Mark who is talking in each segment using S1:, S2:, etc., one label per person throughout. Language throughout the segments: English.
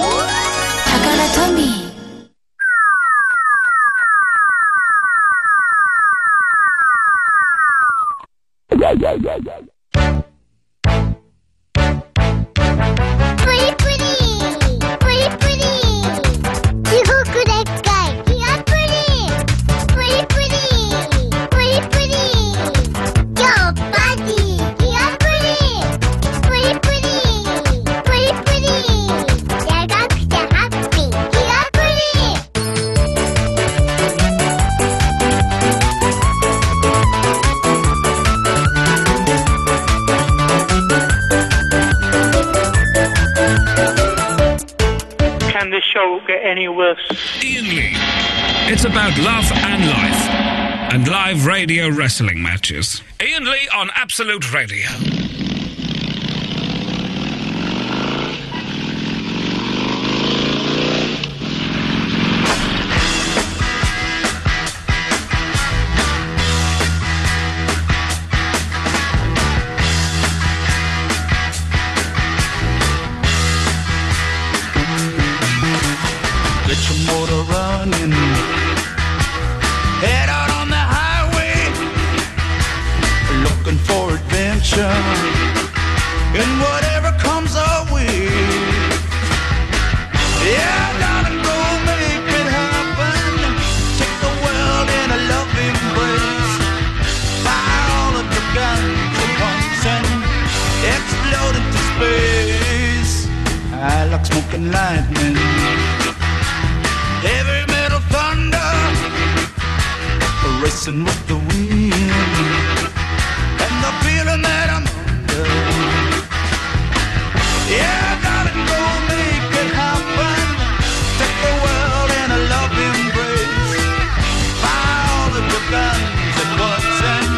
S1: 宝トミー
S2: プリプリプリプリ地獄でっかいひアプリプリプリプリプリ今日パーティーひアプリプリプリプリプリやがくてハッピーひアプリ
S3: Can this show get any worse?
S4: Ian Lee. It's about love and life and live radio wrestling matches. Ian Lee on Absolute Radio.
S5: Get your motor running. Head out on the highway. Looking for adventure. And whatever comes our way. Yeah, darling, go make it happen. Take the world in a loving embrace. Fire all of the guns and pumps and explode into space. I like smoking lightning. Heavy metal thunder Racing with the wind And the feeling that I'm under Yeah, darling, go make it happen Take the world in a love embrace Fire all of your guns at once And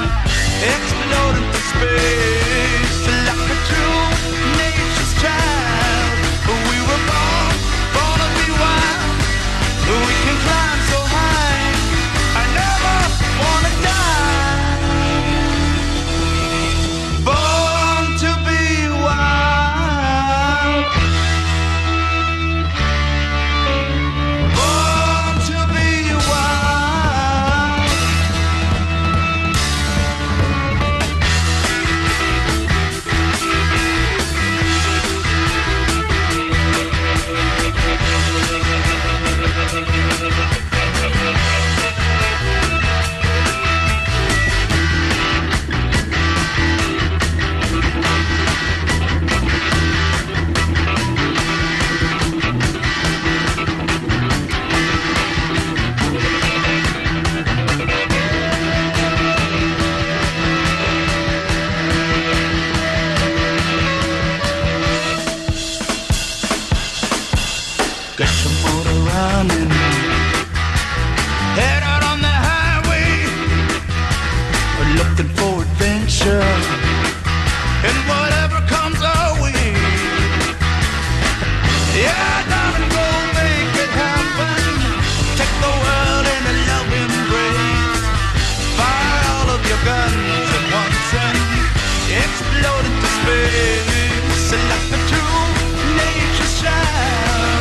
S5: explode into space Like a true nature's child We were born, born to be wild we can climb so high. I never wanna die. Born to be wild. Born to be wild. Got your motor running. Head out on the highway. We're looking for adventure. And whatever comes our way. Yeah, darling, go make it happen. Take the world in a loving embrace. Fire all of your guns at once and explode into space. Like a true nature's child,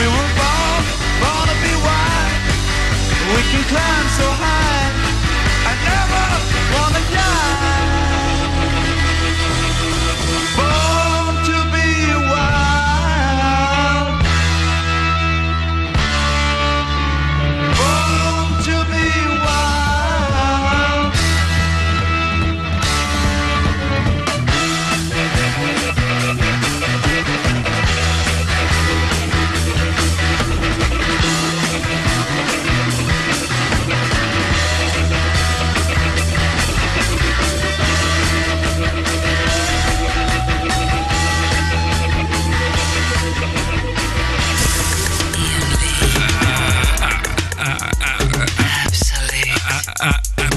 S5: we were born, born to be wild. We can climb so high. I never wanna die. Born to be wild.
S4: Uh, uh,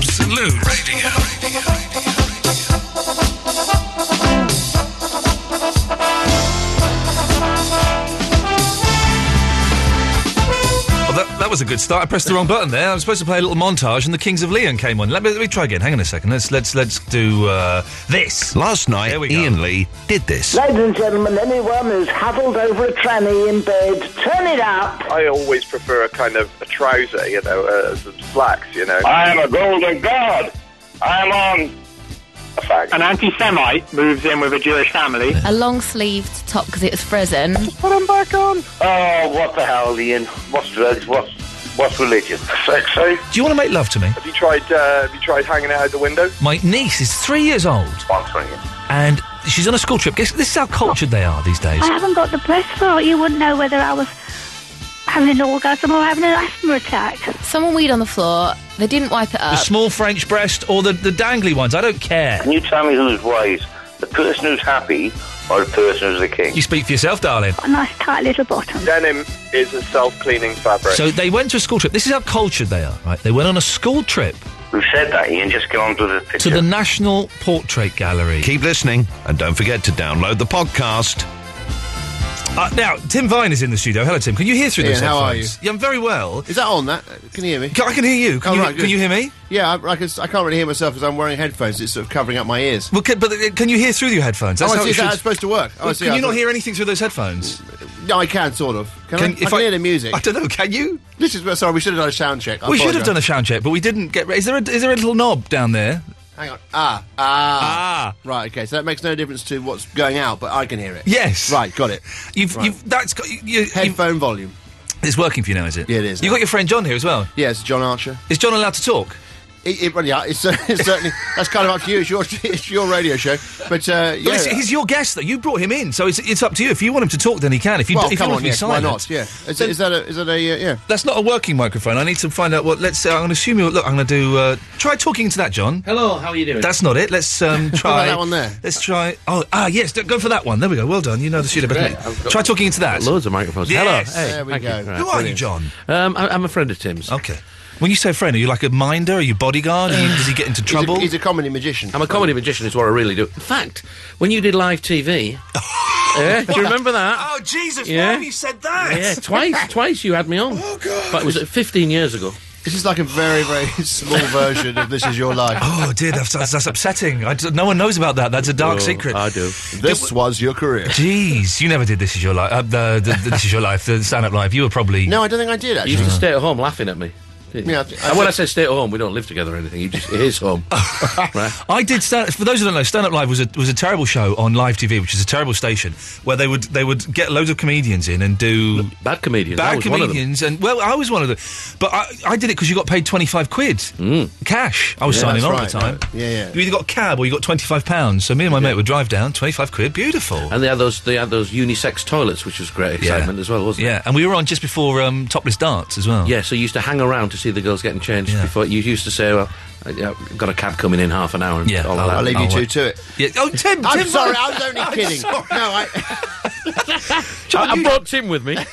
S6: was a good start. I pressed the wrong button there. I was supposed to play a little montage, and the Kings of Leon came on. Let me, let me try again. Hang on a second. Let's let's let's do uh, this.
S7: Last night,
S6: There we go.
S7: Ian Lee did this.
S8: Ladies and gentlemen, anyone who's huddled over a tranny in bed, turn it up.
S9: I always prefer a kind of a trouser, you know, uh, some slacks, you know.
S10: I am a golden god. I am on.
S9: A fag.
S10: An anti Semite moves in with a Jewish family.
S11: A long sleeved top because it was frozen.
S10: Put him back on.
S8: Oh, what the hell, Ian? What's drugs? What's, what's religion?
S9: Sexy.
S6: Do you want to make love to me?
S9: Have you tried? Uh, have you tried hanging out the window?
S6: My niece is three years old,
S9: Sponsoring it.
S6: and she's on a school trip. Guess this is how cultured they are these days.
S12: I haven't got the breath for it. You wouldn't know whether I was having an orgasm or having an asthma attack.
S11: Someone weed on the floor. They didn't wipe it
S12: Uh,
S6: The
S11: up.
S6: small French breast or the, the dangly ones. I don't care.
S8: Can you tell me who's wise? The person who's happy or the person who's the king?
S6: You speak for yourself, darling.
S12: A nice tight little bottom.
S9: Denim is a self-cleaning fabric.
S6: So they went to a school trip. This is how cultured they are, right? They went on a school trip
S8: Who said that, Ian? Just get on to the
S6: to
S8: picture.
S6: the National Portrait Gallery.
S7: Keep listening, and don't forget to download the podcast.
S6: Uh, now, Tim Vine is in the studio. Hello, Tim. Can you hear through this?
S13: Ian, how are
S6: Yeah, I'm very well.
S13: Is that on? That can you hear me?
S6: Can, I can hear you. Can,
S13: Oh,
S6: you,
S13: right,
S6: can you
S13: good.
S6: hear me?
S13: Yeah, I, I, can, I can't really hear myself because I'm wearing headphones. It's sort of covering up my ears.
S6: Well, can, but uh, can you hear through your headphones?
S13: oh, I
S6: how
S13: see.
S6: it
S13: Is that
S6: should-
S13: how it's supposed to work? Oh, I
S6: Well,
S13: see.
S6: can
S13: I
S6: you not
S13: thought-
S6: hear anything through those headphones?
S13: No, I can sort of. Can, I? I
S6: if
S13: can hear the music.
S6: I don't know. Can you?
S13: This is sorry. We should have done a sound check. I
S6: we should have
S13: apologise.
S6: done a sound check, but we didn't get. Is there a, is there a little knob down there?
S13: Hang on. Ah, ah,
S6: Ah.
S13: Right. Okay. So that makes no difference to what's going out, but I can hear it.
S6: Yes.
S13: Right. Got it.
S6: You've,
S13: Right.
S6: you've that's got you, you, you've,
S13: Headphone volume.
S6: it's working for you now, is it?
S13: Yeah, it is
S6: You
S13: now.
S6: got your friend John here as well.
S13: Yes, John Archer.
S6: Is John allowed to talk?
S13: It, it, well, yeah, it's, uh, it's certainly that's kind of up to you. It's your it's your radio show, but uh, yeah,
S6: Well, it's- he's your guest, though. You brought him in, so it's, it's up to you. If you want him to talk, then he can. If you
S13: well,
S6: if
S13: come
S6: you want
S13: on,
S6: him to be
S13: yes, why
S6: silent,
S13: not? Yeah, is, is that a is that a uh, yeah?
S6: That's not a working microphone. I need to find out what. Let's. Uh, I'm going to assume you. Look, I'm going to do. Uh, try talking to that, John.
S10: Hello, how are you doing?
S6: That's not it. Let's um, try
S13: that one there?
S6: Let's try. Oh, ah, yes. d- Go for that one. There we go. Well done. You know the studio better. than me. Try talking into that.
S8: Loads of microphones.
S6: Yes.
S8: Hello.
S13: There we
S8: Thank
S13: go.
S8: You.
S6: Who are you, John?
S8: Um, I, I'm a friend of Tim's.
S6: Okay. When you say friend, are you like a minder? Are you bodyguard? Are you- does he get into
S13: He's a,
S6: trouble?
S13: he's a comedy magician.
S8: I'm a comedy magician, is what I really do. In fact, when you did live TV, yeah, do you remember that?
S6: oh Jesus!
S8: Yeah.
S6: said that?
S8: Yeah, twice, twice you had me on. Oh God! But it was uh, 15 years ago.
S13: This is like a very very small version of This Is Your Life.
S6: Oh dear, that's, that's, that's upsetting. I d no one knows about that. That's a dark
S8: Oh,
S6: secret.
S8: I do.
S13: This was your career.
S6: Jeez, you never did this is your life. Uh, the, the, the- this is your life. The stand-up life. You were probably
S13: No, I don't think I did
S8: You
S13: actually.
S8: used to stay at home laughing at me. didn't you?
S13: Yeah, I Oh. think-
S8: and when I say stay at home, we don't live together or anything. You just, it is home. right?
S6: I did stand. For those who don't know, Stand Up Live was a was a terrible show on live TV, which is a terrible station where they would they would get loads of comedians in and do
S8: Bad comedians. I
S6: bad
S8: was one of them.
S6: comedians. And well, I was one of them, but I, I did it because you got paid twenty five quid
S8: Mm.
S6: cash. I was
S13: Yeah,
S6: signing
S13: that's
S6: on
S13: right,
S6: at the time.
S13: right. Yeah, yeah.
S6: You either got a cab or you got twenty five pounds. So me and my mate would drive down twenty five quid. Beautiful.
S8: And they had those they had those unisex toilets, which was great excitement as well, wasn't
S6: yeah,
S8: it?
S6: and we were on just before um, topless darts as well.
S8: Yeah, so you used to hang around to see the girls getting changed
S6: Yeah.
S8: before. You used to say, well, I, have got a cab coming in half an hour. And
S6: Yeah,
S8: all of
S6: I'll-
S8: that.
S13: I'll leave
S6: Oh,
S13: you two
S6: what-
S13: to it.
S6: yeah. Oh, Tim,
S13: I'm
S6: Tim,
S13: sorry,
S6: right.
S13: I was only kidding. No, I,
S6: John,
S8: I, I
S6: you-
S8: brought Tim with me.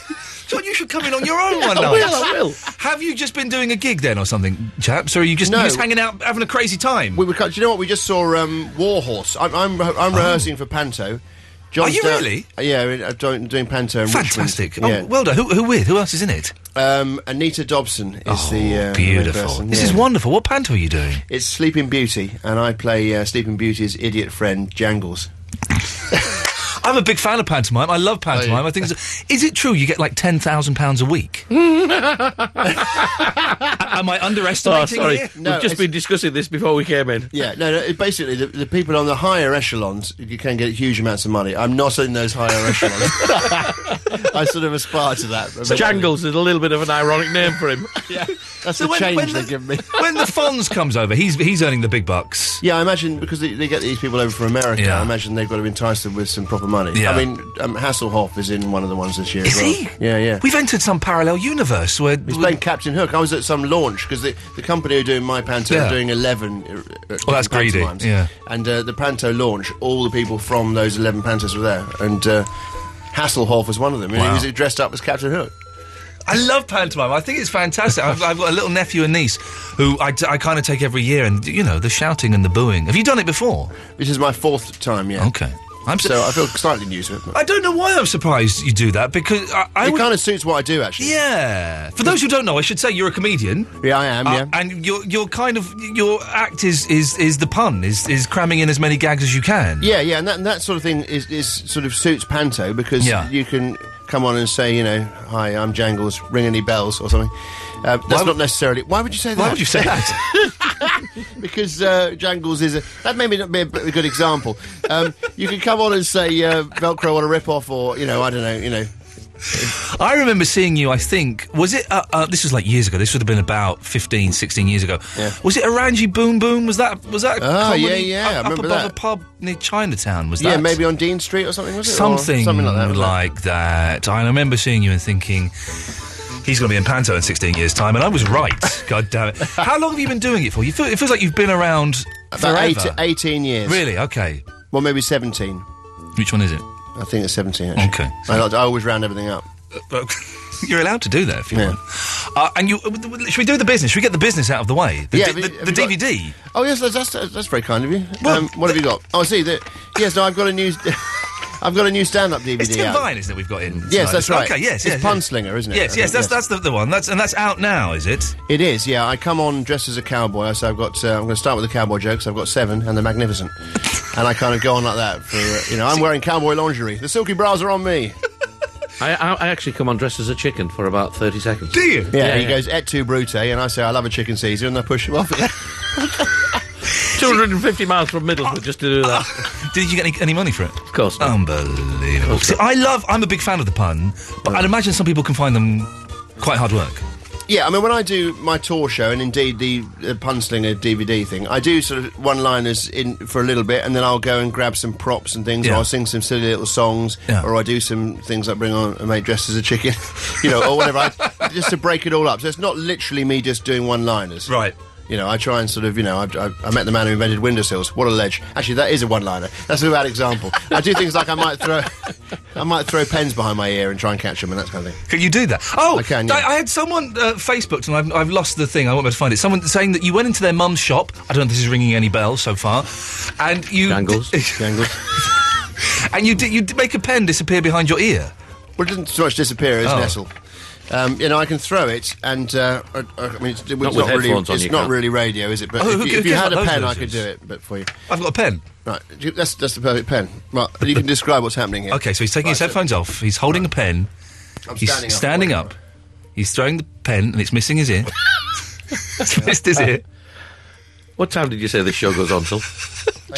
S6: John, you should come in on your own one
S8: I
S6: night.
S8: will, I will.
S6: Have you just been doing a gig then or something, chaps? Or are you just,
S13: No.
S6: you just hanging out having a crazy time? Oh.
S13: we were. cut- Do you know what? We just saw um, Warhorse. I'm I'm, re- I'm rehearsing for Panto. John
S6: Are you
S13: Stern-
S6: really?
S13: Uh, Yeah, I- I'm doing, doing Panto. In Richmond.
S6: Fantastic.
S13: Yeah.
S6: Oh, well done. Who, who with? Who else is in it? Oh,
S13: um, Anita Dobson is the uh, main
S6: Beautiful.
S13: person,
S6: this
S13: yeah.
S6: is wonderful. What panto are you doing?
S13: It's Sleeping Beauty, and I play uh, Sleeping Beauty's idiot friend Jangles.
S6: I'm a big fan of pantomime. I love pantomime. I think it's, is it true you get like ten thousand pounds a week? Am I
S8: Oh,
S6: underestimating?
S8: sorry.
S6: here?
S13: No,
S8: We've just
S13: it's-
S8: been discussing this before we came in.
S13: Yeah, no, no it- basically the, the people on the higher echelons you can get huge amounts of money. I'm not in those higher echelons. I sort of aspire to that. But-
S8: Jangles is a little bit of an ironic name for him.
S13: Yeah, that's
S6: So
S13: the
S6: when-
S13: change
S6: when
S13: they
S6: the-
S13: give me.
S6: when the Fonz comes over, he's he's earning the big bucks.
S13: Yeah, I imagine because they, they get these people over from America.
S6: Yeah.
S13: I imagine they've got to entice them with some proper money.
S6: Yeah.
S13: I mean, um, Hasselhoff is in one of the ones this year.
S6: Is
S13: as well.
S6: he?
S13: Yeah, yeah.
S6: We've entered some parallel universe where
S13: He's playing Captain Hook. I was at some launch because the, the company who are doing my panto
S6: Yeah.
S13: are doing 11. Uh, uh,
S6: that's greedy,
S13: pantomimes.
S6: yeah.
S13: And uh, the panto launch, all the people from those 11 pantos were there. And uh, Hasselhoff was one of them. And
S6: Wow.
S13: he was dressed up as Captain Hook.
S6: I love pantomime. I think it's fantastic. I've, I've got a little nephew and niece who I, t- I kind of take every year, and you know the shouting and the booing. Have you done it before?
S13: This is my fourth time, yeah.
S6: Okay. I'm
S13: so, I feel slightly new to it.
S6: I don't know why I'm surprised you do that because I, I
S13: it
S6: would-
S13: kind of suits what I do, actually.
S6: Yeah. For those who don't know, I should say you're a comedian. Uh,
S13: Yeah, I am. yeah.
S6: And your your kind of your act is is is the pun is is cramming in as many gags as you can.
S13: Yeah, yeah, and that, and that sort of thing is, is sort of suits Panto because
S6: Yeah.
S13: you can come on and say, you know, hi, I'm Jangles, ring any bells or something. Uh, that's not necessarily. Why would you say that?
S6: Why would you say that?
S13: because uh, Jangles is a. That may be not be a, b- a good example. Um, you can come on and say uh, Velcro on a ripoff or, you know, I don't know, you know.
S6: I remember seeing you, I think, was it, uh, uh, this was like years ago, this would have been about 15, 16 years ago. Was it Orangi Boom Boom? Was that, was that a
S13: Ah,
S6: comedy
S13: yeah, yeah, I
S6: up,
S13: remember
S6: above
S13: that.
S6: a pub near Chinatown? Was that?
S13: Yeah, maybe on Dean Street or something, was it? Or
S6: something,
S13: something like that. wasn't it?
S6: like that. I remember seeing you and thinking, he's going to be in Panto in 16 years' time, and I was right. God damn it. How long have you been doing it for? You feel, it feels like you've been around
S13: About eight,
S6: forever.
S13: 18 years.
S6: Really? Okay.
S13: Well, maybe 17.
S6: Which one is it?
S13: I think it's 17, actually.
S6: Okay.
S13: I, like to- I always round everything up.
S6: You're allowed to do that if you want. Uh, and you, should we do the business? Should we get the business out of the way? The,
S13: Yeah,
S6: di-
S13: have you-
S6: the,
S13: have
S6: the
S13: you got-
S6: DVD.
S13: Oh yes, that's that's, that's very kind of you. um, what have you got? Oh, I see that. Yes, no, I've got a new, I've got a new stand-up DVD.
S6: It's Tim
S13: out.
S6: Vine, isn't it? We've got in.
S13: Yes, that's right.
S6: Okay, yes,
S13: It's
S6: yes, yes.
S13: Punslinger, isn't it? I
S6: Yes, yes,
S13: think,
S6: that's
S13: yes.
S6: that's the, the one. That's and that's out now, is it?
S13: It is. Yeah, I come on dressed as a cowboy. So I've got. Uh, I'm going to start with the cowboy jokes. I've got seven and the magnificent, and I kind of go on like that. For uh, you know, I'm wearing cowboy lingerie. The silky bras are on me.
S8: I, I, I actually come on dressed as a chicken for about 30 seconds.
S6: Do you?
S13: Yeah, he goes et tu brute, and I say I love a chicken Caesar, and I push him off.
S8: 250 miles from Middlesbrough just to do that.
S6: Did you get any, any money for it? Of
S8: course.
S6: Unbelievable. See, I love. I'm a big fan of the pun, but I'd imagine some people can find them quite hard work.
S13: Yeah, I mean, when I do my tour show, and indeed the uh, Punslinger DVD thing, I do sort of one-liners in for a little bit, and then I'll go and grab some props and things, or
S6: Yeah.
S13: I'll sing some silly little songs, or I do some things like bring on a mate dressed as a chicken, you know, or whatever, I, just to break it all up. So it's not literally me just doing one-liners,
S6: right?
S13: You know, I try and sort of, you know, I, I, I met the man who invented windowsills. What a ledge! Actually, that is a one-liner. That's a bad example. I do things like I might throw, I might throw pens behind my ear and try and catch them and that kind of thing.
S6: Can you do that? Oh,
S13: I can. Yeah.
S6: I, I had someone uh, Facebooked, and I've, I've lost the thing. I won't be able to find it. Someone saying that you went into their mum's shop. I don't know if this is ringing any bells so far. And you
S8: Jangles.
S13: Jangles.
S6: and you did you d- make a pen disappear behind your ear.
S13: Well, it doesn't so much disappear as
S6: Oh.
S13: Nestle. Um, you know, I can throw it, and uh, I, I mean, it's, it was not,
S8: Not with
S13: really,
S8: headphones on,
S13: it's
S8: you
S13: not
S8: can't.
S13: really radio, is it? But
S8: Oh,
S13: if you,
S8: who ca-
S13: if
S8: who
S13: you
S8: cares
S13: had a
S8: about those
S13: pen, I
S8: things?
S13: could do it. But for you,
S6: I've got a pen.
S13: Right, you- that's that's the perfect pen. Right, you can describe what's happening here.
S6: Okay, so he's taking his headphones off. He's holding a pen.
S13: I'm
S6: he's
S13: standing up.
S6: standing up. He's throwing the pen, and it's missing his ear. it's missed his ear.
S8: What time did you say this show goes on till?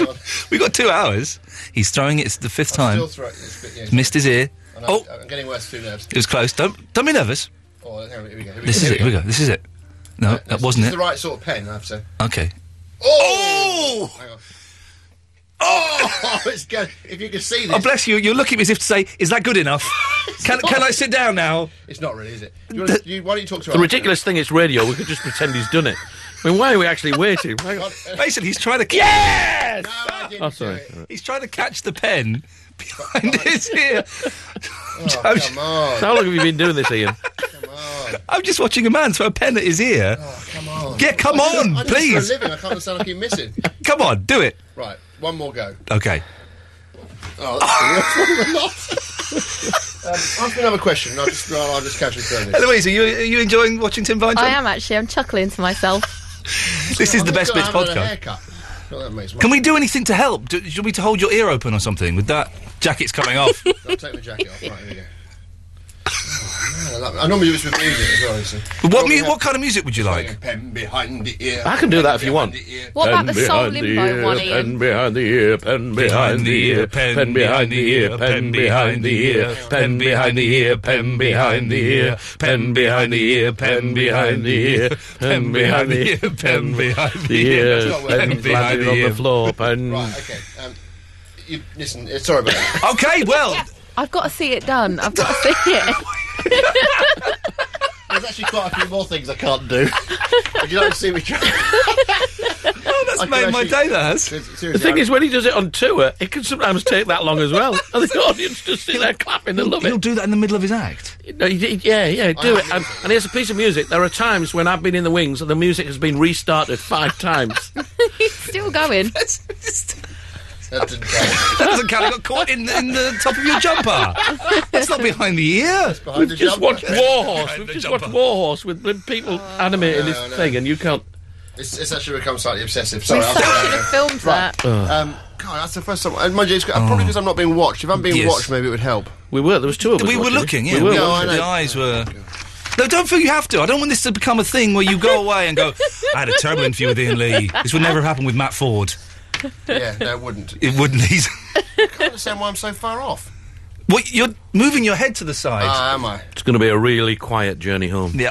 S6: we got two hours. He's throwing it. It's the 5th time.
S13: Still throw it. It's a bit- yeah, it's-
S6: Missed his ear.
S13: I know,
S6: Oh,
S13: I'm getting worse through nerves.
S6: it was close. Don't don't be nervous.
S13: Oh, hang on, here we go. Here we
S6: This
S13: go,
S6: is it. Here we go. This is it. No, that wasn't
S13: It's
S6: it.
S13: the right sort of pen, I have to say.
S6: Okay.
S13: Oh! Oh! it's go- if you can see this.
S6: Oh, bless you. You're looking at me as if to say, "Is that good enough? can
S13: not.
S6: can I sit down now?"
S13: It's not really, is it? Do you wanna, you, why don't you talk to
S8: The ridiculous thing is radio. We could just pretend he's done it. I mean, why are we actually waiting? Why-
S6: Basically, he's trying to. Yes!
S8: Oh, sorry.
S6: He's trying to catch the pen behind his ear. I'm,
S13: Oh, come on.
S8: How long have you been doing this, Ian?
S6: I'm just watching a man throw a pen at his ear.
S13: Oh, Come on.
S6: Yeah, come
S13: I do-
S6: on,
S13: I do this for a
S6: please.
S13: living, I can't understand I keep missing.
S6: Come on, do it.
S13: Right, one more go.
S6: Okay.
S13: Oh, that's um, Ask me another question, and I'll just, I'll, I'll just catch you through this.
S6: Louise, are you, are you enjoying watching Tim Vine?
S11: I am actually. I'm chuckling to myself.
S6: This is the best bits podcast.
S13: podcast.
S6: Can we do anything to help? Do, should we to hold your ear open or something? With that jacket's coming off.
S13: I'll take my jacket off. Right, here we go. Oh, man, I, love it. I normally do this with music as well, you see.
S6: But what mu- what kind of music would you like?
S13: Pen behind the ear.
S8: I can do that if you want.
S11: What about the soul
S8: behind
S11: limbo
S8: ear,
S11: one, Ian?
S8: Pen behind the ear, pen behind the ear, pen behind the ear, pen behind the ear, pen behind the ear, pen behind the ear, pen behind the ear, pen behind the ear, pen behind the ear, pen behind the ear, pen behind the ear, on the floor, pen.
S13: Right, okay. Um, you, listen, uh, sorry about that.
S6: Okay, well.
S11: I've got to see it done. I've got to see it.
S13: There's actually quite a few more things I can't do. Would you like to see me try? oh,
S6: that's made my day, that has.
S8: The thing is, when he does it on tour, it can sometimes take that long as well. And the audience just sit there clapping and love it.
S6: He'll do that in the middle of his act.
S8: No, you did- yeah, yeah, do
S13: I
S8: it. And, and here's a piece of music. There are times when I've been in the wings and the music has been restarted five times.
S11: He's still going.
S13: That didn't count.
S6: That doesn't count. I got caught in, in the top of your jumper. That's not behind the ear.
S8: We've just watched Warhorse.
S13: Behind
S8: We've
S13: the
S8: just
S13: jumper.
S8: watched Warhorse with with people
S13: Oh,
S8: animating
S13: no,
S8: this
S13: no.
S8: thing, and you can't.
S13: It's, it's actually become slightly obsessive. Sorry, I'll
S11: filmed
S13: right.
S8: that. Ugh.
S13: Um, God, that's the first time. And mind you, it's, probably because I'm not being watched. If I'm being
S6: Oh. Yes.
S13: watched, maybe it would help.
S8: We were. There was two of
S6: We were looking, yeah.
S13: no, I
S6: The
S13: know.
S6: eyes were. No, don't feel you have to. I don't want this to become a thing where you go away and go, I had a terrible interview with Ian Lee. This would never have happened with Matt Ford.
S13: yeah, no, it wouldn't.
S6: It wouldn't. He's.
S13: I can't understand why I'm so far off.
S6: What, you're moving your head to the side.
S13: Ah, am I?
S8: It's going to be a really quiet journey home.
S6: Yeah.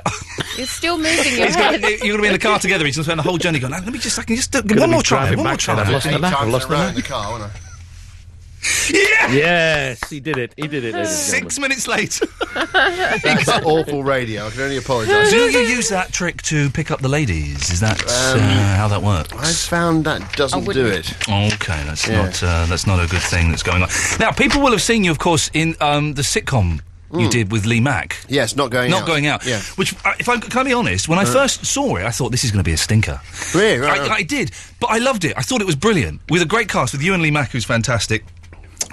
S11: You're still moving your
S6: He's gonna-
S11: head.
S6: you're going to be in the car together. He's going to spend the whole journey going, let me just, I can just do,
S8: Gonna
S6: one
S8: be
S6: more try,
S8: driving
S6: one more
S8: back
S6: try.
S8: then. I've lost the map, I've lost the
S13: in the car, wasn't I?
S8: Yes, he did it. He did it. ladies and
S6: Six minutes later.
S13: That's awful radio. I can only apologise.
S6: Do you use that trick to pick up the ladies? Is that uh,
S13: Um,
S6: how that works?
S13: I found that doesn't do it.
S6: Okay, that's
S13: Yeah.
S6: not uh, that's not a good thing that's going on. Now, people will have seen you, of course, in um, the sitcom you
S13: Mm.
S6: did with Lee Mack.
S13: Yes, not going
S6: not
S13: out.
S6: going out.
S13: Yeah.
S6: Which, uh, if I'm can I be honest, when I
S13: Uh.
S6: first saw it, I thought this is going to be a stinker.
S13: Really? Right,
S6: I,
S13: right.
S6: I did, but I loved it. I thought it was brilliant with a great cast with you and Lee Mack, who's fantastic.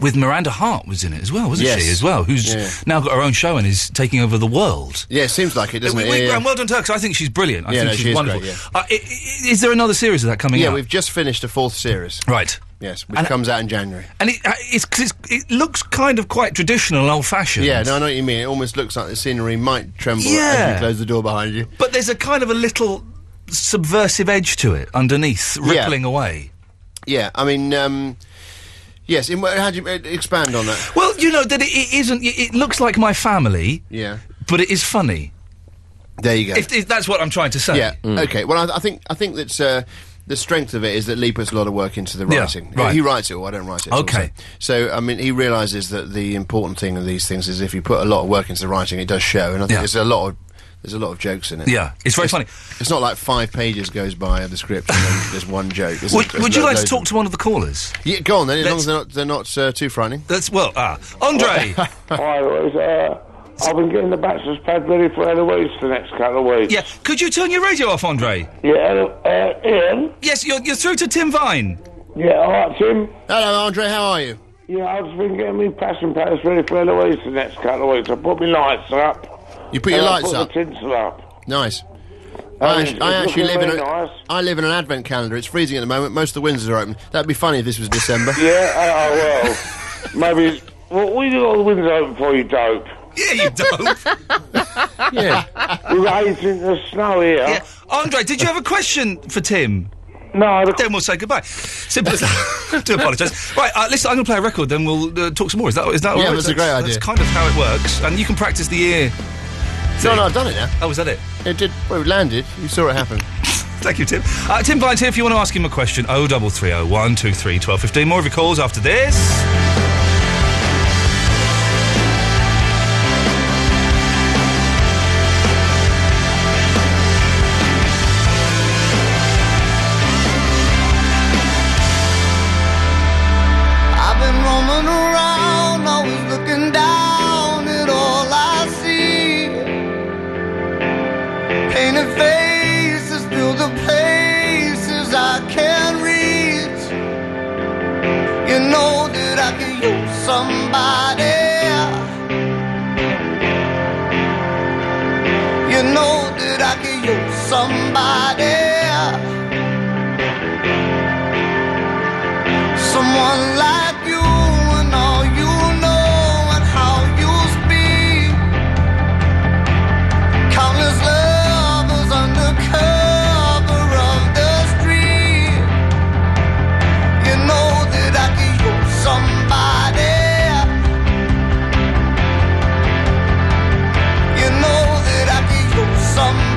S6: With Miranda Hart was in it as well, wasn't
S13: Yes.
S6: she? As well, who's
S13: Yeah.
S6: now got her own show and is taking over the world.
S13: Yeah, it seems like it, doesn't
S6: We-
S13: it?
S6: we-
S13: Yeah, yeah.
S6: And well done to her 'cause I think she's brilliant. I
S13: Yeah,
S6: think
S13: no,
S6: she's
S13: she is
S6: wonderful.
S13: great,
S6: Uh, i- i- is there another series of that coming
S13: yeah,
S6: out?
S13: we've just finished a fourth series.
S6: Right.
S13: Yes, which
S6: And-
S13: comes out in January.
S6: And it, uh, it's, 'cause it's, it looks kind of quite traditional, and old-fashioned.
S13: Yeah, no, I know what you mean. It almost looks like the scenery might tremble as
S6: Yeah.
S13: you close the door behind you.
S6: But there's a kind of a little subversive edge to it underneath,
S13: Yeah.
S6: rippling away.
S13: Yeah, I mean, um, yes. In, wh- how do you uh, expand on that?
S6: Well, you know that it, it isn't. It it looks like my family,
S13: Yeah.
S6: but it is funny.
S13: There you go.
S6: If, if that's what I'm trying to say.
S13: Yeah. Okay. Well, I, I think I think that's uh, the strength of it is that Lee puts a lot of work into the
S6: Yeah,
S13: writing.
S6: right.
S13: He writes it all. I don't write it. at all,
S6: Okay.
S13: So, so, I mean, he realizes that the important thing of these things is if you put a lot of work into the writing, it does show. And I think
S6: Yeah.
S13: there's a lot of there's a lot of jokes in it.
S6: Yeah, it's very funny.
S13: It's not like five pages goes by of the script and then there's one joke. There's-
S6: Would,
S13: there's
S6: would you
S13: lo-
S6: like to
S13: loads
S6: talk to one of the callers?
S13: of- Yeah, go on then. As long as
S6: Let's-
S13: they're not they're not uh, too frightening.
S6: That's well, ah, Andre.
S10: I was, uh, I've been getting the bachelor's pad ready for Eloise for the next couple of weeks.
S6: yeah, could you turn your radio off, Andre?
S10: Yeah, uh, Ian?
S6: Yes, you're, you're through to Tim Vine.
S10: Yeah, all right, Tim.
S13: Hello, Andre. How are you?
S10: Yeah, I've been getting me passion plates ready for Eloise for the next couple of weeks. I put my lights up.
S13: You put your
S10: and I
S13: lights
S10: put
S13: up?
S10: The tinsel up.
S13: Nice.
S10: And
S13: I,
S10: Um, it's-
S13: actu- I
S10: it's
S13: actually live
S10: looking
S13: in a,
S10: very nice.
S13: I live in an advent calendar. It's freezing at the moment. Most of the windows are open. That'd be funny if this was December.
S10: Yeah, oh, well, maybe. it's- Well, we do all the windows open for you, dope.
S6: Yeah, you dope.
S13: yeah.
S10: We've got 18 inches of snow here.
S14: Oh.
S6: Yeah. Andre, did you have a question for Tim?
S10: No.
S6: Then we'll say goodbye. Simple as that. Do apologise. Right, uh, listen, I'm going to play a record, then we'll uh, talk some more. Is that, is that all
S13: Yeah,
S6: right?
S13: that's a great idea.
S6: That's kind of how it works. And you can practice the ear.
S13: No, no, I've done it now.
S6: Oh, was that it?
S13: It did. Well, it landed. You saw it happen.
S6: Thank you, Tim. Uh, Tim Vine's here if you want to ask him a question. Oh, 0330 123 1215. More of your calls after this.
S11: Uh,
S15: I've been roaming around, always looking down at all I see. Painted faces fill the places I can't reach. You know that I can use somebody. You know that I can use somebody. Someone like you and all you know and how you speak. Countless lovers under cover of the street. You know that I can use somebody. You know that I can use somebody.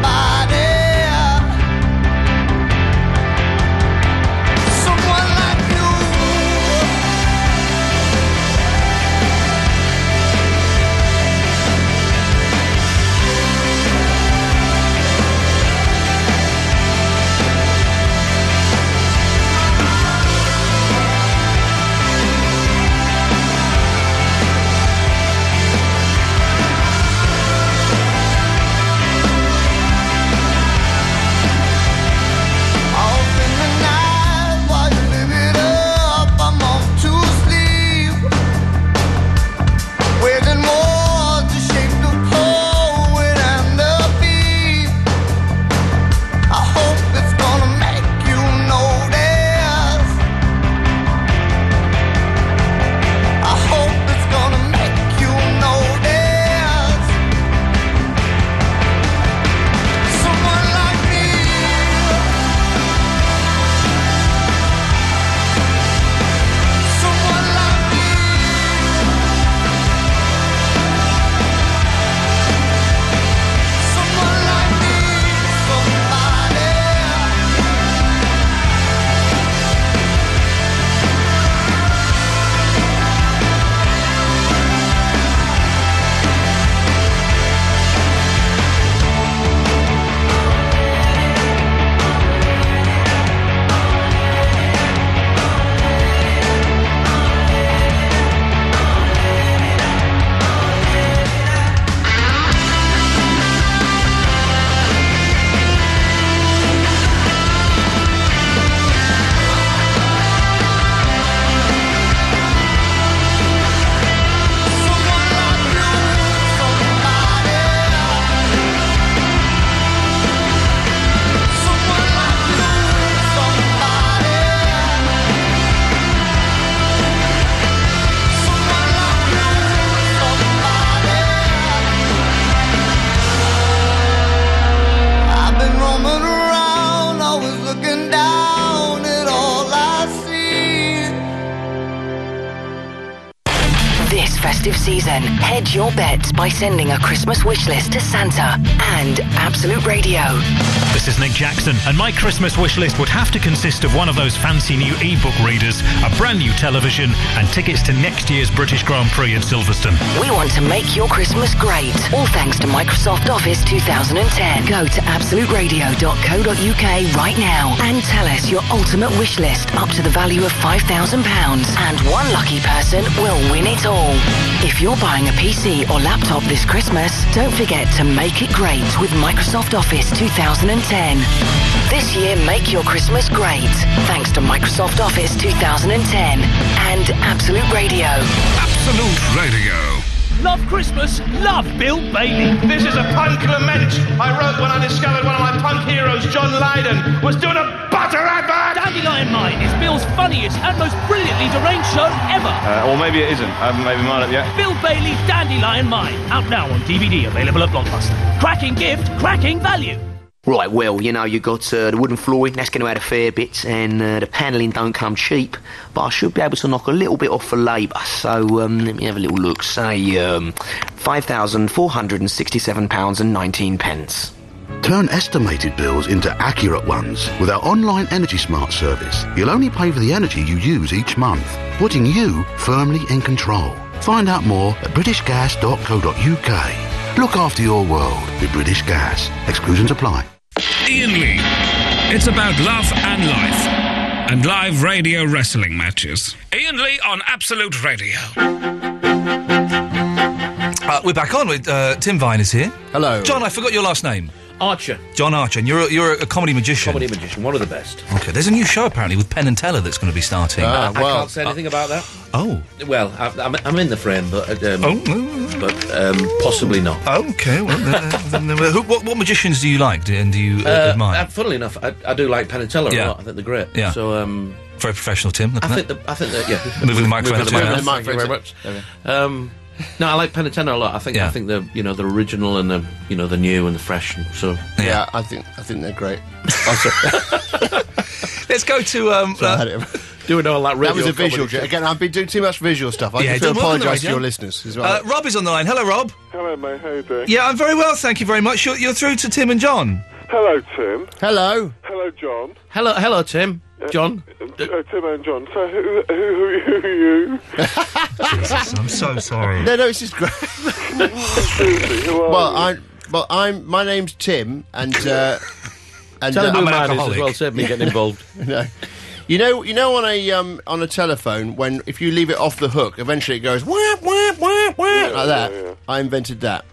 S16: festive season, hedge your bets by sending a Christmas wish list to Santa and Absolute Radio.
S17: This is Nick Jackson, and my Christmas wish list would have to consist of one of those fancy new e-book readers, a brand new television, and tickets to next year's British Grand Prix in Silverstone.
S16: We want to make your Christmas great, all thanks to Microsoft Office 2010. Go to absoluteradio.co.uk right now and tell us your ultimate wish list up to the value of £5,000, and one lucky person will win it all. If you're buying a PC or laptop this Christmas, don't forget to make it great with Microsoft Office 2010. This year, make your Christmas great, thanks to Microsoft Office 2010 and Absolute Radio.
S4: Absolute Radio.
S18: Love Christmas, love Bill Bailey. This is a punk lament I wrote when I discovered one of my punk heroes, John Lydon, was doing a butter advert. Dandelion Mine is Bill's funniest and most brilliantly deranged show ever.
S11: Uh, or maybe it isn't. I haven't made my mind up yet.
S18: Bill Bailey, Dandelion Mine, out now on DVD, available at Blockbuster. Cracking gift, cracking value.
S19: Right, well, you know, you got uh, the wooden flooring, that's going to add a fair bit, and uh, the panelling don't come cheap, but I should be able to knock a little bit off for labour, so um, let me have a little look. Say, um, £5,467.19. and 19 pence.
S20: Turn estimated bills into accurate ones with our online Energy Smart service. You'll only pay for the energy you use each month, putting you firmly in control. Find out more at britishgas.co.uk. Look after your world with British Gas. Exclusions apply.
S4: Ian Lee. It's about love and life and live radio wrestling matches. Ian Lee on Absolute Radio.
S6: Uh, we're back on. With, uh, Tim Vine is here.
S13: Hello,
S6: John. I forgot your last name.
S8: Archer.
S6: John Archer. And you're a, you're a comedy magician.
S8: Comedy magician, one of the best.
S6: Okay. There's a new show apparently with Penn and Teller that's going to be starting.
S8: I can't say anything about that.
S6: Ah, Oh.
S8: Well, I, I'm, I'm in the frame, but um, but um, possibly not.
S6: Okay. Well, uh, then, uh, who, what, what magicians do you like? Do, and do you uh, admire?
S8: uh, funnily enough, I, I do like Panatella a
S6: Yeah.
S8: lot. I think they're great.
S6: Yeah.
S8: So um,
S6: very professional, Tim.
S8: I
S6: looking
S8: think
S6: at-
S8: the, I think that yeah.
S6: Moving the microphone to your mouth.
S8: Thank you very much. Um, no, I like Panatella a lot. I think
S6: Yeah.
S8: I think they're you know they're original and they're you know they're new and they're fresh. And so
S6: Yeah.
S8: I think I think they're great.
S6: Let's go to um.
S13: So I had
S8: it. Doing all that
S13: uh, That was
S8: radio
S13: a visual
S8: comedy.
S13: joke. Again, I've been doing too much visual stuff. I
S6: Yeah,
S13: yeah,
S6: it
S13: do
S6: doesn't work on the
S13: apologise to
S6: radio.
S13: your listeners. As well.
S6: Uh, Rob is on the line. Hello, Rob.
S21: Hello, mate. How you doing?
S6: Yeah, I'm very well, thank you very much. You're, you're through to Tim and John.
S21: Hello, Tim.
S13: Hello.
S21: Hello, John.
S8: Hello, hello, Tim, John.
S21: Uh, uh, Tim and John. So, who, who, who, who are you?
S6: I'm so sorry.
S13: no, no, it's just great.
S21: are
S13: well, I, well, I'm. My name's Tim, and uh, and
S8: Tell
S13: uh,
S8: him who I'm an mine is as alcoholic. well, save me getting involved.
S13: no. You know, you know, on a um, on a telephone, when if you leave it off the hook, eventually it goes wah wah wah wah like that. I invented that.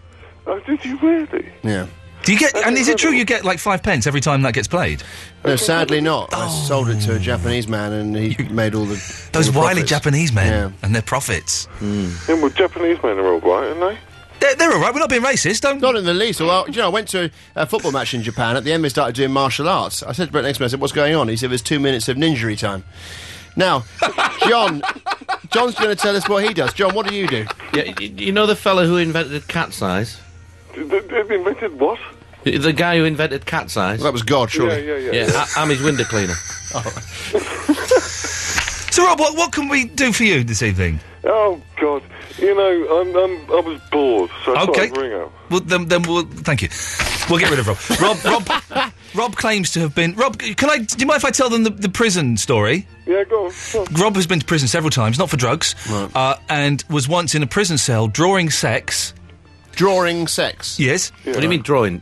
S21: Oh, did you really?
S13: Yeah.
S6: Do you get? And is it true you get like five pence every time that gets played? Oh.
S13: No, sadly not. I sold it to a Japanese man, and he made all the
S6: Those
S13: all the
S6: wily
S13: profits.
S6: Japanese men and their profits.
S13: Hmm.
S21: Yeah, well, Japanese men are all right, aren't
S6: They're, they're all right. We're not being racist. Don't.
S13: Not in the least. Well, you know, I went to a, a football match in Japan. At the end, they started doing martial arts. I said to Brett next to me, I said, "What's going on?" He said, "There's two minutes of ninjury time." Now, John, John's going to tell us what he does. John, what do you do?
S8: Yeah, y- y- you know the fellow who invented cat's eyes.
S21: they? They- They've invented what?
S8: The- The guy who invented cat's eyes.
S13: that was God, surely. Oh.
S21: Yeah, yeah, yeah.
S8: I, am his window cleaner.
S6: So, Rob, what, what can we do for you this evening?
S21: Oh God! You know, I'm, I'm I was bored, so I
S6: Okay.
S21: thought I'd ring up.
S6: Well, then, then we'll thank you. We'll get rid of Rob. Rob, Rob, Rob claims to have been. Rob, can I? Do you mind if I tell them the, the prison story?
S21: Yeah, go on.
S6: Rob has been to prison several times, not for drugs, uh, and was once in a prison cell drawing sex.
S13: Drawing sex.
S6: Yes.
S21: What do you mean
S8: drawing?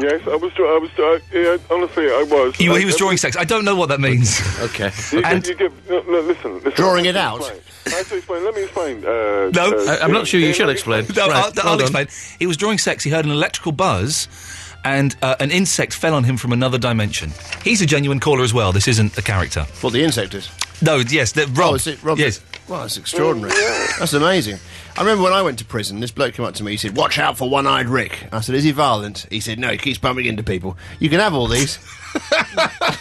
S21: Yes, I was. I was. I, yeah, honestly, I was.
S6: You,
S21: I,
S6: he was drawing sex. I don't know what that means.
S8: Okay.
S21: You, you give, no, no, listen, listen.
S6: Drawing
S21: I
S6: it
S21: have
S6: out?
S21: to Explain. I have to explain. Let me explain. Uh, uh,
S6: No,
S21: yeah, let me
S6: No, I'll, I'll explain. He was drawing sex. He heard an electrical buzz, and uh, an insect fell on him from another dimension. He's a genuine caller as well. This isn't a character.
S13: What the insect is?
S6: No, yes, the, Rob.
S13: Oh, Rob-
S6: Yes.
S13: Well, that's extraordinary. That's amazing. I remember when I went to prison, this bloke came up to me. He said, "Watch out for one-eyed Rick." I said, "Is he violent?" He said, "No, he keeps bumping into people. You can have all these."
S6: Uh,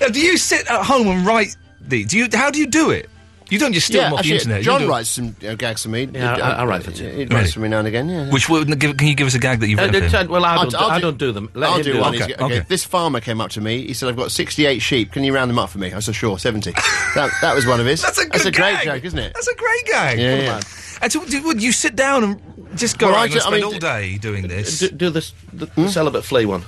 S6: Now, do you sit at home and write the? Do you? How do you do it? You don't just steal
S13: yeah,
S6: them off the
S13: actually,
S6: internet.
S13: John
S6: you do-
S13: writes some uh, gags for me.
S6: Yeah, I- I write for
S13: He
S6: you.
S13: writes
S6: Really?
S13: for me now and again. Yeah.
S6: Which would give, can you give us a gag that you've
S13: Uh,
S6: written?
S13: no,
S6: for him?
S13: Chad, well, I I'll- don't- I'll I do- don't
S14: do them.
S13: I'll do one. He's- okay, This farmer came up to me. He said, "I've got 68 sheep. Can you round them up for me?" I said, "Sure, 70." that, that was one of his. That's a,
S6: good
S13: great
S6: gag.
S13: joke, isn't it?
S6: That's a great gag.
S13: Yeah,
S6: What
S13: yeah.
S6: about- And so, do- would you sit down and just go?
S13: Well,
S6: right,
S13: I
S6: I'm
S13: ju-
S6: gonna
S13: I
S6: spend
S13: mean,
S6: all day doing this. Hmm?
S13: Do, this the, celibate flea one.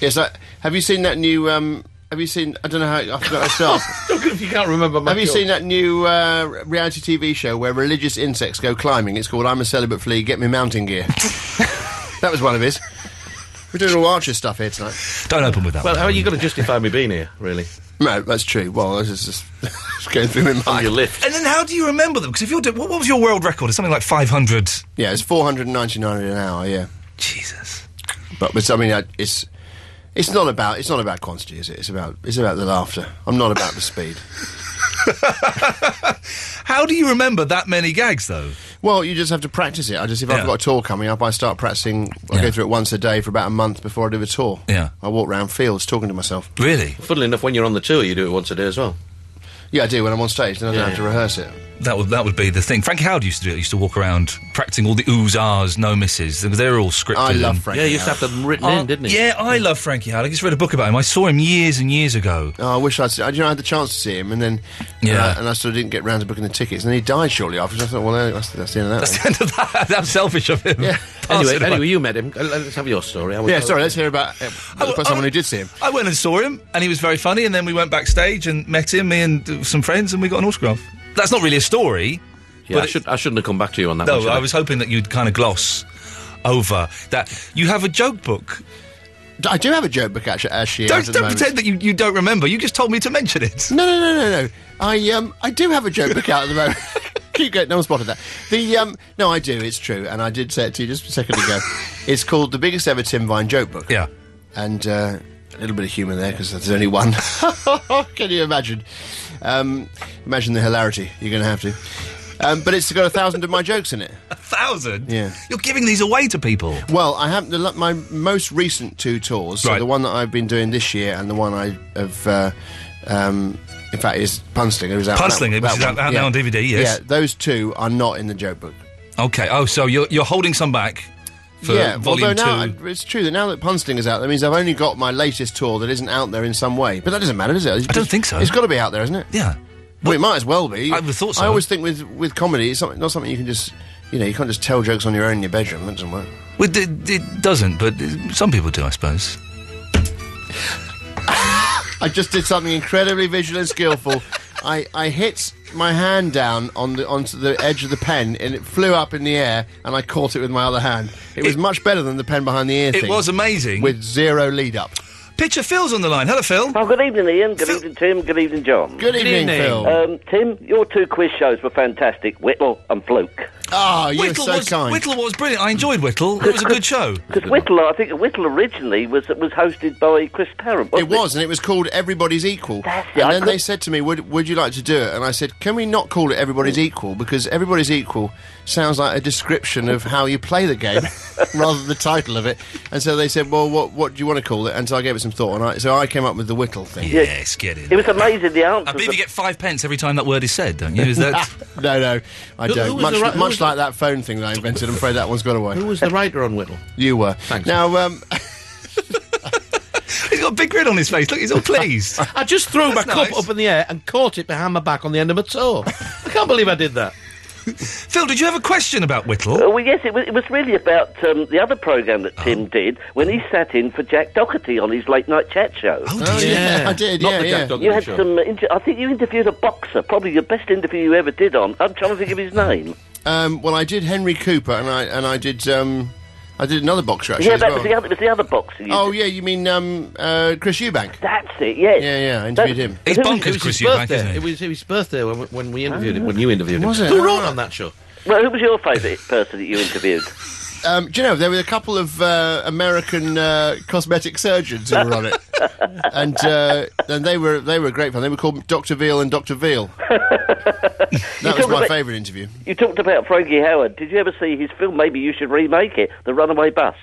S13: Yes. I, have you seen that new? Um, have you seen? I don't know how I forgot myself.
S14: if you can't remember
S13: Have you
S14: much
S13: seen that new uh, re- reality TV show where religious insects go climbing? It's called "I'm a Celibate Flea. Get me mountain gear." that was one of his. We're doing all Archer stuff here tonight.
S6: Don't open with that.
S14: Well, how are you going to justify me being here, really?
S13: No, that's true. Well, this is just, just going through my mind.
S14: your lift.
S6: And then, how do you remember them? Because if you're doing, what, what was your world record? It's something like 500.
S13: Yeah, it's four hundred and ninety nine an hour. Yeah.
S6: Jesus.
S13: But but I mean, I- it's it's not about it's not about quantity, is it? It's about it's about the laughter. I'm not about the speed.
S6: How do you remember that many gags, though?
S13: Well, you just have to practice it. I just if I've
S6: Yeah.
S13: got a tour coming up, I start practicing. I go through it once a day for about a month before I do a tour.
S6: Yeah.
S13: I walk round fields talking to myself.
S6: Really?
S14: Funnily enough, when you're on the tour, you do it once a day as well.
S13: Yeah, I do when I'm on stage. Then I don't
S6: Yeah,
S13: have to rehearse it.
S6: That would that would be the thing. Frankie Howard used to do it. He used to walk around practicing all the oohs, ahs, no misses. They- They're all scripted.
S13: I love
S6: and-
S13: Frankie Yeah, he used to Howard. have them written in, didn't he?
S6: Oh, Yeah, I love Frankie Howard. I just read a book about him. I saw him years and years ago.
S13: Oh, I wish I'd. se- I, you know, I had the chance to see him, and then
S6: Yeah.
S13: uh, and I sort of didn't get round to booking the tickets, and then he died shortly after. So I thought, well, that's, that's the end of that. That's
S6: I'm selfish of him. Yeah.
S14: Anyway,
S13: it away.
S14: anyway, you met him. Uh, Let's have your story. I was-
S13: yeah, sorry. Let's hear about, uh,
S6: Oh,
S13: about someone who did see him.
S6: I went and saw him, and he was very funny. And then we went backstage and met him, me and uh, some friends, and we got an autograph. That's not really a story.
S14: Yeah, I,
S6: it-
S14: should, I shouldn't have come back to you on that. one,
S6: No,
S14: should
S6: I was hoping that you'd kind of gloss over that. You have a joke book.
S13: I do have a joke book actually. actually out
S6: don't
S13: at the
S6: don't
S13: moment.
S6: pretend that you, you don't remember. You just told me to mention it.
S13: No, no, no, no, no. I um, I do have a joke book out at the moment. Keep going. No one spotted that. The um, no, I do. It's true, and I did say it to you just a second ago. it's called the biggest ever Tim Vine joke book.
S6: Yeah,
S13: and uh, a little bit of humour there because there's only one. Can you imagine? Um, imagine the hilarity you're going to have to. Um, but it's got a thousand of my jokes in it.
S6: A thousand?
S13: Yeah.
S6: You're giving these away to people.
S13: Well, I have the, lo- my most recent two tours. So
S6: Right.
S13: the one that I've been doing this year, and the one I have. Uh, um, in fact, is Punslinger. Who's out
S6: Punslinger, which is out-
S13: one,
S6: out now on DVD, yes.
S13: Yeah, those two are not in the joke book.
S6: Okay. Oh, so you're you're holding some back for
S13: yeah,
S6: volume
S13: although now
S6: two.
S13: I- it's true that now that Punslinger's out, that means I've only got my latest tour that isn't out there in some way. But that doesn't matter, does it? I don't think so. It's got to be out there, isn't it?
S6: Yeah.
S13: Well, it might as well be.
S6: I would have thought so.
S13: I always think with with comedy, it's something, not something you can just you know you can't just tell jokes on your own in your bedroom. That doesn't work.
S6: Well, it, it doesn't, but uh, some people do, I suppose.
S13: I just did something incredibly visual and skillful. I, I hit my hand down on the onto the edge of the pen and it flew up in the air and I caught it with my other hand. It, was much better than the pen behind the ear
S6: It
S13: thing.
S6: was amazing.
S13: With zero lead up.
S6: Picture Phil's on the line. Hello, Phil.
S22: Oh, good evening, Ian. Good evening, Tim. Good evening, John.
S13: Good Good evening, evening. Phil.
S22: Um, Tim, your two quiz shows were fantastic, Whittle and Fluke.
S13: Ah,
S22: you're
S6: Whittle
S22: so
S6: was,
S22: kind.
S6: Whittle was brilliant. I enjoyed Whittle. It was a good show.
S22: Because Whittle, I think Whittle originally was was hosted by Chris Parent.
S13: It was, and it was called Everybody's Equal.
S22: it.
S13: and
S22: I
S13: then
S22: could-
S13: they said to me, would, would you like to do it? And I said, Can we not call it Everybody's Equal? Because Everybody's Equal sounds like a description of how you play the game rather than the title of it. And so they said, Well, what, what do you want to call it? And so I gave it some thought. And I, so I came up with the Whittle thing.
S6: Yes, get it. It
S22: was amazing. The answer.
S6: I believe you get five pence every time that word is said, don't you? Is that?
S13: no, no, I
S6: Who-
S13: don't.
S6: who was
S13: much
S6: the right- who
S13: much
S6: was
S13: like that phone thing that I invented, I'm afraid that one's got away. Who
S14: was the writer on Whittle?
S13: You were. Thanks. Now, um,
S6: he's got a big grin on his face. Look, he's all pleased.
S14: I just threw
S6: That's
S14: my
S6: nice.
S14: cup up in the air and caught it behind my back on the end of my toe. I can't believe I did that.
S6: Phil, did you have a question about Whittle?
S22: Uh, well, yes, it was, it was really about um, the other programme that
S6: Oh.
S22: Tim did when he sat in for Jack Doherty on his late night chat show. Oh,
S13: did you? yeah, I did, Not yeah, the Jack yeah. Doherty
S22: you had
S13: show.
S22: some. uh, Inter- I think you interviewed a boxer, probably your best interview you ever did on. I'm trying to think of his name.
S13: um, well, I did Henry Cooper, and I and I did um, I did another boxer actually.
S22: yeah,
S13: as
S22: that
S13: well.
S22: was the other. It was the other boxer. You
S13: Oh
S22: did.
S13: yeah, you mean um, uh, Chris Eubank?
S22: That's it. Yes.
S13: Yeah, yeah. I interviewed him.
S14: It was- it was his birthday. It was it was his birthday when, we- when we interviewed him. When you interviewed him,
S13: Was it?
S14: who
S13: Oh,
S14: wrote
S13: right.
S14: on that show?
S22: Well, who was your favourite person that you interviewed?
S13: Um, do you know there were a couple of uh, American uh, cosmetic surgeons who were on it, and uh, and they were they were great fun. They were called Doctor Veal and Doctor Veal. that was
S22: talking
S13: my
S22: about-
S13: favourite interview.
S22: You talked about Frankie Howard. Did you ever see his film? Maybe you should remake it, The Runaway Bus.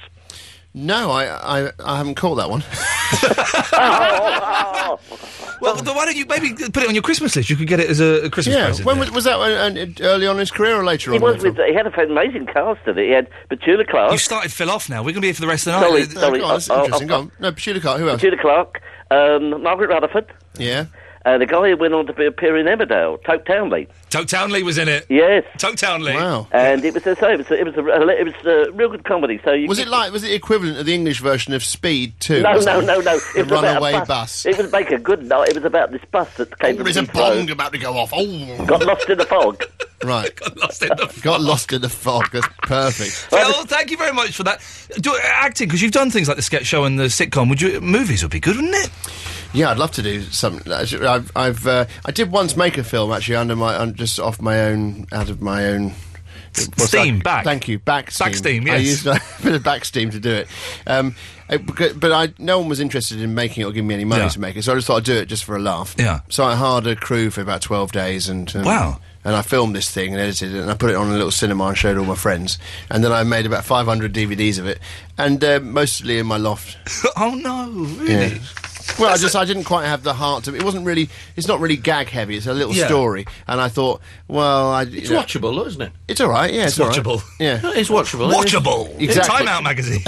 S13: No, I, I I haven't caught that one.
S6: well, then why don't you maybe put it on your Christmas list? You could get it as a, a Christmas
S13: yeah.
S6: present.
S13: When was, was that? uh, uh, early on in his career or later
S22: He
S13: on?
S22: was with. He had an amazing cast did it. He had Petula Clark.
S6: You've started Phil off now. We're going to be here for the rest of the
S22: Sorry,
S6: night.
S22: sorry. Oh,
S13: that's interesting. Uh, Go on. No, Petula Clark. Who else?
S22: Petula Clark, um, Margaret Rutherford,
S13: Yeah.
S22: uh, the guy who went on to be appear in Emmerdale, Toke Townley.
S6: Toke Townley was in it.
S22: Yes.
S6: Toke Townley. Wow.
S22: And it was the same. It was a, it was a, it was a real good comedy. So you
S13: Was
S22: could-
S13: it like? Was it equivalent of the English version of Speed Two?
S22: No,
S13: Was
S22: no,
S13: it?
S22: no, no. It
S13: The
S22: was about a
S13: runaway bus.
S22: It was make a good night. It was about this bus that came.
S13: There
S22: from
S13: is a
S22: Heathrow.
S13: bomb about to go off. Oh.
S22: Got lost in the fog.
S13: Right.
S6: Got lost in the fog.
S13: Got lost in the fog. That's perfect.
S6: Phil, thank you very much for that. Do, uh, acting, because you've done things like the sketch show and the sitcom. Would you? Movies would be good, wouldn't it?
S13: Yeah, I'd love to do something. actually, I've, I've uh, I did once make a film actually under my un- just off my own out of my own. what's
S6: steam,
S13: that?
S6: back.
S13: Thank you, back steam.
S6: Back steam,
S13: I
S6: yes.
S13: used a bit of back steam to do it, um, it- becau- but I no one was interested in making it or giving me any money
S6: Yeah.
S13: to make it, so I just thought I'd do it just for a laugh.
S6: Yeah.
S13: So I hired a crew for about twelve days, and um,
S6: Wow.
S13: And I filmed this thing and edited it, and I put it on a little cinema and showed all my friends. And then I made about 500 DVDs of it, and uh, mostly in my loft.
S6: oh no, really?
S13: Yeah. Well, I just I didn't quite have the heart to. It wasn't really. It's not really gag heavy. It's a little
S14: Yeah.
S13: story, and I thought, well, I,
S14: It's
S13: you know-
S14: watchable, though, isn't it?
S13: It's all right. Yeah, it's,
S14: It's
S13: all right.
S14: watchable.
S13: Yeah,
S14: It's watchable.
S6: Watchable.
S13: Exactly.
S6: Time Out magazine.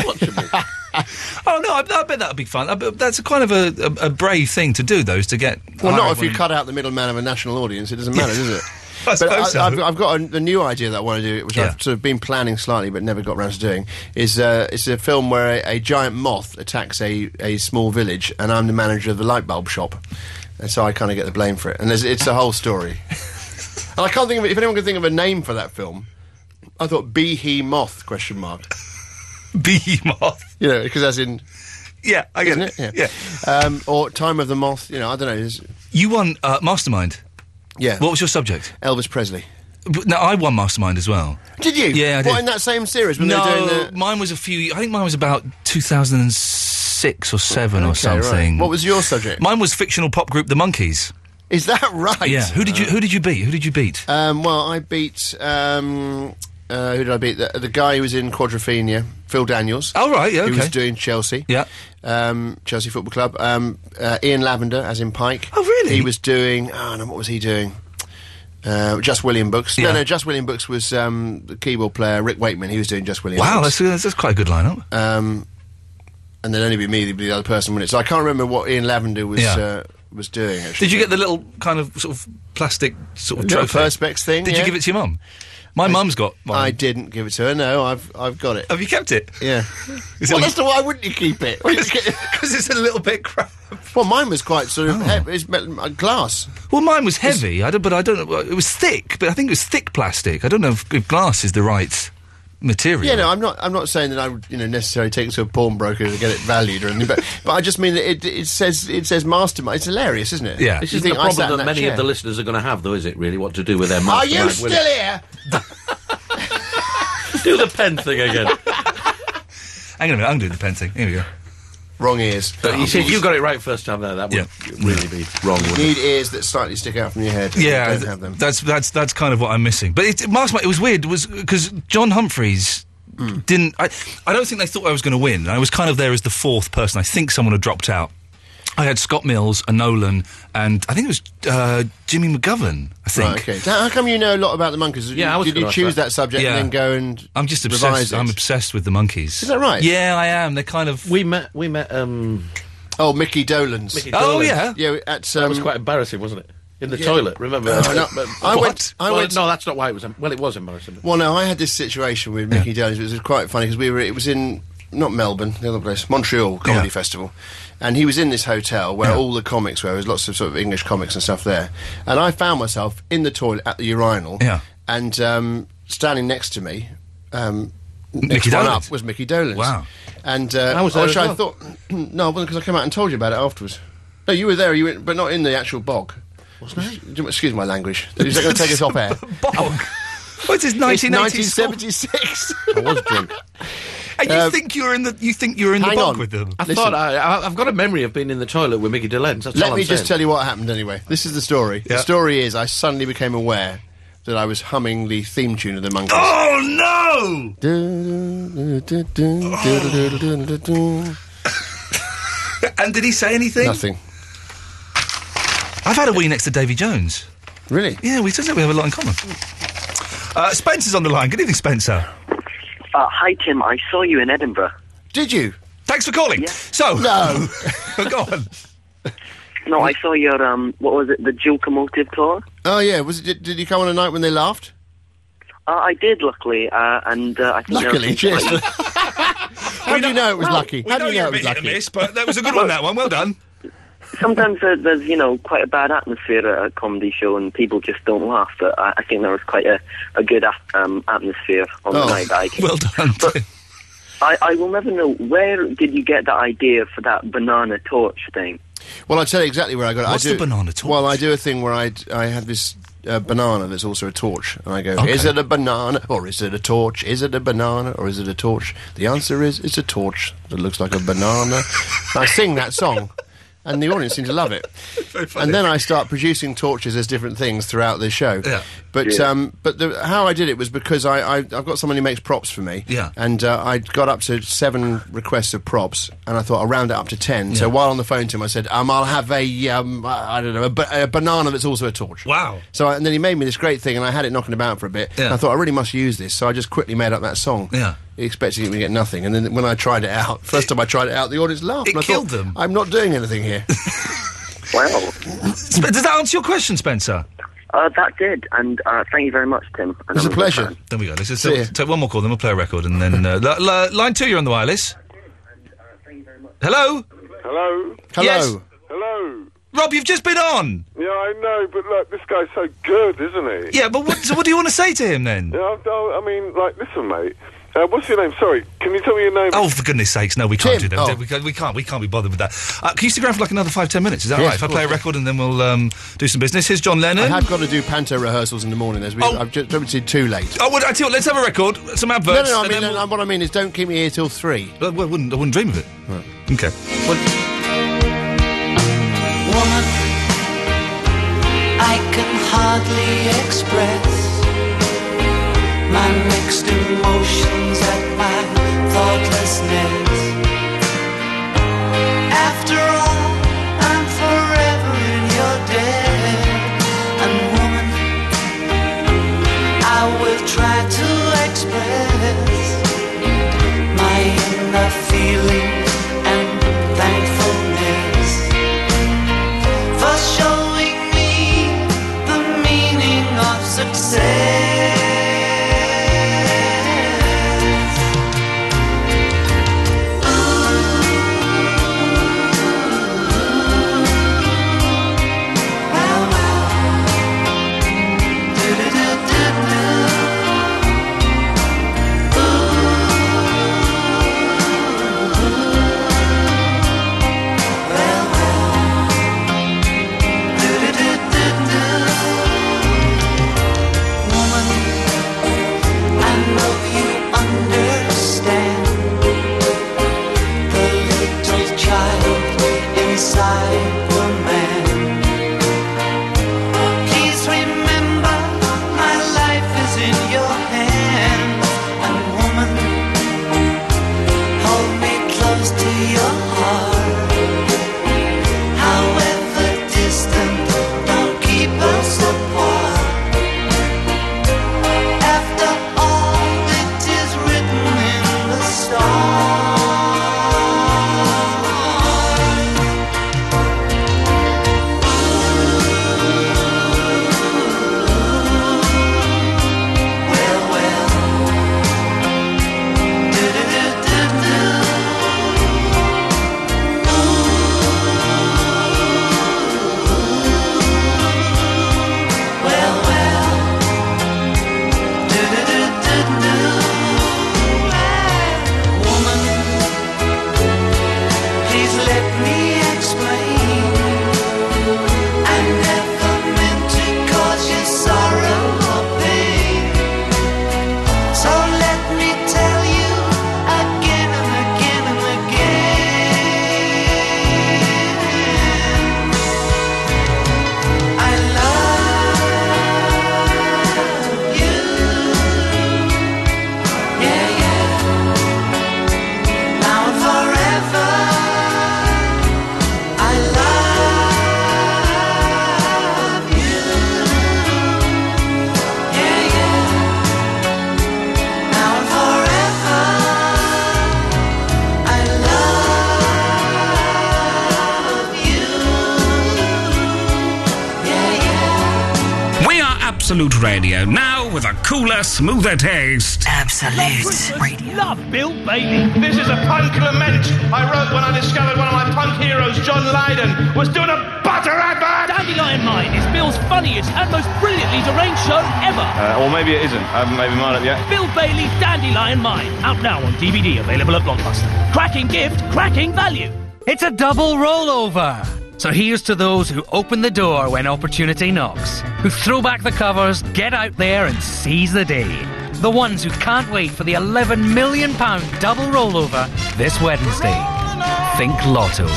S6: oh no, I, I bet that'd be fun. I bet that's a kind of a, a, a brave thing to do, though, is to get.
S13: Well,
S6: hire
S13: not if you
S6: one-
S13: cut out the middleman of a national audience. It doesn't matter, does it?
S6: I
S13: but I,
S6: suppose so.
S13: I've, I've got a, a new idea that I want to do, which I've sort of been planning slightly but never got round to doing. Is uh, it's a film where a, a giant moth attacks a, a small village, and I'm the manager of the light bulb shop, and so I kind of get the blame for it. And there's, it's a whole story. and I can't think of if anyone can think of a name for that film. I thought Be He Moth question mark.
S6: Be Moth.
S13: You know, because as in
S6: yeah, I
S13: get it. Yeah. Um, or Time of the Moth. You know, I don't know. it's-
S6: You won uh, Mastermind.
S13: Yeah.
S6: What was your subject?
S13: Elvis Presley.
S6: No, I won Mastermind as well.
S13: Did you?
S6: Yeah, I
S13: What
S6: did.
S13: in that same series when
S6: no,
S13: they were doing the
S6: mine was a few. I think mine was about 2006 or seven or
S13: Okay, right.
S6: something.
S13: What was your subject?
S6: Mine was fictional pop group The Monkeys.
S13: Is that right?
S6: Yeah. Who did you Who did you beat? Who did you beat?
S13: Um, well, I beat. Um, uh, who did I beat? The, the guy who was in Quadrophenia, Phil Daniels.
S6: Oh, right, yeah,
S13: Who
S6: okay.
S13: was doing Chelsea.
S6: Yeah.
S13: Um, Chelsea Football Club. Um, uh, Ian Lavender, as in Pike.
S6: Oh, really?
S13: He was doing. Oh, no, what was he doing? Uh, Just William Books.
S6: Yeah.
S13: No, no, Just William Books was um, the keyboard player, Rick Wakeman. He was doing Just William
S6: Wow,
S13: Books.
S6: that's, that's that's quite a good lineup.
S13: Um, and then only be me, there'd be the other person, wouldn't it? So I can't remember what Ian Lavender was
S6: Yeah.
S13: uh, was doing, actually.
S6: Did you get the little kind of sort of plastic sort of
S13: Little
S6: trophy?
S13: perspex thing,
S6: Did you
S13: yeah.
S6: give it to your mum? My mum's got. Mine.
S13: I didn't give it to her. No, I've I've got it.
S6: Have you kept it?
S13: Yeah.
S6: Is it
S13: well,
S6: like-
S13: that's the why wouldn't you keep it? Because
S6: it's a little bit crap. Oh.
S13: Well, mine was quite sort of he- it's metal, uh, glass.
S6: Well, mine was heavy. I don't, but I don't know. It was thick, but I think it was thick plastic. I don't know if, if glass is the right material.
S13: Yeah, no, I'm not. I'm not saying that I would, you know, necessarily take it to a pawnbroker to get it valued or anything. But, but I just mean that it, it says it says mastermind. It's hilarious, isn't it?
S14: This
S13: You
S14: is the
S13: think I sat in
S14: problem that
S13: that
S14: many
S13: chair.
S14: of the listeners are going to have, though, is it really? What to do with their
S13: Are
S14: mastermind?
S13: you still
S14: will it?
S13: here?
S14: Do the pen thing again.
S6: Hang on a minute. I'm doing the pen thing. Here we go.
S13: Wrong ears.
S14: But you see, you got it right first time there. That would really be wrong.
S13: You
S14: Wouldn't
S13: need
S14: it?
S13: ears that slightly stick out from your head.
S6: Yeah,
S13: You don't
S6: th-
S13: have them.
S6: that's that's that's kind of what I'm missing. But it, it, Mastermind, it was weird. Was because John Humphreys
S13: Hmm.
S6: didn't. I, I don't think they thought I was going to win. I was kind of there as the fourth person. I think someone had dropped out. I had Scott Mills, a Nolan, and I think it was uh, Jimmy McGovern. I think.
S13: Right, okay. So how come you know a lot about the monkeys?
S6: Yeah, I was
S13: did
S6: gonna
S13: you
S6: ask
S13: choose
S6: that.
S13: that, subject
S6: Yeah.
S13: and then go and
S6: I'm just
S13: revise
S6: obsessed.
S13: it?
S6: I'm obsessed with the monkeys.
S13: Is that right?
S6: Yeah, I am. They're kind of.
S14: We met. We met. Um,
S13: oh, Mickey Dolan's.
S14: Mickey
S6: Oh,
S14: Dolenz.
S6: yeah.
S13: Yeah, that's um,
S14: that was quite embarrassing, wasn't it? In the
S13: Yeah.
S14: toilet, remember?
S13: Uh, no,
S14: But-
S13: I
S14: but-
S13: went- I
S14: well,
S13: went-
S14: No, that's not why it was. em- Well, it was embarrassing.
S13: Well, no, I had this situation with Mickey Jones. It was quite funny because we were. It was in not Melbourne, the other place, Montreal Comedy Festival, and he was in this hotel where all the comics were. There was lots of sort of English comics and stuff there, and I found myself in the toilet at the urinal.
S6: Yeah.
S13: and um, standing next to me. Um, next
S6: Mickey
S13: one
S6: Dolenz?
S13: up was Mickey Dolan's.
S6: Wow.
S13: And uh,
S14: I was there
S13: which
S14: as
S13: I
S14: well.
S13: thought, no, I wasn't because I came out and told you about it afterwards. No, you were there, you were, but not in the actual bog. Wasn't Excuse my language. Is that going to take us off air?
S6: What's
S13: It's
S6: this? 1980s?
S13: 1976.
S14: I was drunk.
S6: And you
S14: Uh,
S6: think you're in the you think you're in the
S14: Hang
S6: bog
S14: on.
S6: with them?
S14: I thought I, I, I've got a memory of being in the toilet with Mickey DeLenz. That's
S13: Let
S14: all
S13: me
S14: I'm
S13: just
S14: saying.
S13: tell you what happened anyway. This is the story.
S14: Yeah.
S13: The story is I suddenly became aware that I was humming the theme tune of the Monkeys.
S6: Oh
S13: no!
S6: And did he say anything?
S13: Nothing.
S6: I've had a wee next to Davy Jones.
S13: Really?
S6: Yeah, we turns out we have a lot in common. Uh, Spencer's on the line. Good evening, Spencer.
S23: Uh, hi, Tim. I saw you in Edinburgh.
S13: Did you?
S6: Thanks for calling. So
S13: no,
S6: go on.
S23: No, I saw your um, what was it? The Jokermotive tour.
S13: Oh yeah, was it, did, did you come on a night when they laughed?
S23: Uh, I did, luckily, uh, and uh, I think there was
S13: Luckily,
S23: some-
S13: cheers. How do you know Oh, it was lucky?
S23: we
S13: How do
S23: know
S13: you
S23: you're
S13: know
S23: a
S13: it was
S23: bit hit
S13: lucky?
S23: and miss,
S6: but that was a good one. That one, well done.
S23: Sometimes there, there's you know quite a bad atmosphere at a comedy show, and people just don't laugh. But I, I think there was quite a, a good at, um, atmosphere on the night. That I came.
S6: Oh. well done.
S23: I, I will never know where did you get that idea for that banana torch thing.
S13: Well, I'll tell you exactly where I got it.
S23: What's
S13: I do,
S23: the banana
S13: torch? Well, I do a thing where I I have this uh, banana that's also a torch, and I go, is it a banana or is it a torch? Is it a banana or is it a torch? The answer is it's a torch that looks like a banana. I sing that song. And the audience seem to love it. And then I start producing torches as different things throughout the show.
S6: Yeah.
S13: But
S6: Yeah.
S13: um, but the, how I did it was because I, I I've got someone who makes props for me.
S6: Yeah.
S13: And uh, I got up to seven requests of props, and I thought I'll round it up to ten. So while on the phone to him, I said, um, "I'll have a um, I I don't know, a, ba- a banana that's also a torch."
S6: Wow.
S13: So I, and then he made me this great thing, and I had it knocking about for a bit.
S6: Yeah.
S13: And I thought I really must use this, so I just quickly made up that song.
S6: Yeah.
S13: Expecting it to get nothing, and then when I tried it out, first time I tried it out, the audience laughed.
S6: It
S13: and I
S6: killed
S13: thought,
S6: them.
S13: I'm not doing anything here.
S23: Wow.
S6: Sp- Does that answer your question, Spencer?
S23: Uh, that did, and uh, thank you very much, Tim. And I'm fan.
S6: There we go. This is
S23: See ya.
S6: take one more call, then we'll play a record, and then uh, li- li- line two, you're on the wireless. Hello.
S21: Hello?
S6: Hello. Yes.
S21: Hello?
S6: Rob, you've just been on.
S21: Yeah, I know, but look, this guy's so good, isn't he?
S6: Yeah, but what, so what do you want to say to him then?
S21: Yeah, I, I mean, like, listen, mate. Uh, what's your name? Sorry, can you tell me your name?
S6: Oh, for goodness sakes, no, we can't
S21: Tim,
S6: do that.
S21: oh.
S6: We, can't, we can't. We can't be bothered with that. Uh, can you stick around for like another five, ten minutes? Is that
S13: Yes,
S6: right? If I
S13: of
S6: play a
S13: course.
S6: record and then we'll um, do some business. Here's John Lennon.
S13: I have got to do panto rehearsals in the morning. There's,
S6: Oh.
S13: I've just, don't be too late.
S6: Oh, well, I tell you what, let's have a record, some
S13: No, no,
S6: adverts.
S13: no. I
S6: and
S13: mean,
S6: then
S13: no, no, what I mean is, don't keep me here till three.
S6: I wouldn't. I wouldn't dream of it. Okay.
S5: woman I can hardly express my mixed emotions at my thoughtlessness. After all, I'm forever in your debt. And woman, I will try to express my inner feeling and thankfulness for showing me the meaning of success.
S4: Absolute Radio. Now with a cooler, smoother taste.
S24: Absolute Radio. Love Bill Bailey. This is a punk lament I wrote when I discovered one of my punk heroes, John Lydon, was doing a butter advert. Dandelion Mine is Bill's funniest and most brilliantly deranged show ever.
S18: Uh, or maybe it isn't. I haven't made my mind up yet.
S24: Bill Bailey's Dandelion Mine, out now on DVD, available at Blockbuster. Cracking gift, cracking value.
S12: It's a double rollover. So here's to those who open the door when opportunity knocks, who throw back the covers, get out there and seize the day. The ones who can't wait for the 11 million pound double rollover this Wednesday. Think Lotto.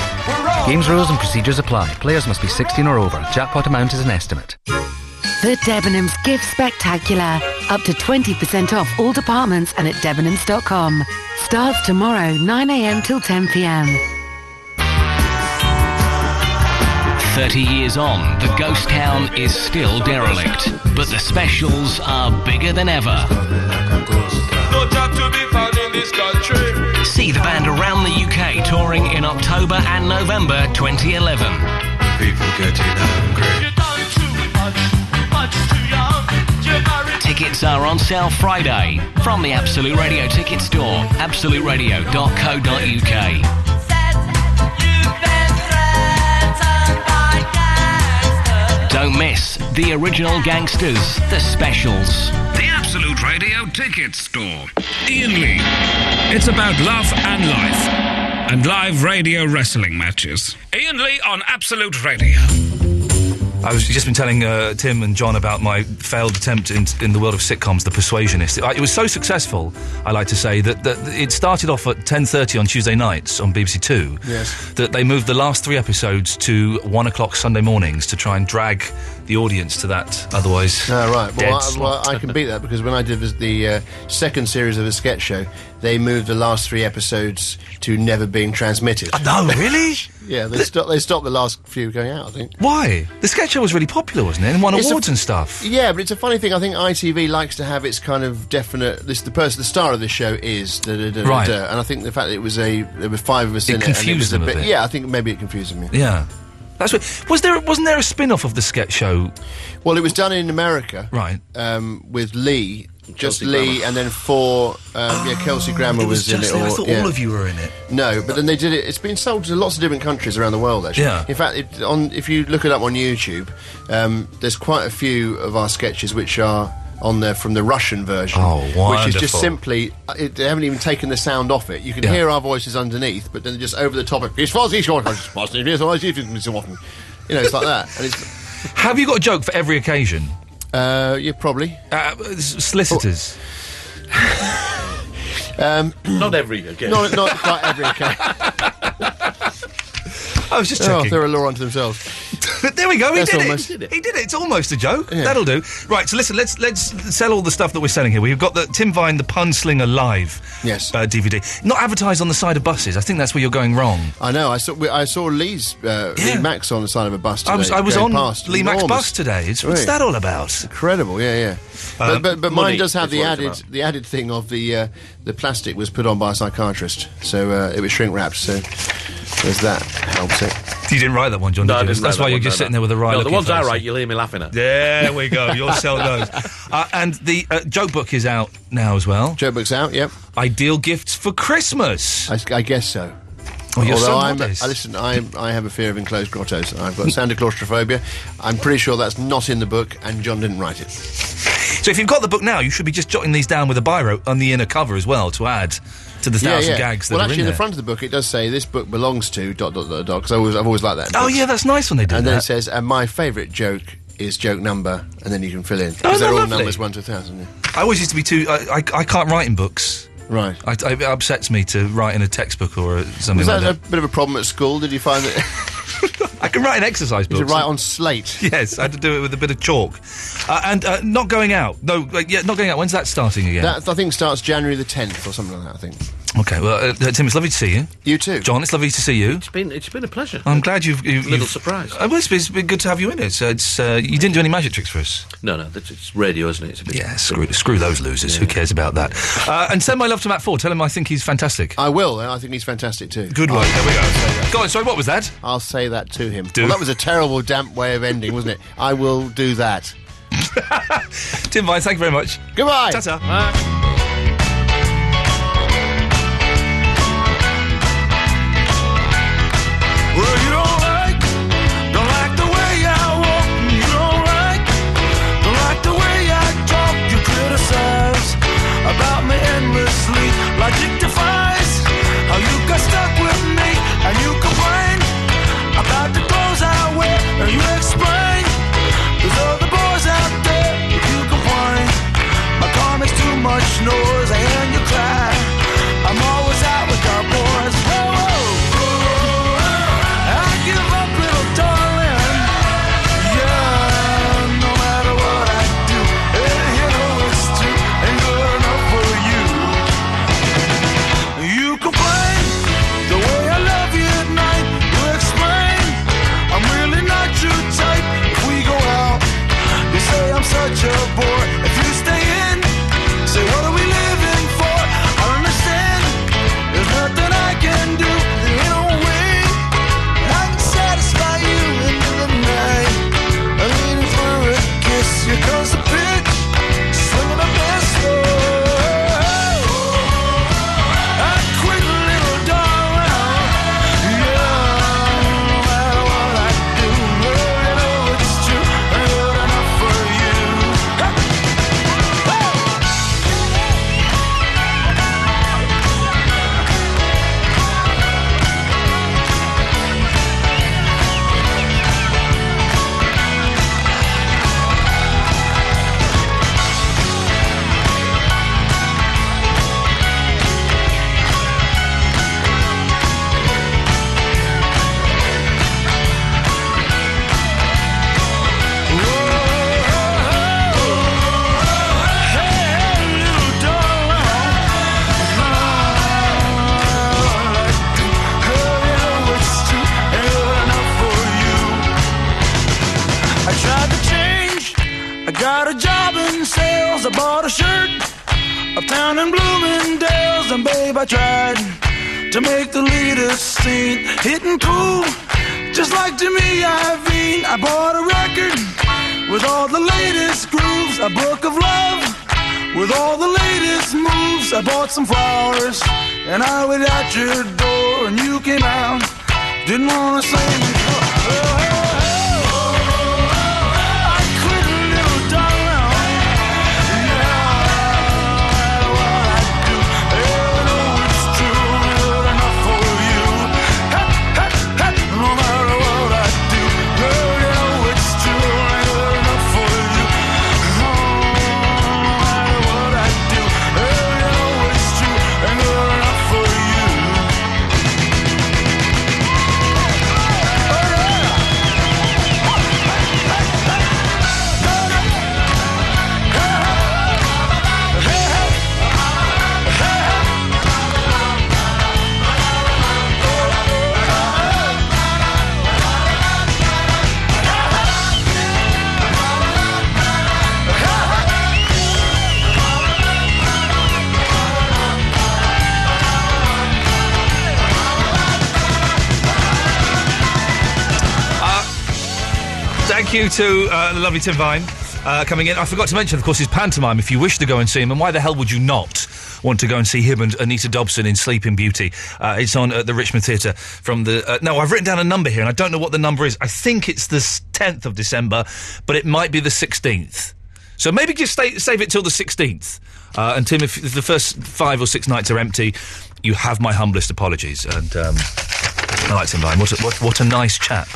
S12: Games rules and procedures apply. Players must be 16 or over. Jackpot amount is an estimate.
S16: The Debenhams Gift Spectacular. Up to 20% off all departments and at debenhams.com. Starts tomorrow, 9am till 10pm.
S1: 30 years on, the ghost town is still derelict, but the specials are bigger than ever.
S20: No job to be found in this country.
S1: See the band around the UK touring in October and November 2011. People getting angry. Tickets are on sale Friday from the Absolute Radio ticket store, absoluteradio.co.uk. Don't miss the original gangsters, the specials.
S4: The Absolute Radio Ticket Store. Ian Lee. It's about love and life and live radio wrestling matches. Ian Lee on Absolute Radio.
S6: I was just been telling uh, Tim and John about my failed attempt in, in the world of sitcoms, The Persuasionist. I, it was so successful, I like to say, that, that it started off at 10.30 on Tuesday nights on BBC Two.
S13: Yes.
S6: That they moved the last three episodes to 1 o'clock Sunday mornings to try and drag the audience to that otherwise
S13: No, right.
S6: dead
S13: Well I, well,
S6: slot.
S13: I can beat that because when I did this- the uh, second series of the sketch show, they moved the last three episodes to never being transmitted.
S6: No, really?
S13: yeah, they, stopped, they stopped the last few going out, I think.
S6: Why? The sketch show was really popular, wasn't it? And won
S13: It's a-
S6: awards and stuff.
S13: Yeah, but it's a funny thing. I think ITV likes to have its kind of definite. This the person, the star of this show is da, da, da, da,
S6: Right.
S13: da. and I think the fact that it was a there were five of us
S6: It
S13: in it, and it
S6: confused
S13: was
S6: them
S13: a
S6: a
S13: bit.
S6: bit.
S13: Yeah, I think maybe it confused me.
S6: Yeah. That's what, was there wasn't there a spin-off of the sketch show?
S13: Well, it was done in America,
S6: right?
S13: Um, with Lee, just
S6: Kelsey
S13: Lee,
S6: Grammer.
S13: and then four. Um, yeah, Kelsey Grammer
S6: it
S13: was,
S6: was
S13: in
S6: just
S13: it.
S6: there.
S13: Or,
S6: I thought
S13: yeah.
S6: all of you were in it.
S13: No, but then they did it. It's been sold to lots of different countries around the world. Actually,
S6: Yeah.
S13: In fact, it, on if you look it up on YouTube, um, there's quite a few of our sketches which are on there from the Russian version.
S6: Oh,
S13: Which is just
S6: wonderful.
S13: simply uh, it, they haven't even taken the sound off it. You can
S6: Yeah.
S13: hear our voices underneath, but then just over the top of it's Fozzie Short, it's Fozzie, it's Fozzie, it's Fozzie." You know, it's like that. And it's,
S6: Have you got a joke for every occasion?
S13: Uh, yeah, probably.
S6: Uh, solicitors.
S13: um,
S14: not every occasion.
S13: Not, not quite every occasion.
S6: I was just
S13: Oh,
S6: checking.
S13: they're a law unto themselves.
S6: there we go. He
S13: That's
S6: did,
S13: almost-
S6: it. He did it. It's almost a joke. That'll do. Right. So listen. Let's let's sell all the stuff that we're selling here. We've got the Tim Vine, the Punslinger Live. Yes. Uh, DVD. Not advertised on the side of buses. I think that's where you're going wrong.
S13: I know. I saw. we- I saw Lee's uh, Lee Max on the side of a bus. Today,
S6: I was I was on
S13: going past.
S6: Lee Mack's
S13: Enormous.
S6: bus today. It's,
S13: Right.
S6: What's that all about?
S13: Incredible. Yeah, yeah.
S6: Um,
S13: but but, but
S6: money
S13: mine does have
S6: is
S13: the
S6: what it's
S13: added the added thing of the uh, the plastic was put on by a psychiatrist, so uh, it was shrink wrapped. So there's that helps it.
S6: You didn't write that one, John.
S14: No, I
S6: did you?
S14: didn't
S6: That's
S14: know
S6: why
S14: that
S6: you're
S14: one,
S6: just
S14: no,
S6: sitting
S14: no.
S6: there with a wry
S14: No, the
S6: looking
S14: ones I
S6: face.
S14: write, you'll hear me laughing at.
S6: There we go. You'll sell those. Uh, and the uh, joke book is out now as well.
S13: Joke book's out. Yep.
S6: Ideal gifts for Christmas.
S13: I, I guess so.
S6: Oh, you're
S13: Although
S6: so
S13: I'm,
S6: modest.
S13: I listen, I I have a fear of enclosed grottos. I've got sound claustrophobia. I'm pretty sure that's not in the book, and John didn't write it.
S6: So if you've got the book now, you should be just jotting these down with a biro on the inner cover as well to add to the
S13: Yeah,
S6: thousand
S13: yeah.
S6: gags that
S13: well,
S6: are
S13: actually,
S6: in
S13: in
S6: there.
S13: the front of the book, it does say this book belongs to dot dot dot dot. Because always, I've always liked that. in
S6: oh
S13: books.
S6: yeah, that's nice when they do
S13: and
S6: that.
S13: then it says, and my favourite joke is joke number, and then you can fill in because they're
S6: Oh, they're
S13: all
S6: lovely.
S13: numbers one to a thousand. Yeah.
S6: I always used to be too. I, I, I can't write in books.
S13: Right.
S6: I, I- it upsets me to write in a textbook or a- something
S13: Was
S6: like
S13: that a
S6: that.
S13: bit of a problem at school? Did you find that
S6: I can write in exercise
S13: you
S6: books.
S13: should write on slate?
S6: Yes, I had to do it with a bit of chalk. Uh, and uh, not going out. No, uh, yeah, not going out. When's that starting again?
S13: That I think starts January the tenth or something like that. I think.
S6: Okay, well, uh, Tim, it's lovely to see you.
S13: You too.
S6: John, it's lovely to see you.
S14: It's been it's been a pleasure.
S6: I'm glad you've. you've
S14: Little
S6: you've-
S14: surprise.
S6: Uh, well, it's been, it's been good to have you in it. So it's, uh, you didn't do any magic tricks for us.
S14: No, no, that's, it's radio, isn't it? It's a bit
S6: yeah, screw, screw those losers. Who cares about that? Uh, and send my love to Matt Ford. Tell him I think he's fantastic.
S13: I will, and I think he's fantastic too.
S6: Good work. There we go. Go on. Sorry, what was that?
S13: I'll say that to him.
S6: Do-
S13: Well, that was a terrible, damp way of ending, wasn't it? I will do that.
S6: Tim Vine, thank you very much.
S13: Goodbye.
S6: Ta-ta.
S5: Well, you don't like, don't like the way I walk. You don't like, don't like the way I talk. You criticize about me endlessly. Logic defies how you got stuck with me, and you complain about the clothes I wear, and you explain there's other boys out there. If you complain, my car makes too much noise, I hear you cry. I'm always out with the boys. Whoa, whoa. I give up, little darling. Yeah, no matter what I do, it, you know it's true. Ain't good enough for you. You complain the way I love you at night. You explain I'm really not your type. If we go out, you say I'm such a bore. If you stay in, say what are we living for? I don't understand. There's nothing I can do. There ain't no way I can satisfy you into the night. I'm leaning for a kiss. Here comes the pitch. Swinging my best low. I quit, little darling. Yeah, no matter what I do, I know it's true. I'm good enough for you. I tried to change. I got a job in sales. I bought a shirt uptown in Bloomingdale's. And babe, I tried to make the leaders sing. Hitting cool, just like Jimmy Iovine. I bought a record with all the latest grooves. A book of love with all the latest moves. I bought some flowers and I went out your door. And you came out, didn't wanna say
S6: Thank you to uh, the lovely Tim Vine uh, coming in. I forgot to mention, of course, his pantomime. If you wish to go and see him, and why the hell would you not want to go and see him and Anita Dobson in Sleeping Beauty? Uh, it's on at the Richmond Theatre from the. Uh, no, I've written down a number here, and I don't know what the number is. I think it's the s- 10th of December, but it might be the 16th. So maybe just stay, save it till the 16th. Uh, and Tim, if, if the first five or six nights are empty, you have my humblest apologies. And um, I like Tim Vine. What a, what, what a nice chap.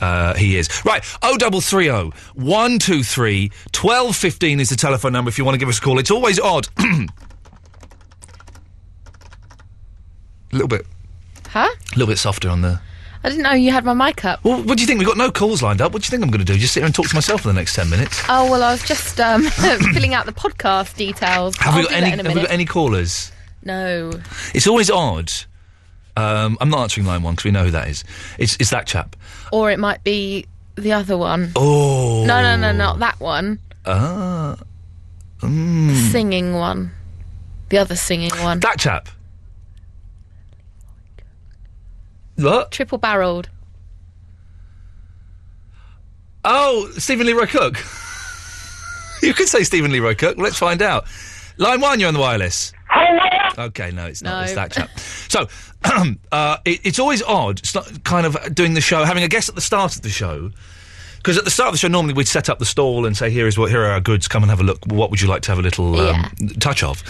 S6: Uh, he is. Right, 0330 123 1215 is the telephone number if you want to give us a call. It's always odd. A little bit,
S7: Huh?
S6: a little bit softer on the.
S7: I didn't know you had my mic up.
S6: Well, what do you think? We've got no calls lined up. What do you think I'm going to do? Just sit here and talk to myself for the next 10 minutes?
S7: Oh well, I was just um, filling out the podcast details.
S6: Have
S7: I'll
S6: we got
S7: do
S6: any
S7: that in a
S6: Have we got
S7: minute.
S6: any callers?
S7: No.
S6: It's always odd. Um, I'm not answering line one because we know who that is. It's, it's that chap.
S7: Or it might be the other one.
S6: Oh.
S7: No, no, no, not that one.
S6: Ah. Mm.
S7: Singing one. The other singing one.
S6: That chap. What?
S7: Triple barreled.
S6: Oh, Stephen Leroy Cook. you could say Stephen Leroy Kirk. Let's find out. Line one, you're on the wireless. Okay, no, it's not.
S8: No.
S6: It's that chap. So, uh, it, it's always odd, it's not kind of doing the show, having a guess at the start of the show. Because at the start of the show, normally we'd set up the stall and say, "Here is what, here are our goods. Come and have a look. What would you like to have a little um, touch of?"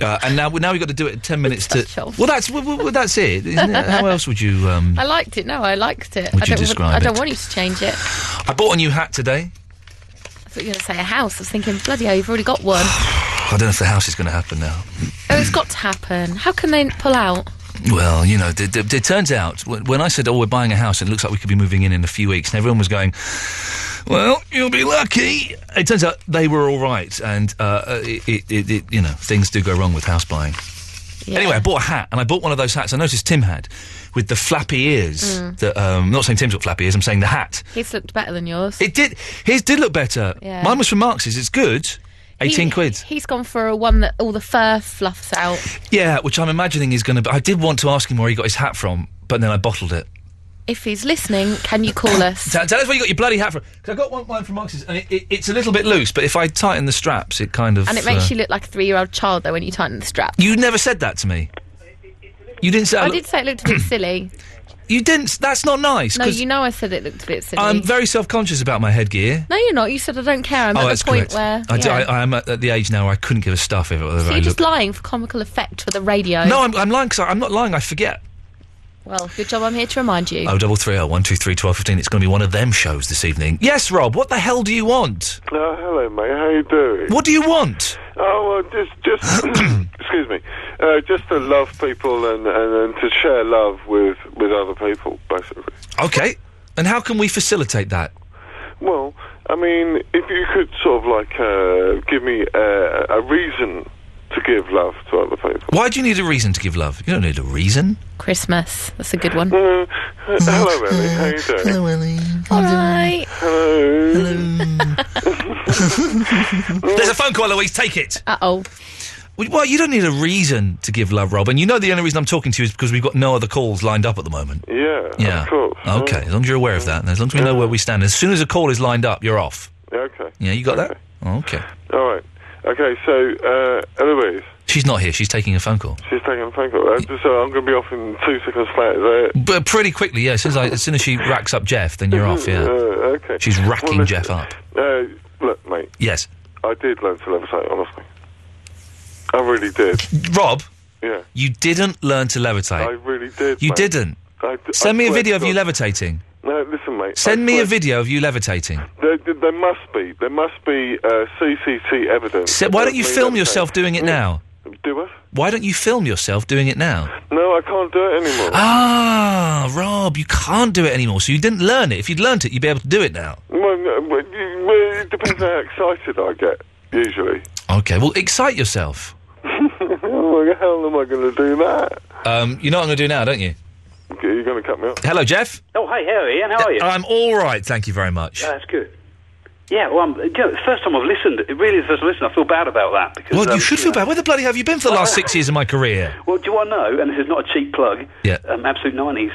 S6: Uh, and now, now we've got to do it in ten minutes to. Well, that's well, well, that's it. isn't it? How else would you? Um,
S7: I liked it. No, I liked it.
S6: Would
S7: I
S6: you
S7: don't,
S6: describe
S7: I don't
S6: it?
S7: want you to change it. I
S6: I bought a new hat today.
S7: thought you were going to say a house. I was thinking, bloody hell, you've already got one.
S6: I don't know if the house is going to happen now.
S7: Oh, it's got to happen. How can they pull out?
S6: Well, you know, it, it, it turns out wh- when I said, "Oh, we're buying a house," and it looks like we could be moving in in a few weeks, and everyone was going, "Well, you'll be lucky." It turns out they were all right, and uh, uh, it, it, it, it, you know, things do go wrong with house buying. Anyway, I bought a hat, and I bought one of those hats. I noticed Tim had with the flappy ears.
S7: Mm.
S6: That um, I'm not saying Tim's got flappy ears. I'm saying the hat.
S7: His looked better than yours.
S6: It did. His did look better.
S7: Yeah.
S6: Mine was from Marx's. It's good. Eighteen
S7: He-
S6: quid.
S7: He's gone for a one that all the fur fluffs out.
S6: Yeah, which I'm imagining is going to. be... I did want to ask him where he got his hat from, but then I bottled it.
S7: If he's listening, can you call us?
S6: Tell, tell us where you got your bloody hat from. Because I got one, one from Marx's, and it, it, it's a little bit loose, but if I tighten the straps, it kind of.
S7: And it makes
S6: uh,
S7: you look like a three-year-old child though when you tighten the strap.
S6: You never said that to me. You didn't say.
S7: I
S6: look-
S7: did say it looked a bit silly.
S6: You didn't. That's not nice.
S7: No,
S6: 'cause
S7: you know I said it looked a bit silly.
S6: I'm very self conscious about my headgear.
S7: no, you're not. You said I don't care. I'm
S6: oh,
S7: at
S6: that's
S7: the point
S6: correct.
S7: where
S6: I, do,
S7: yeah.
S6: I, am at, at the age now where I couldn't give a stuff if it was.
S7: so you're just lying for comical effect for the radio.
S6: No, I'm, I'm lying because I'm not lying. I forget.
S7: Well, good job. I'm here to remind you.
S6: Oh, double three oh one two three twelve fifteen. It's going to be one of them shows this evening. Yes, Rob. What the hell do you want?
S21: Oh, hello, mate. How you doing?
S6: What do you want?
S21: Oh, well, just, just, excuse me, uh, just to love people and, and, and to share love with, with other people, basically.
S6: Okay. And how can we facilitate that?
S21: Well, I mean, if you could sort of like uh, give me a, a reason to give love to other people.
S6: Why do you need a reason to give love? You don't need a reason.
S7: Christmas. That's a good one.
S21: Uh, Hello, Ellie. How you doing?
S6: Hello, Ellie.
S7: All right.
S21: Hello.
S6: There's a phone call, Louise. Take it.
S7: Uh oh.
S6: Well, you don't need a reason to give love, Rob. And you know the only reason I'm talking to you is because we've got no other calls lined up at the moment.
S21: Yeah,
S6: Yeah.
S21: Uh, of course.
S6: Okay. As long as you're aware of that, and as long as we know where we stand, as soon as a call is lined up, you're off.
S21: Yeah, Okay.
S6: Yeah, you got that? Okay.
S21: All right. Okay, so, uh, Eloise,
S6: She's not here. She's taking a phone call.
S21: she's taking a phone call. Uh, So I'm going to be off in two seconds flat, is that it?
S6: But pretty quickly, yeah. As soon as, I, as soon as she racks up Jeff, then you're off.
S21: Uh,
S6: Yeah.
S21: okay.
S6: She's racking
S21: Well,
S6: Jeff up.
S21: Uh, look, mate,
S6: Yes.
S21: I did learn to levitate, honestly. I really did.
S6: Rob,
S21: Yeah.
S6: you didn't learn to levitate.
S21: I really did.
S6: you
S21: mate.
S6: didn't.
S21: I d- I
S6: Send me a
S21: swear
S6: video
S21: to
S6: of you
S21: God.
S6: levitating.
S21: No, listen, mate.
S6: Send
S21: I
S6: me a
S21: swear-
S6: video of you levitating.
S21: There, there there must be. There must be uh, CCT evidence.
S6: Se- why don't you
S21: of me
S6: film
S21: levitating.
S6: yourself doing it now?
S21: Do it?
S6: Why don't you film yourself doing it now?
S21: No, I can't do it anymore.
S6: Ah, Rob, you can't do it anymore. So you didn't learn it. If you'd learnt it, you'd be able to do it now.
S21: Well, no, well, you- well, it depends how excited I get, usually.
S6: Okay, well, excite yourself.
S21: How the hell am I going to do that?
S6: Um, you know what I'm going to do now, don't you?
S21: Okay, You're going to cut me off.
S6: Hello, Jeff.
S9: Oh, hey, how are you? Ian? How are you?
S6: I'm all right, thank you very much.
S9: Oh, that's good. Yeah, well, I'm, you know, it's the first time I've listened, it really is the first time I've listened. I feel bad about that. Because,
S6: Well,
S9: um,
S6: you should feel bad. Where the bloody have you been for the last six years of my career?
S9: Well, do I know, and this is not a cheap plug,
S6: Yeah.
S9: um, Absolute 90s.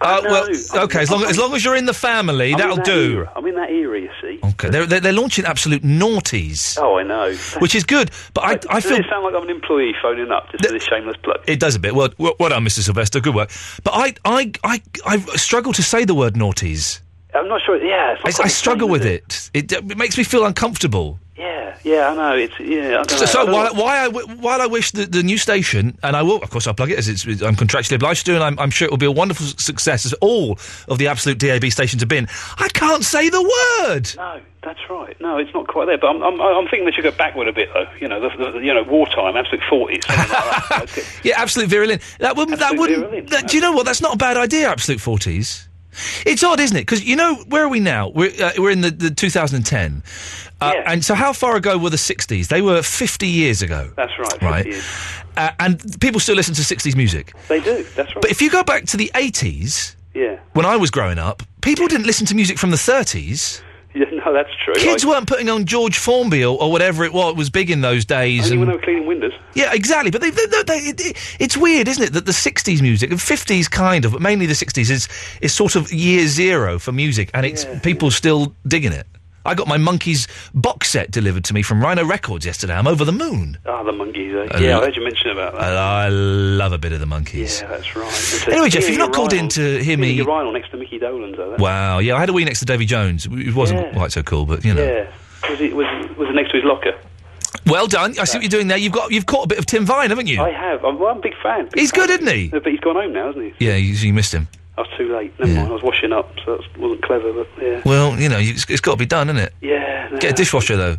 S6: Uh, well, okay, as long, as long as you're in the family,
S9: I'm in
S6: that'll
S9: that
S6: do. Oh.
S9: era. I'm in that era, you see.
S6: Okay, they're, they're, they're launching absolute naughties,
S9: Oh, I know.
S6: which is good, but I, I
S9: Doesn't
S6: feel
S9: it sound like I'm an employee phoning up just for this shameless plug?
S6: It does a bit. Well, well, well done, Mr. Sylvester. Good work. But I, I, I, I struggle to say the word naughties.
S9: I'm not sure. Yeah, it's
S6: I,
S9: not quite
S6: I
S9: the
S6: struggle
S9: same,
S6: with
S9: is
S6: it. It, it makes me feel uncomfortable.
S9: Yeah, yeah, I know. It's yeah. I don't
S6: So,
S9: know. I
S6: so
S9: don't
S6: while,
S9: know.
S6: while I wi- while I wish the, the new station, and I will, of course, I'll plug it as it's, I'm contractually obliged to, do, and I'm, I'm sure it will be a wonderful s- success as all of the absolute DAB stations have been. I can't say the word.
S9: No, that's right. No, it's not quite there. But I'm, I'm, I'm thinking they should go backward a bit, though. You know, the, the, you know, wartime, absolute forties.
S6: Yeah, absolute virulent. That wouldn't. that wouldn't. that- do you know what? That's not a bad idea. Absolute forties. It's odd, isn't it? Because you know where are we now? We're uh, we're in the, the 2010, uh, and so how far ago were the 60s? They were 50 years ago.
S9: That's right.
S6: Right.
S9: 50 years.
S6: Uh, and people still listen to 60s music.
S9: They do. That's right.
S6: But if you go back to the 80s,
S9: yeah.
S6: when I was growing up, people didn't listen to music from the 30s.
S9: yeah, no, that's true.
S6: Kids
S9: I-
S6: weren't putting on George Formby or, or whatever it was, was big in those days.
S9: only
S6: and-
S9: when they were cleaning windows.
S6: yeah, exactly. But they, they, they, they, it- it- it's weird, isn't it, that the 60s music, and 50s kind of, but mainly the 60s, is, is sort of year zero for music, and it's people still digging it. I got my Monkeys box set delivered to me from Rhino Records yesterday. I'm over the moon.
S9: Ah, the monkeys, eh?
S6: Uh,
S9: yeah,
S6: look.
S9: I heard you mention about that.
S6: I, I love a bit of the Monkeys.
S9: yeah, that's right. It's a
S6: Anyway, Jeff, you've not called
S9: urinal-
S6: in to hear me.
S9: Urinal next to Mickey Dolan, though. that-
S6: Wow, yeah, I had a wee next to Davy Jones. It wasn't
S9: Yeah.
S6: quite so cool, but you know.
S9: Yeah. Was it, was, was it next to his locker?
S6: Well done. I see what you're doing there. You've got you've caught a bit of Tim Vine, haven't you?
S9: I have. I'm, well, I'm a big fan. big
S6: He's
S9: fan.
S6: good, isn't he?
S9: Uh, But he's gone home now, hasn't he?
S6: Yeah, you, you missed him.
S9: I was too late. Never mind. I was washing up, so that wasn't clever, but yeah.
S6: Well, you know, you, it's, it's got to be done, isn't it?
S9: Yeah. no.
S6: Get a dishwasher though.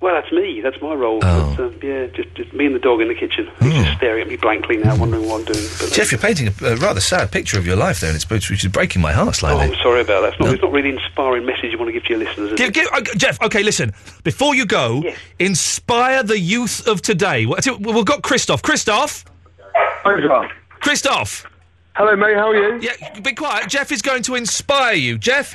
S9: Well, that's me. That's my role.
S6: Oh. Hmm.
S9: But, um, yeah, just, just me and the dog in the kitchen. He's just staring at me blankly now, wondering what I'm doing. But
S6: Jeff, you're painting a, a rather sad picture of your life there, and it's which is breaking my heart slightly.
S9: Oh, I'm sorry about that. It's not, it's not really an inspiring message you want to give to your listeners. Is
S6: Give,
S9: it?
S6: give, uh, Jeff, okay, listen. Before you go, inspire the youth of today. Well, I tell you- We've got Christoph. Christoph. Christoph.
S8: Hello, mate. How are you?
S6: Yeah, be quiet. Jeff is going to inspire you. Jeff,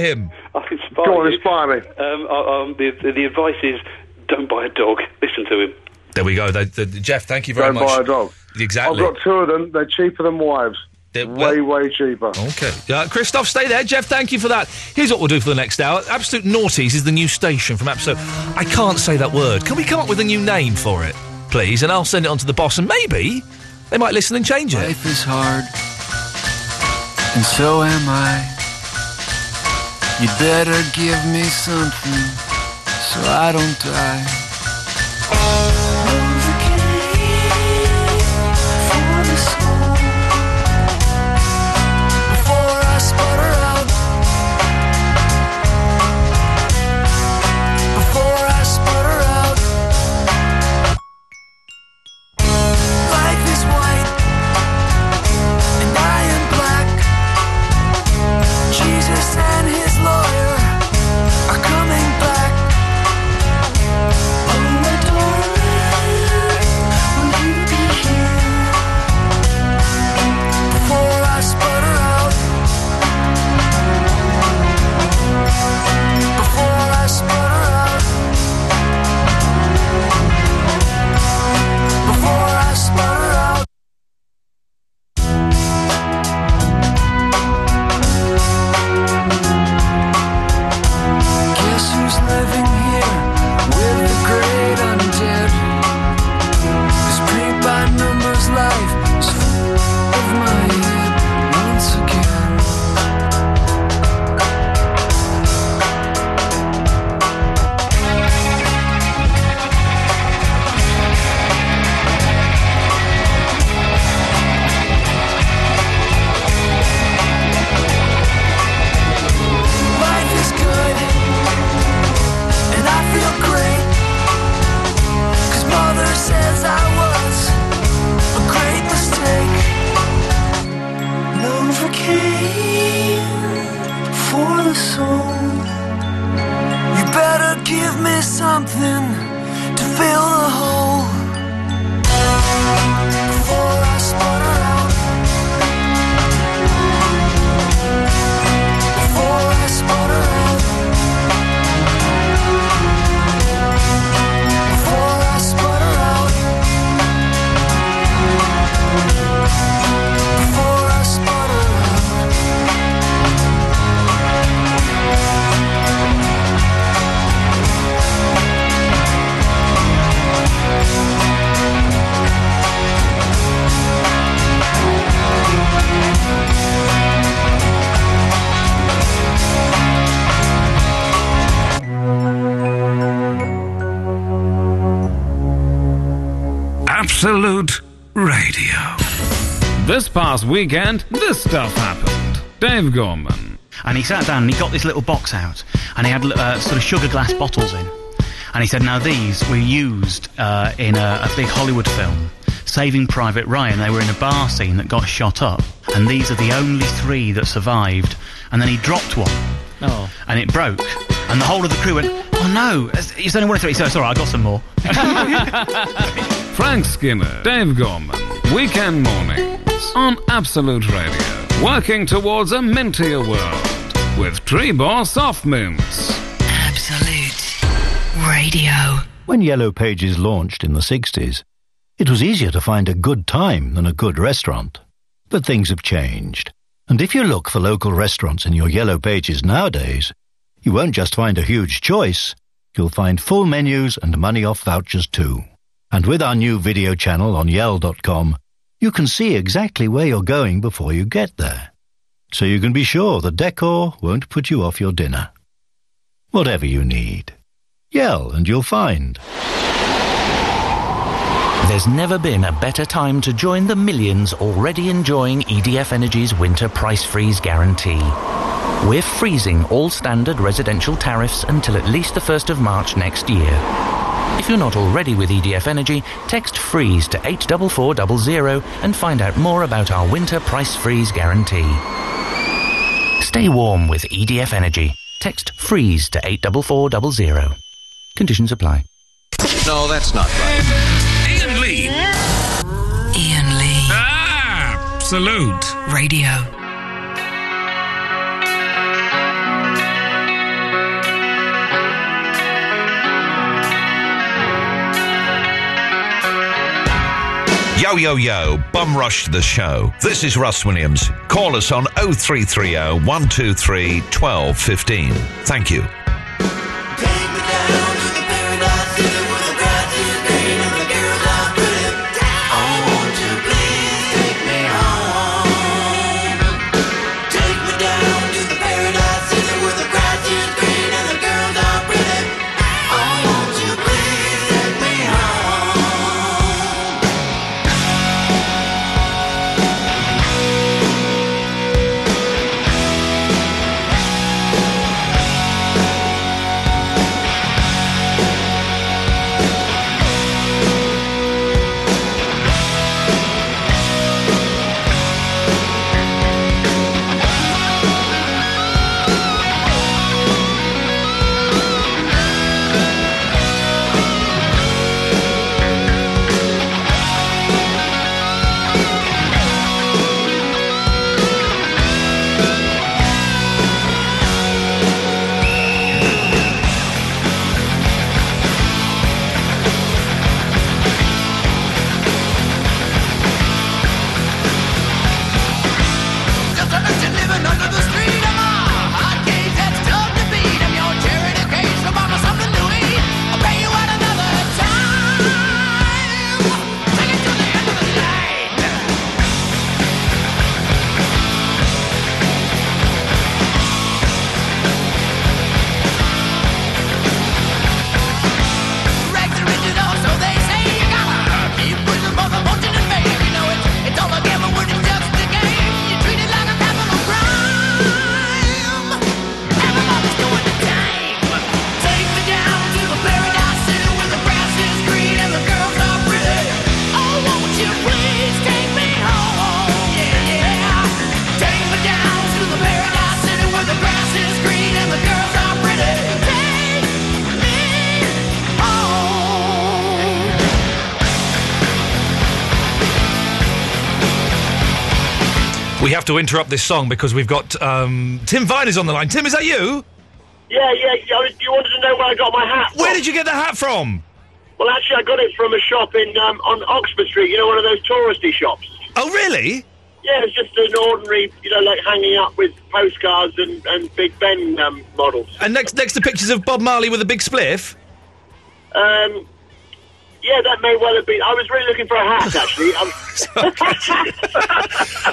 S6: him.
S9: I'll inspire
S8: Go on,
S9: you.
S8: inspire me.
S9: Um, I, um, the, the, the advice is don't buy a dog. Listen to him.
S6: There we go. The, the, the- Jeff, thank you very
S8: Don't
S6: much.
S8: buy a dog. I've
S6: Exactly.
S8: got two of them. They're cheaper than wives.
S6: They're
S8: way, way cheaper.
S6: Okay. Uh, Christoph, stay there. Jeff, thank you for that. Here's what we'll do for the next hour. Absolute Naughties is the new station from Absolute. I can't say that word. Can we come up with a new name for it, please? And I'll send it on to the boss, and maybe they might listen and change it. Life
S10: is hard. And so am I. You better give me something so I don't die.
S5: Before I sputter out. Before I sputter out. Life is white, and I am black. Jesus and his lawyer are coming back. Oh, my darling, will you be here? Before I sputter out. Before I sputter out. Before I sputter out.
S10: Guess who's living here with the great undead? This paint by numbers life is full of my head once again.
S5: Life is good, and I feel great. 'Cause mother says I was a great mistake. Known for king, for the soul. You better give me something to fill the hole. Before I sputter out. Before I sputter out. Before I sputter out. Before I sputter out.
S4: Absolute Radio.
S11: This past weekend, this stuff happened. Dave Gorman.
S25: And he sat down and he got this little box out and he had uh, sort of sugar glass bottles in. And he said, now these were used uh, in a, a big Hollywood film, Saving Private Ryan. They were in a bar scene that got shot up. And these are the only three that survived. And then he dropped one.
S11: Oh.
S25: And it broke. And the whole of the crew went, oh no, it's it's only one of three. So it's all right, I got some more.
S11: Frank Skinner. Dave Gorman. Weekend mornings on Absolute Radio. Working towards a mintier world with Treebor soft mints.
S16: Absolute Radio.
S26: When Yellow Pages launched in the 60s, it was easier to find a good time than a good restaurant. But things have changed. And if you look for local restaurants in your Yellow Pages nowadays, You won't just find a huge choice, you'll find full menus and money off vouchers too. And with our new video channel on yell.com, you can see exactly where you're going before you get there. So you can be sure the decor won't put you off your dinner. Whatever you need, yell and you'll find.
S27: There's never been a better time to join the millions already enjoying EDF Energy's winter price freeze guarantee. We're freezing all standard residential tariffs until at least the 1st of March next year. If you're not already with EDF Energy, text freeze to 84400 and find out more about our winter price freeze guarantee. Stay warm with EDF Energy. Text freeze to 84400. Conditions apply.
S28: No, that's not right. Ian Lee.
S4: Ian Lee.
S28: Ah, salute.
S4: Radio.
S29: Yo, yo, yo, bum rush to the show. This is Russ Williams. Call us on 0330 123 1215. Thank you.
S5: oh, Oh,
S6: We have to interrupt this song because we've got um, Tim Vine is on the line. Tim, is that you?
S11: Yeah, yeah, yeah. You wanted to know where I got my hat? Where
S6: did you get the hat from?
S11: Well, actually, I got it from a shop in um, on Oxford Street. You know, one of those touristy shops.
S6: Oh, really?
S11: Yeah, it's just an ordinary, you know, like hanging up with postcards and, and Big Ben um, models.
S6: And next, next to pictures of Bob Marley with a big spliff.
S11: Um, yeah, that may well have been. I was really looking for a hat, actually. Um,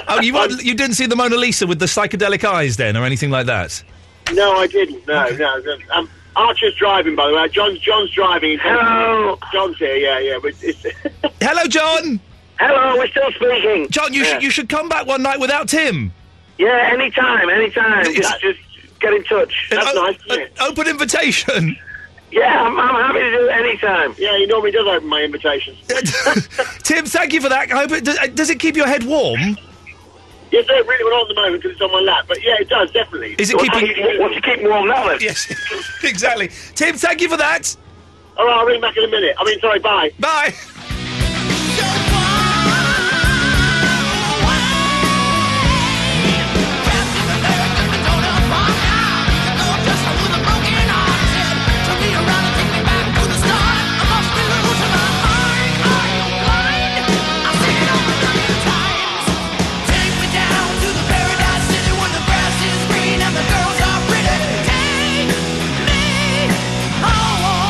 S6: Oh, you weren't- you didn't see the Mona Lisa with the psychedelic eyes then, or anything like that.
S11: no, I didn't. No, no. no. Um, Archer's driving, by the way. John's John's driving. Hello. John's here. Yeah, yeah. but It's,
S6: Hello, John.
S11: Hello, we're still speaking.
S6: John, you
S11: Yeah.
S6: should you should come back one night without Tim.
S11: yeah, anytime, anytime. Just, just get in touch. That's nice. Isn't it?
S6: Uh, Open invitation.
S11: Yeah, I'm, I'm happy to do it anytime. Yeah, he normally does open my invitations.
S6: Tim, thank you for that. I hope it does, uh, does it keep your head warm.
S11: Yes, no, it really well on at the moment because it's on my lap. But yeah, it does definitely.
S6: Is it keeping?
S11: What's it keeping warm now? Then?
S6: Yes, exactly. Tim, thank you for that.
S11: All right, I'll ring back in a minute. I mean, sorry, bye.
S6: Bye.
S5: Take me down to the paradise city where the grass is green and the girls are pretty. Take Oh,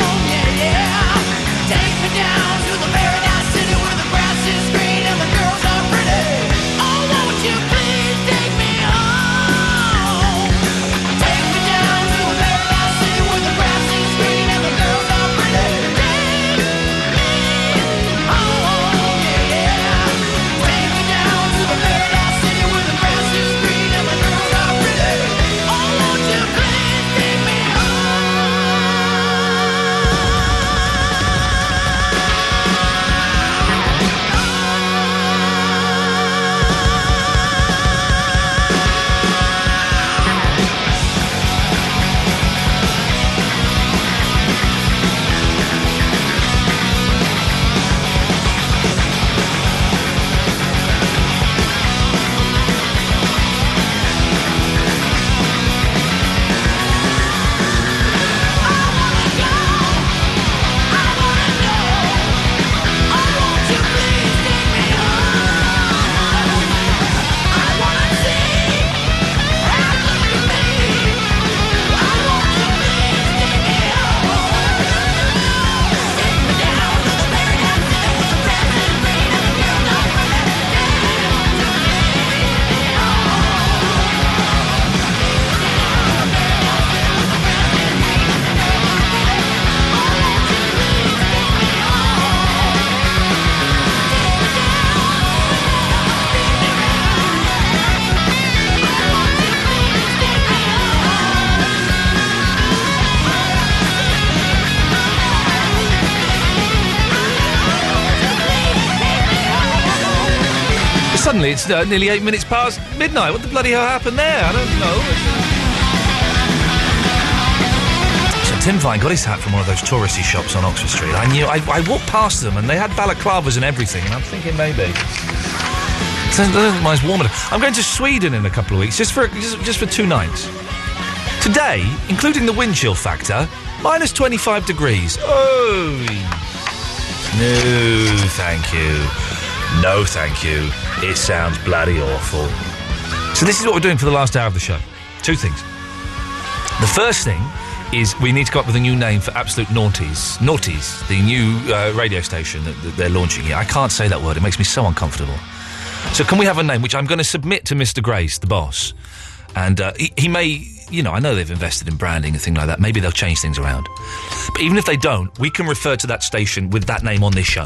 S6: Suddenly it's uh, nearly eight minutes past midnight. What the bloody hell happened there? I don't
S4: Oh,
S6: know. So Tim Vine got his hat from one of those touristy shops on Oxford Street. I knew I, I walked past them and they had balaclavas and everything, and I'm thinking maybe. So uh, mine's warmer. I'm going to Sweden in a couple of weeks, just for just, just for two nights. Today, including the wind chill factor, minus 25 degrees. Oh, no, thank you. No, thank you. It sounds bloody awful. So, this is what we're doing for the last hour of the show. Two things. The first thing is we need to come up with a new name for Absolute Naughties. Naughties, the new uh, radio station that, that they're launching here. I can't say that word, it makes me so uncomfortable. So, can we have a name which I'm going to submit to Mr. Grace, the boss? And uh, he, he may, you know, I know they've invested in branding and things like that. Maybe they'll change things around. But even if they don't, we can refer to that station with that name on this show.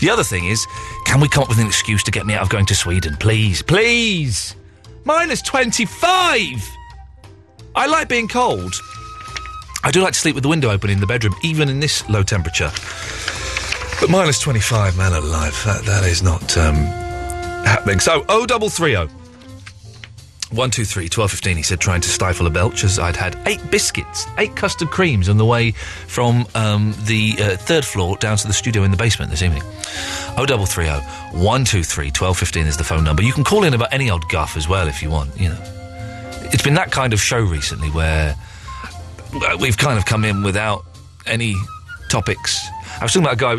S6: The other thing is, can we come up with an excuse to get me out of going to Sweden? Please, please! Minus 25! I like being cold. I do like to sleep with the window open in the bedroom, even in this low temperature. But minus 25, man alive, that, that is not um, happening. So, 0330. 123 1215 he said trying to stifle a belch as i'd had eight biscuits eight custard creams on the way from um, the uh, third floor down to the studio in the basement this evening Oh, 0330 123 1215 is the phone number you can call in about any old guff as well if you want you know it's been that kind of show recently where uh, we've kind of come in without any topics. I was talking about a guy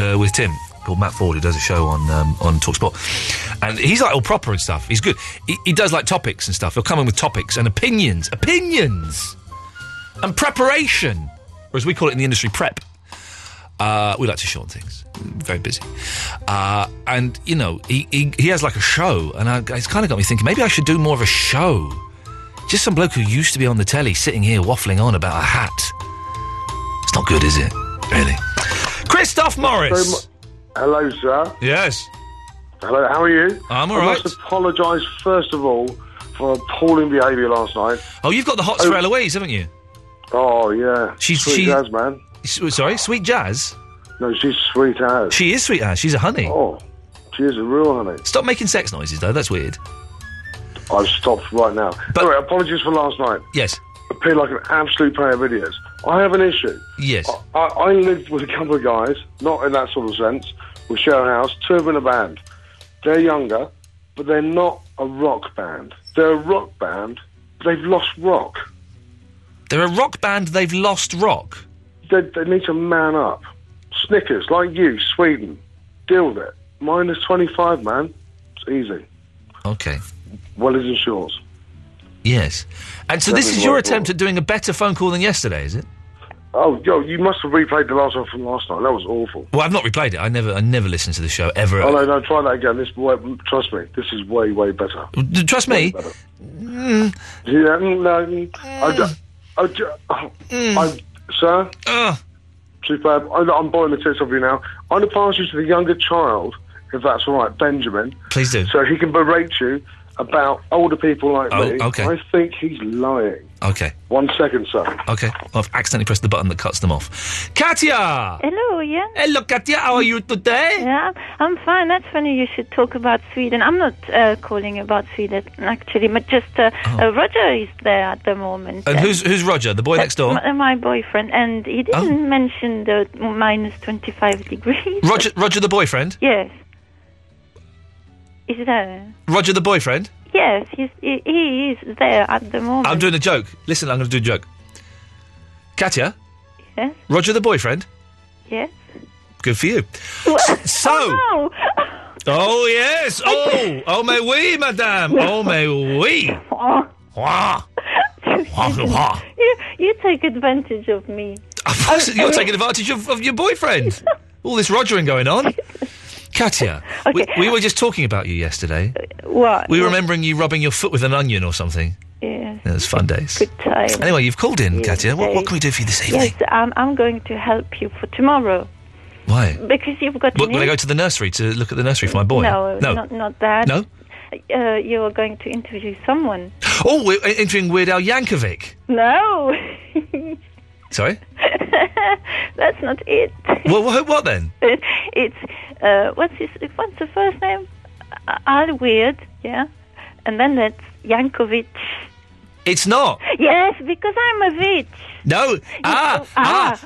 S6: uh, uh, uh, with Tim called Matt Ford who does a show on um, on Talksport, and he's like all proper and stuff. He's good. He, he does like topics and stuff. He'll come in with topics and opinions, opinions, and preparation, or as we call it in the industry, prep. Uh, we like to shorten things. Very busy. Uh, and, you know, he, he, he has like a show, and I, it's kind of got me thinking maybe I should do more of a show. Just some bloke who used to be on the telly sitting here waffling on about a hat. It's not good, is it? Really? Christoph Morris.
S30: Hello, sir.
S6: Yes.
S30: Hello, how are you?
S6: I'm all
S30: I
S6: right.
S30: must apologise, first of all, for appalling behaviour last night.
S6: Oh, you've got the hots for Eloise, haven't you?
S30: Oh, yeah.
S6: She's
S30: Sweet
S6: she-
S30: jazz, man.
S6: S- sorry, sweet jazz?
S30: No, she's sweet as.
S6: She is sweet as. She's a honey.
S30: Oh, she is a real honey.
S6: Stop making sex noises, though. That's weird.
S30: I've stopped right now. But anyway, apologies for last night.
S6: Yes.
S30: Appeared like an absolute pair of idiots. I have an issue.
S6: Yes.
S30: I, I lived with a couple of guys, not in that sort of sense. We share a house. Two of them in a band. They're younger, but they're not a rock band. They're a rock band. But they've lost rock.
S6: They're a rock band. They've lost rock.
S30: They, they need to man up. Snickers, like you, Sweden. Deal with it. Minus 25, man. It's easy.
S6: Okay.
S30: Well, it's yours.
S6: Yes. And so this
S30: Seven
S6: is your
S30: white
S6: attempt at doing a better phone call than yesterday, is it?
S30: Oh, yo, you must have replayed the last one from last night. That was awful.
S6: Well, I've not replayed it. I never, I never listened to the show ever.
S30: Oh no, no, try that again. This way, trust me, this is way, way better.
S6: D- Trust me.
S30: Mm. Yeah, mm, no, mm, I, ju- I, ju- oh,
S6: Mm.
S30: I, sir. Superb. I, I'm boiling the tits off you now. I'm going to pass you to the younger child, if that's all right, Benjamin.
S6: Please do.
S30: So he can berate you about older people like
S6: Oh,
S30: me.
S6: okay.
S30: I think he's lying.
S6: Okay.
S30: One second, sir.
S6: Okay. I've accidentally pressed the button that cuts them off. Katya!
S23: Hello, Ian.
S6: Hello, Katya. How are you today?
S23: Yeah, I'm fine. That's funny. You should talk about Sweden. I'm not uh, calling about Sweden actually, but just uh, uh, Roger is there at the moment.
S6: Oh. And who's who's Roger, Oh. the boy next door?
S23: My, my boyfriend, and he didn't mention the minus 25 degrees.
S6: Roger, Roger the boyfriend.
S23: Yes. Is there?
S6: Roger the boyfriend.
S23: Yes, he's, he, he is there at the moment.
S6: I'm doing a joke. Listen, I'm going to do a joke. Katya,
S23: Yes.
S6: Roger the boyfriend.
S23: Yes.
S6: Good for you. So.
S23: Oh, no.
S6: Oh yes. Oh, oh mais oui, madame. Oh mais oui. Wah. Wah, wah.
S23: Oh, you, you take advantage of me.
S6: You're taking advantage of, of your boyfriend. All this rogering going on. Katya, we, we were just talking about you yesterday.
S23: What?
S6: We were remembering you rubbing your foot with an onion or something.
S23: Yes.
S6: It was fun days. Good
S23: time.
S6: Anyway, you've called in, Katya. What, what
S23: days.
S6: can we do for you this evening?
S23: Yes, um, I'm going to help you for tomorrow
S6: Why?
S23: because you've got.
S6: What,
S23: an
S6: will I go
S23: in-
S6: to the nursery to look at the nursery for my boy?
S23: No,
S6: no.
S23: Not, not that.
S6: No?
S23: Uh, you are going to interview someone.
S6: Oh, we're interviewing Weird Al Yankovic.
S23: No,
S6: Sorry.
S23: that's not it.
S6: well, what, what then?
S23: It's uh, what's his? What's the first name? all weird, yeah? And then that's Yankovic.
S6: It's not.
S23: Yes, because I'm a witch.
S6: No. Ah, ah,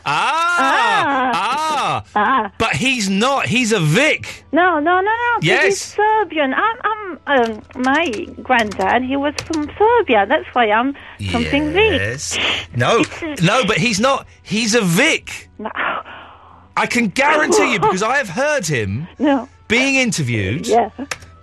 S6: ah, ah, But he's not. He's a Vic.
S23: No, no, no, no. but
S6: Yes.
S23: He's Serbian. I'm, I'm, um, my granddad, he was from Serbia. That's why I'm something
S6: yes. No, no, but he's not. He's a Vic.
S23: No.
S6: I can guarantee you because I have heard him
S23: No.
S6: being interviewed
S23: Yeah.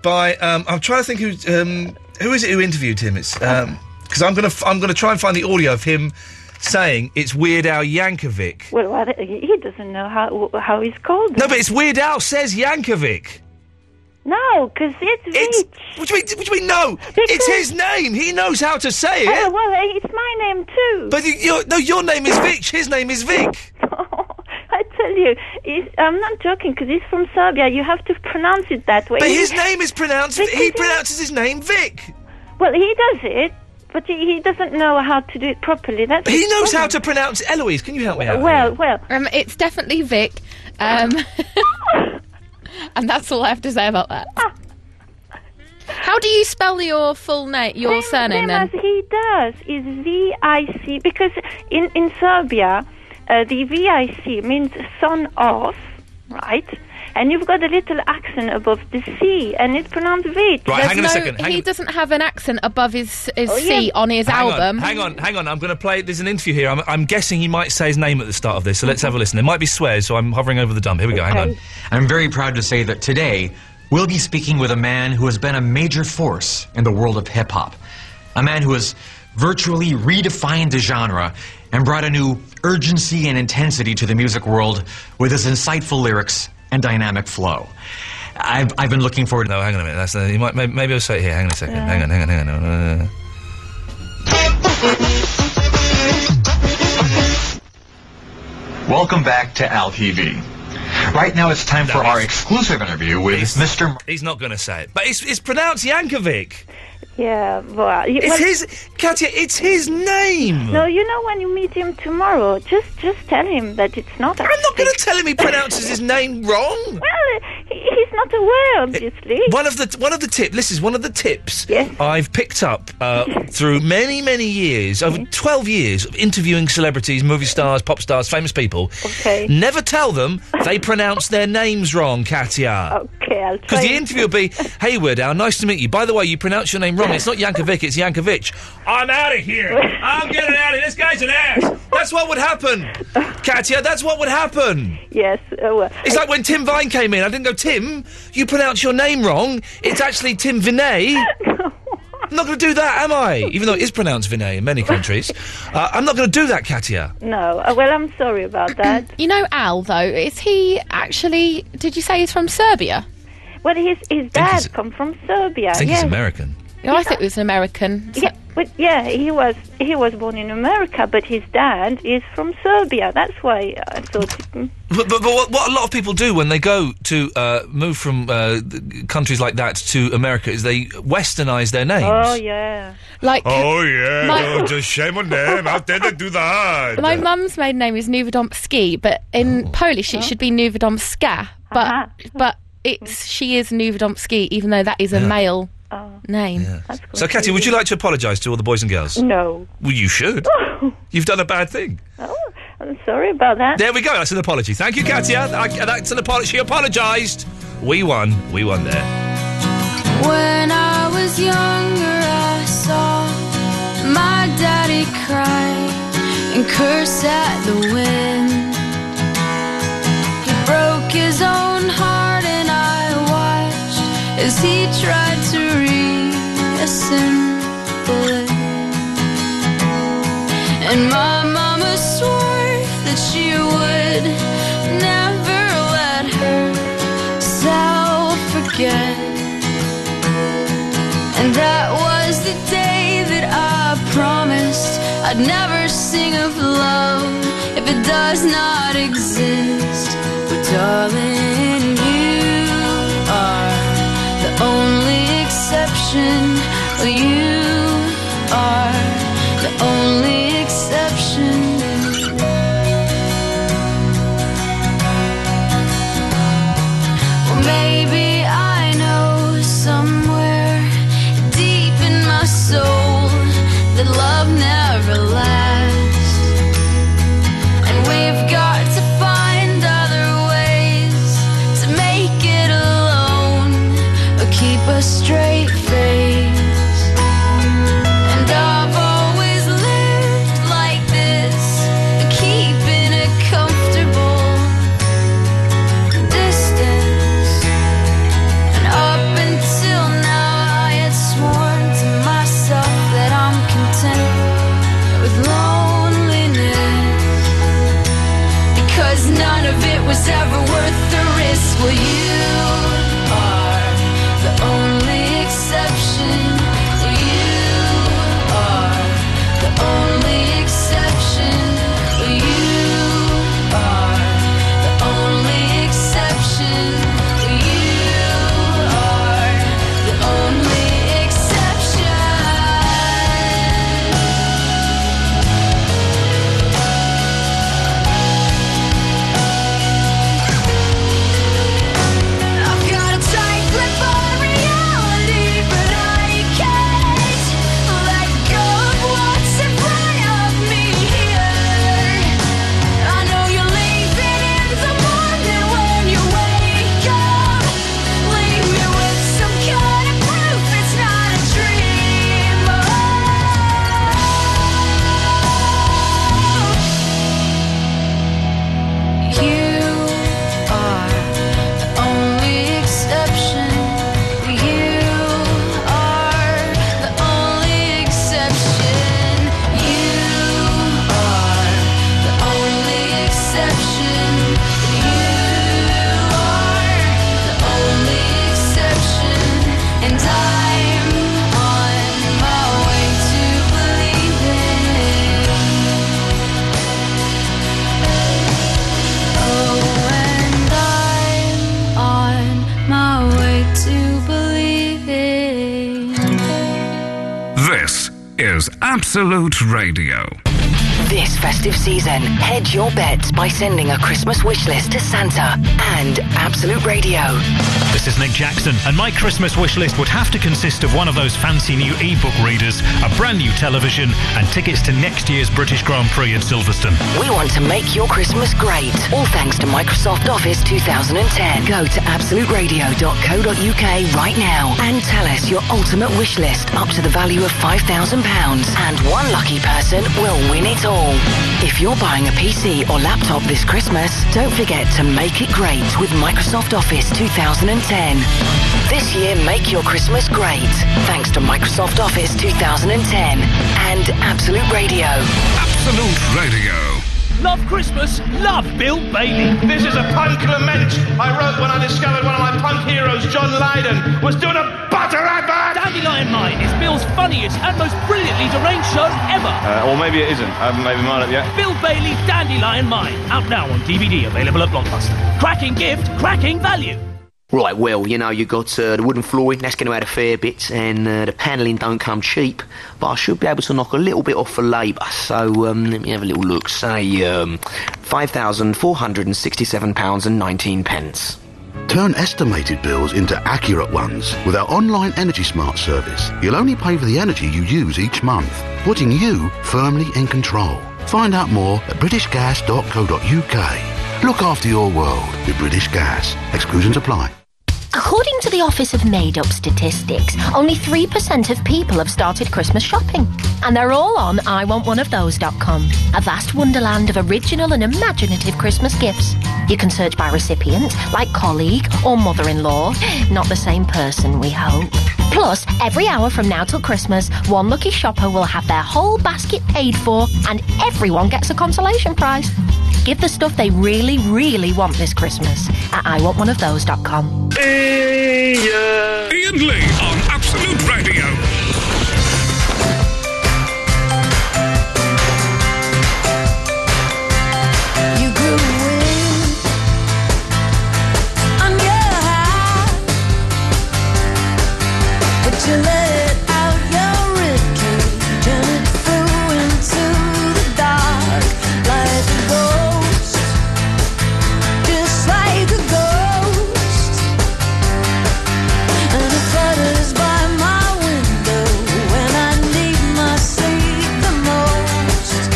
S6: by. Um, I'm trying to think who um, who is it who interviewed him. It's because I'm gonna f- I'm gonna try and find the audio of him saying it's Weird Al Yankovic.
S23: Well, what, he doesn't know how how he's called.
S6: No, but it's Weird Al says Yankovic.
S23: No, because it's witch.
S6: Which means, which means no. It's his name. He knows how to say it.
S23: Oh, well, eh, it's my name too.
S6: But you- your, no, your name is Vic. His name is Vic.
S23: I tell you, he's, I'm not joking because he's from Serbia. You have to pronounce it that way.
S6: But his name is pronounced. He pronounces his name Vic.
S23: Well, he does it, but he, he doesn't know how to do it properly. That's
S6: He
S23: his
S6: knows
S23: problem.
S6: how to pronounce it. Eloise, can you help me out?
S23: Well, well.
S7: Um, it's definitely Vic. Um, and that's all I have to say about that. How do you spell your full name, your
S23: Same-
S7: surname
S23: same
S7: then?
S23: As he does is V I C because in in Serbia, uh, the V I C means son of, right? And you've got a little accent above the C, and it's pronounced Vit.
S6: Right, hang on a
S7: no,
S6: second, hang
S7: he
S6: on.
S7: doesn't have an accent above his, his
S23: Oh, yeah.
S7: C on his
S6: hang
S7: album.
S6: On, hang on, hang on. I'm going to play. There's an interview here. I'm, I'm guessing he might say his name at the start of this. So let's have a listen. There might be swears, so I'm hovering over the dump. Here we go. Hang on.
S12: I'm very proud to say that today we'll be speaking with a man who has been a major force in the world of hip hop. A man who has virtually redefined the genre and brought a new urgency and intensity to the music world with his insightful lyrics and dynamic flow. I've, I've been looking forward.
S6: No, hang on a minute. That's uh, you might. Maybe, maybe I'll say it here. Hang on a second. Hang on. Hang on. Hang on. Uh,
S12: Welcome back to Al TV. Right now it's time for our exclusive interview with Mr.
S6: he's not going to say it, but it's, it's pronounced Yankovic.
S23: Yeah, well, you-
S6: It's
S23: well-
S6: his, Katya. It's his name.
S23: No, you know when you meet him tomorrow, just just tell him that it's not. I'm not
S6: going to tell him he pronounces his name wrong.
S23: Well, he, he's not aware, obviously.
S6: One of the one of the tip. This is one of the tips I've picked up uh, through many many years, over twelve years of interviewing celebrities, movie stars, pop stars, famous people.
S23: Okay.
S6: Never tell them they pronounce their names wrong, Katya.
S23: Okay, I'll
S6: Because
S23: try.
S6: the interview will be, hey, Weird Al, nice to meet you. By the way, you pronounce your name wrong. It's not Yankovic, it's Yankovic. I'm out of here. I'm getting out of here. This guy's an ass. That's what would happen. Katya, that's what would happen.
S23: Yes. Uh, well,
S6: It's like when Tim Vine came in. I didn't go, Tim, you pronounce your name wrong. It's actually Tim Vinay. I'm not going to do that, am I? Even though it is pronounced Vinay in many countries. Uh, I'm not going to do that, Katya.
S23: no. Uh, well, I'm sorry about that.
S7: You know Al though, is he actually? Did you say he's from Serbia?
S23: Well, his his dad come from Serbia.
S6: I think
S23: yes.
S6: he's American.
S7: No, I thought he was an American.
S23: Yeah, but yeah, he was he was born in America, but his dad is from Serbia. That's why I thought. mm,
S6: But, but, but what, what a lot of people do when they go to uh, move from uh, th- countries like that to America is they westernize their names.
S23: Oh yeah.
S7: Like
S31: Oh,
S6: Oh, yeah,
S7: My- no,
S6: just shame on them. How dare they do that? Oh.
S7: my mum's maiden name is Novodomski, but in Polish it should be Novodomska. But
S23: Uh-huh.
S7: but it's she is Novodomski, even though that is a male
S23: Oh.
S7: name.
S6: So, Katya, would you like to apologise to all the boys and girls?
S23: No.
S6: Well, you should. You've done a bad thing.
S23: Oh, I'm sorry about that.
S6: There we go. That's an apology. Thank you, Katya.
S23: Mm.
S6: I- That's an apology. She apologised. We won. We won there.
S24: When I was younger, I saw my daddy cry and curse at the wind. He broke his own heart, and I watched as he tried to reassemble it. And my mama swore that she would never let herself forget. And that was the day that I promised I'd never sing of love if it does not exist. But darling, you are the only exception. Well, you are the only exception. Well, maybe I know some straight face. And I've always lived like this, keeping a comfortable distance. And up until now, I had sworn to myself that I'm content with loneliness. Because none of it was ever worth the risk. Well, you are the only exception. Well, you are the only exception. Well, you are the only exception. Well, you are the only exception. I've got a tight grip on reality, but I can't let go of what's in front of me here. I know you're leaving in the morning when you wake up. Leave me with some kind of proof it's not a dream. Oh. You are only exception. You are the only exception. You are the only exception. You are the only exception. And I'm on my way to believing. Oh, and I on my way to believing.
S4: This is Absolute Radio.
S16: This festive season, hedge your bets by sending a Christmas wish list to Santa and Absolute Radio.
S1: This is Nick Jackson, and my Christmas wish list would have to consist of one of those fancy new e-book readers, a brand new television, and tickets to next year's British Grand Prix at Silverstone.
S16: We want to make your Christmas great. All thanks to Microsoft Office 2010. Go to absoluteradio.co.uk right now and tell us your ultimate wish list up to the value of £5,000 and one lucky person will win it all. If you're buying a PC or laptop this Christmas, don't forget to make it great with Microsoft Office 2010. This year, make your Christmas great thanks to Microsoft Office 2010 and Absolute Radio.
S4: Absolute Radio.
S18: Love Christmas, love Bill Bailey. This is a punk lament I wrote when I discovered one of my punk heroes, John Lydon, was doing a butter advert. Dandelion Mine is Bill's funniest and most brilliantly deranged show ever.
S31: Uh, or maybe it isn't. I haven't made my mind up yet.
S18: Bill Bailey, Dandelion Mine, out now on DVD, available at Blockbuster. Cracking gift, cracking value.
S19: Right, well, you know, you got uh, the wooden flooring, that's going to add a fair bit, and uh, the panelling don't come cheap, but I should be able to knock a little bit off for labour, so um, let me have a little look. Say, um, £5,467.19. pence.
S20: Turn estimated bills into accurate ones with our online Energy Smart service. You'll only pay for the energy you use each month, putting you firmly in control. Find out more at britishgas.co.uk. Look after your world with British Gas. Exclusions apply.
S32: According to the Office of Made Up Statistics, only 3% of people have started Christmas shopping. And they're all on IWantOneOfThose.com, a vast wonderland of original and imaginative Christmas gifts. You can search by recipient, like colleague or mother in law. Not the same person, we hope. Plus, every hour from now till Christmas, one lucky shopper will have their whole basket paid for, and everyone gets a consolation prize. Give the stuff they really, really want this Christmas at IWantOneOfThose.com.
S4: Ian Lee on Absolute Radio.
S10: You grew wings on your heart, but you let out your ribcage and it flew into the dark like a ghost, just like a ghost. And it flutters by my window when I need my sleep the most.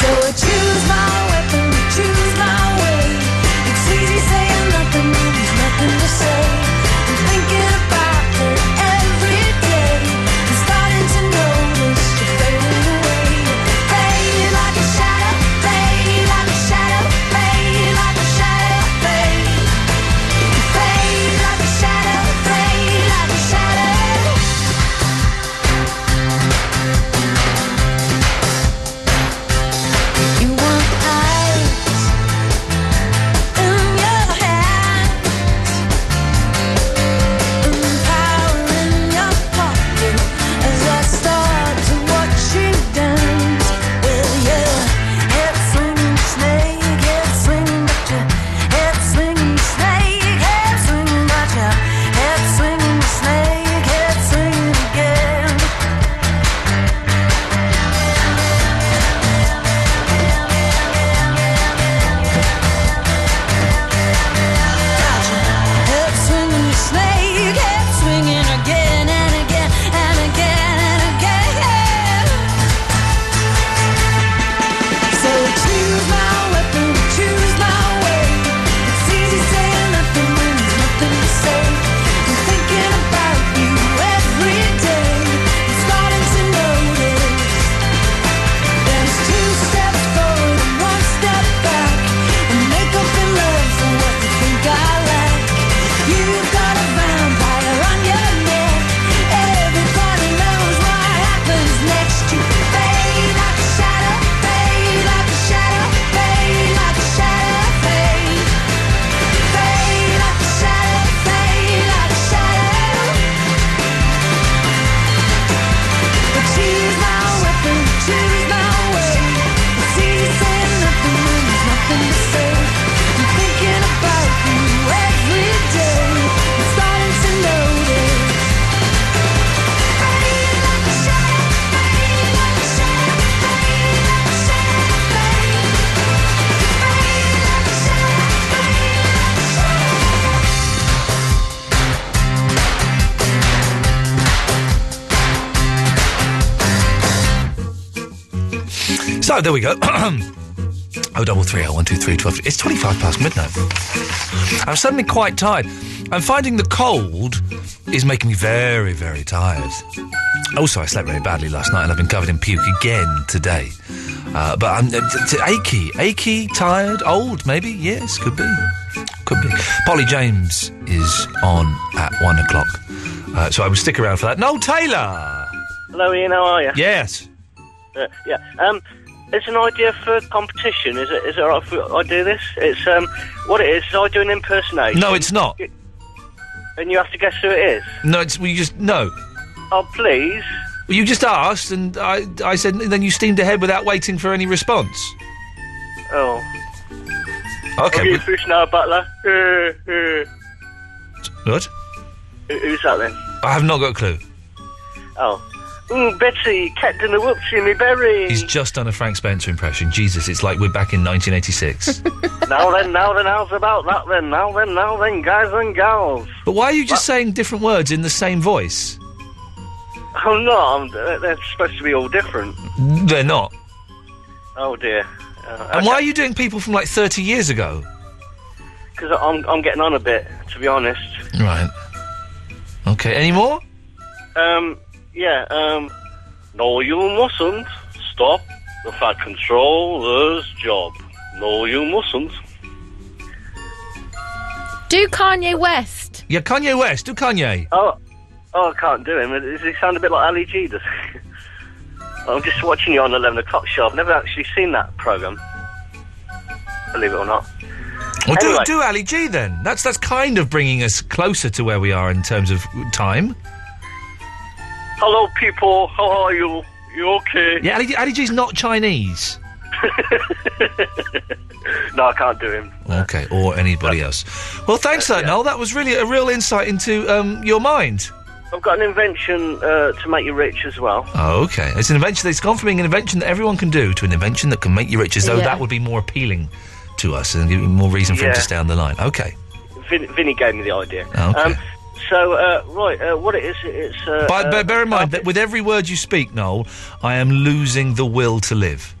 S10: So I choose my weapon, I choose my way. It's easy saying nothing means nothing.
S6: So there we go. Oh double three oh one two three twelve. It's twenty five past midnight. I'm suddenly quite tired. I'm finding the cold is making me very very tired. Also, I slept very badly last night, and I've been covered in puke again today. Uh, but I'm uh, t- t- achy, achy, tired, old. Maybe yes, could be, could be. Polly James is on at one o'clock, uh, so I will stick around for that. Noel Taylor.
S11: Hello, Ian. How are you?
S6: Yes.
S11: Uh, yeah. Um, it's an idea for competition. Is it? Is it alright if I do this? It's um, what it is. is I do an impersonation.
S6: No, it's not.
S11: And you have to guess who it is.
S6: No, it's we just no.
S11: Oh, please.
S6: Well, you just asked, and I, I said, and then you steamed ahead without waiting for any response.
S11: Oh.
S6: Okay,
S11: Are you
S6: but-
S11: fish now, Butler? Uh, uh.
S6: What?
S11: Who- Who's that then?
S6: I have not got a clue.
S11: Oh. Mm, Betty, cat dinner whoopsie me berry.
S6: He's just done a Frank Spencer impression. Jesus, it's like we're back in 1986.
S11: now then, now then, how's about that then? Now then, now then, guys and gals.
S6: but why are you just saying different words in the same voice?
S11: Oh no, I'm, they're they're supposed to be all different.
S6: They're not.
S11: Oh dear. Uh,
S6: And why are you doing people from like 30 years ago?
S11: Because I'm, I'm getting on a bit, to be honest.
S6: Right. Okay, any more?
S11: Um, yeah, um, no, you mustn't stop the Fat Controller's job. No, you mustn't.
S7: Do Kanye West.
S6: Yeah, Kanye West. Do Kanye.
S11: Oh, oh, I can't do him. Does he sound a bit like Ali G? Does he? I'm just watching you on the 11 o'clock show. I've never actually seen that programme. Believe it or not.
S6: Well,
S11: Anyway.
S6: do, do Ali G then. That's that's kind of bringing us closer to where we are in terms of time.
S11: Hello, people. How are you? You okay?
S6: Yeah, Ali, Ali G's not Chinese.
S11: No, I can't do him.
S6: Okay, or anybody else. Well, thanks for that, Noel. That was really a real insight into um, your mind.
S11: I've got an invention uh, to make you rich as well.
S6: Oh, okay. It's an invention that's gone from being an invention that everyone can do to an invention that can make you rich, as though
S11: Yeah.
S6: that would be more appealing to us and give you more reason for him to
S11: Yeah.
S6: stay on the line. Okay.
S11: Vin- Vinny gave me the idea.
S6: Okay.
S11: Um, so, uh, right, uh, what it is, it's... Uh,
S6: but,
S11: uh,
S6: but bear in mind that with every word you speak, Noel, I am losing the will to live.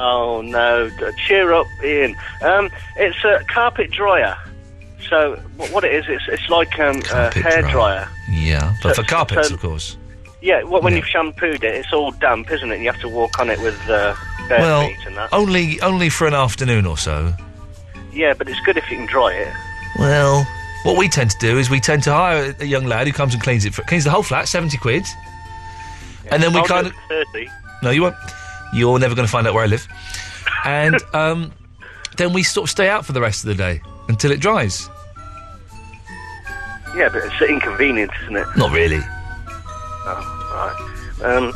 S11: Oh no! D- Cheer up, Ian. Um, it's a carpet dryer. So wh- what it is, it's it's like um, a
S6: Carpet
S11: hair
S6: dryer.
S11: dryer.
S6: Yeah, but
S11: So-
S6: for carpets,
S11: so-
S6: of course.
S11: Yeah, well, when you've shampooed it, it's all damp, isn't it? And you have to walk on it with uh, bare
S6: Well,
S11: feet and that.
S6: only only for an afternoon or so.
S11: Yeah, but it's good if you can dry it.
S6: Well, what we tend to do is we tend to hire a young lad who comes and cleans it, for, cleans the whole flat, seventy quid, and then we
S11: I'll do
S6: kind of
S11: it for thirty.
S6: no, you won't. You're never going to find out where I live, and um, then we sort of stay out for the rest of the day until it dries.
S11: Yeah, but it's inconvenient, isn't it?
S6: Not really.
S11: Oh, right. Um,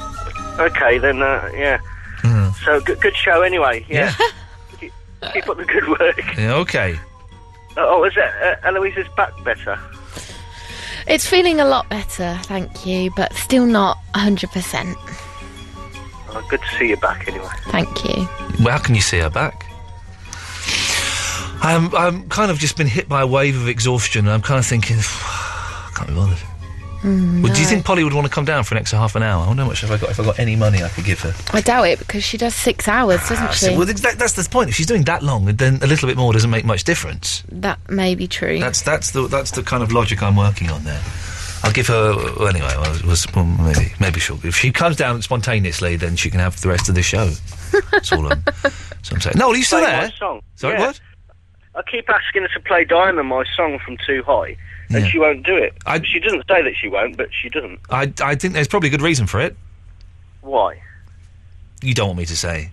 S11: okay then. Uh, yeah.
S6: Hmm.
S11: So good, good show anyway. Yeah. Keep- Keep up the good work.
S6: Yeah, okay.
S11: Oh, is that uh, Eloise's back better?
S7: It's feeling a lot better, thank you, but still not 100%.
S11: Oh, good to see you back anyway.
S7: Thank you.
S6: Well, how can you see her back? I'm, I'm kind of just been hit by a wave of exhaustion, and I'm kind of thinking, I can't be bothered.
S7: Mm,
S6: Well, do you
S7: no.
S6: think Polly would want to come down for an extra half an hour? I wonder how much have I got if I got any money I could give her.
S7: I doubt it because she does six hours, doesn't
S6: Ah,
S7: she?
S6: so- well, that, that's the point. If she's doing that long, then a little bit more doesn't make much difference.
S7: that may be true.
S6: That's that's the that's the kind of logic I'm working on there. I'll give her well, anyway. Well, it was, well, maybe maybe she'll. If she comes down spontaneously, then she can have the rest of the show. That's all I'm, so I'm saying. No, are you still
S11: Play
S6: there?
S11: My song.
S6: Sorry,
S11: Yeah.
S6: what?
S11: I keep asking her to play Diamond, my song from Too High, and
S6: Yeah.
S11: she won't do it. She doesn't say that she won't, but she doesn't.
S6: I I think there's probably a good reason for it.
S11: Why?
S6: You don't want me to say.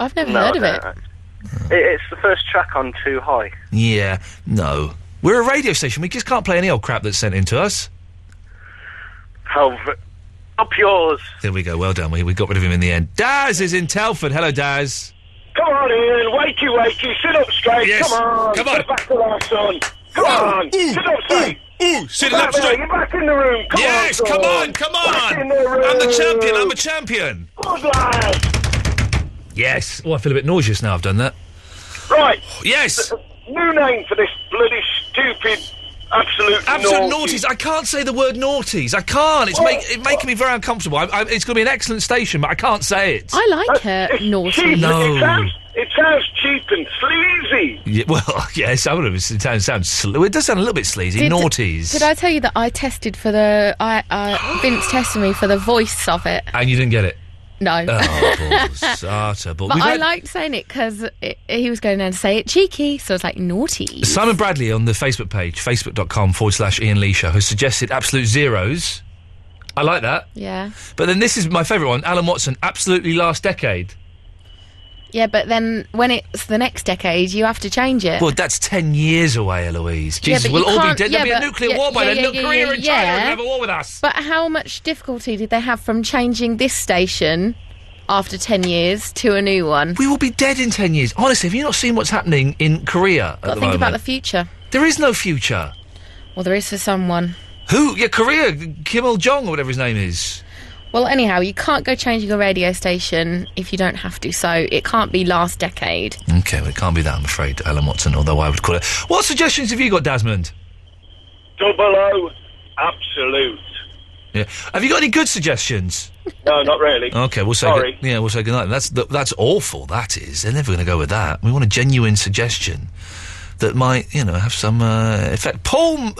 S7: I've never
S11: No,
S7: heard of
S11: I
S7: it.
S11: don't know. It- It's the first track on Too High.
S6: Yeah, no. We're a radio station. We just can't play any old crap that's sent in to us.
S11: How v- up yours?
S6: There we go. Well done. We, we got rid of him in the end. Daz is in Telford. Hello, Daz.
S2: Come on, Ian. Wakey, wakey. Sit up straight.
S6: Yes.
S2: Come on.
S6: Come on.
S2: Get back to our son. Come on. sit up straight.
S6: sit
S2: Get
S6: up
S2: back there.
S6: straight.
S2: Get back in the room. Come
S6: yes,
S2: on.
S6: come
S2: son.
S6: on, come
S2: Back
S6: on.
S2: in the room.
S6: I'm the champion. I'm a champion.
S2: Good lad.
S6: Yes. Oh, I feel a bit nauseous now. I've done that.
S2: Right.
S6: Yes.
S2: New name for this bloody stupid absolute
S6: Absolute
S2: naughty.
S6: naughties. I can't say the word naughties. I can't. It's, make, it's making me very uncomfortable. I, I, it's going to be an excellent station, but I can't say it.
S7: I like her naughty.
S6: cheap. No. It sounds-
S2: It sounds cheap and sleazy.
S6: Yeah, well, yes, I would have. It sounds, sounds sl- it does sound a little bit sleazy.
S7: Did-
S6: naughties.
S7: Did I tell you that I tested for the? I uh, Vince tested me for the voice of it.
S6: and you didn't get it. Oh,
S7: No.
S6: balls. utter balls.
S7: But
S6: We've
S7: I
S6: had-
S7: liked saying it because he was going down to say it cheeky, so I was like naughty.
S6: Simon Bradley on the Facebook page, facebook.com forward slash Ian Lee Show, has suggested absolute zeros. I like that.
S7: Yeah,
S6: But then this is my favourite one Alan Watson, absolutely last decade.
S7: yeah. But then when it's the next decade, you have to change it.
S6: Well, that's 10 years away, Eloise.
S7: Yeah,
S6: Jesus,
S7: but
S6: we'll
S7: you
S6: all be
S7: can't-
S6: dead. There'll
S7: yeah,
S6: be a
S7: but-
S6: nuclear
S7: yeah,
S6: war by
S7: yeah,
S6: then.
S7: yeah,
S6: Look,
S7: yeah,
S6: Korea
S7: yeah,
S6: and China
S7: yeah.
S6: will have a war with us.
S7: But how much difficulty did they have from changing this station after ten years to a new one?
S6: We will be dead in 10 years. Honestly, have you not seen what's happening in Korea at
S7: Got
S6: the
S7: to think about the
S6: moment?
S7: future.
S6: there is no future.
S7: Well, there is for someone.
S6: Who? Yeah, Korea. Kim Il Jong or whatever his name is.
S7: Well, anyhow, you can't go changing a radio station if you don't have to. So it can't be last decade.
S6: Okay, well, it can't be that, I'm afraid, Alan Watson, although I would call it. What suggestions have you got, Desmond?
S2: Double O, absolute.
S6: Yeah. Have you got any good suggestions?
S2: No, not really.
S6: Okay, we'll say
S2: Sorry.
S6: Good, yeah, we'll say good night. That's th- that's awful. That is. They're never going to go with that. We want a genuine suggestion that might, you know, have some uh, effect. Paul M-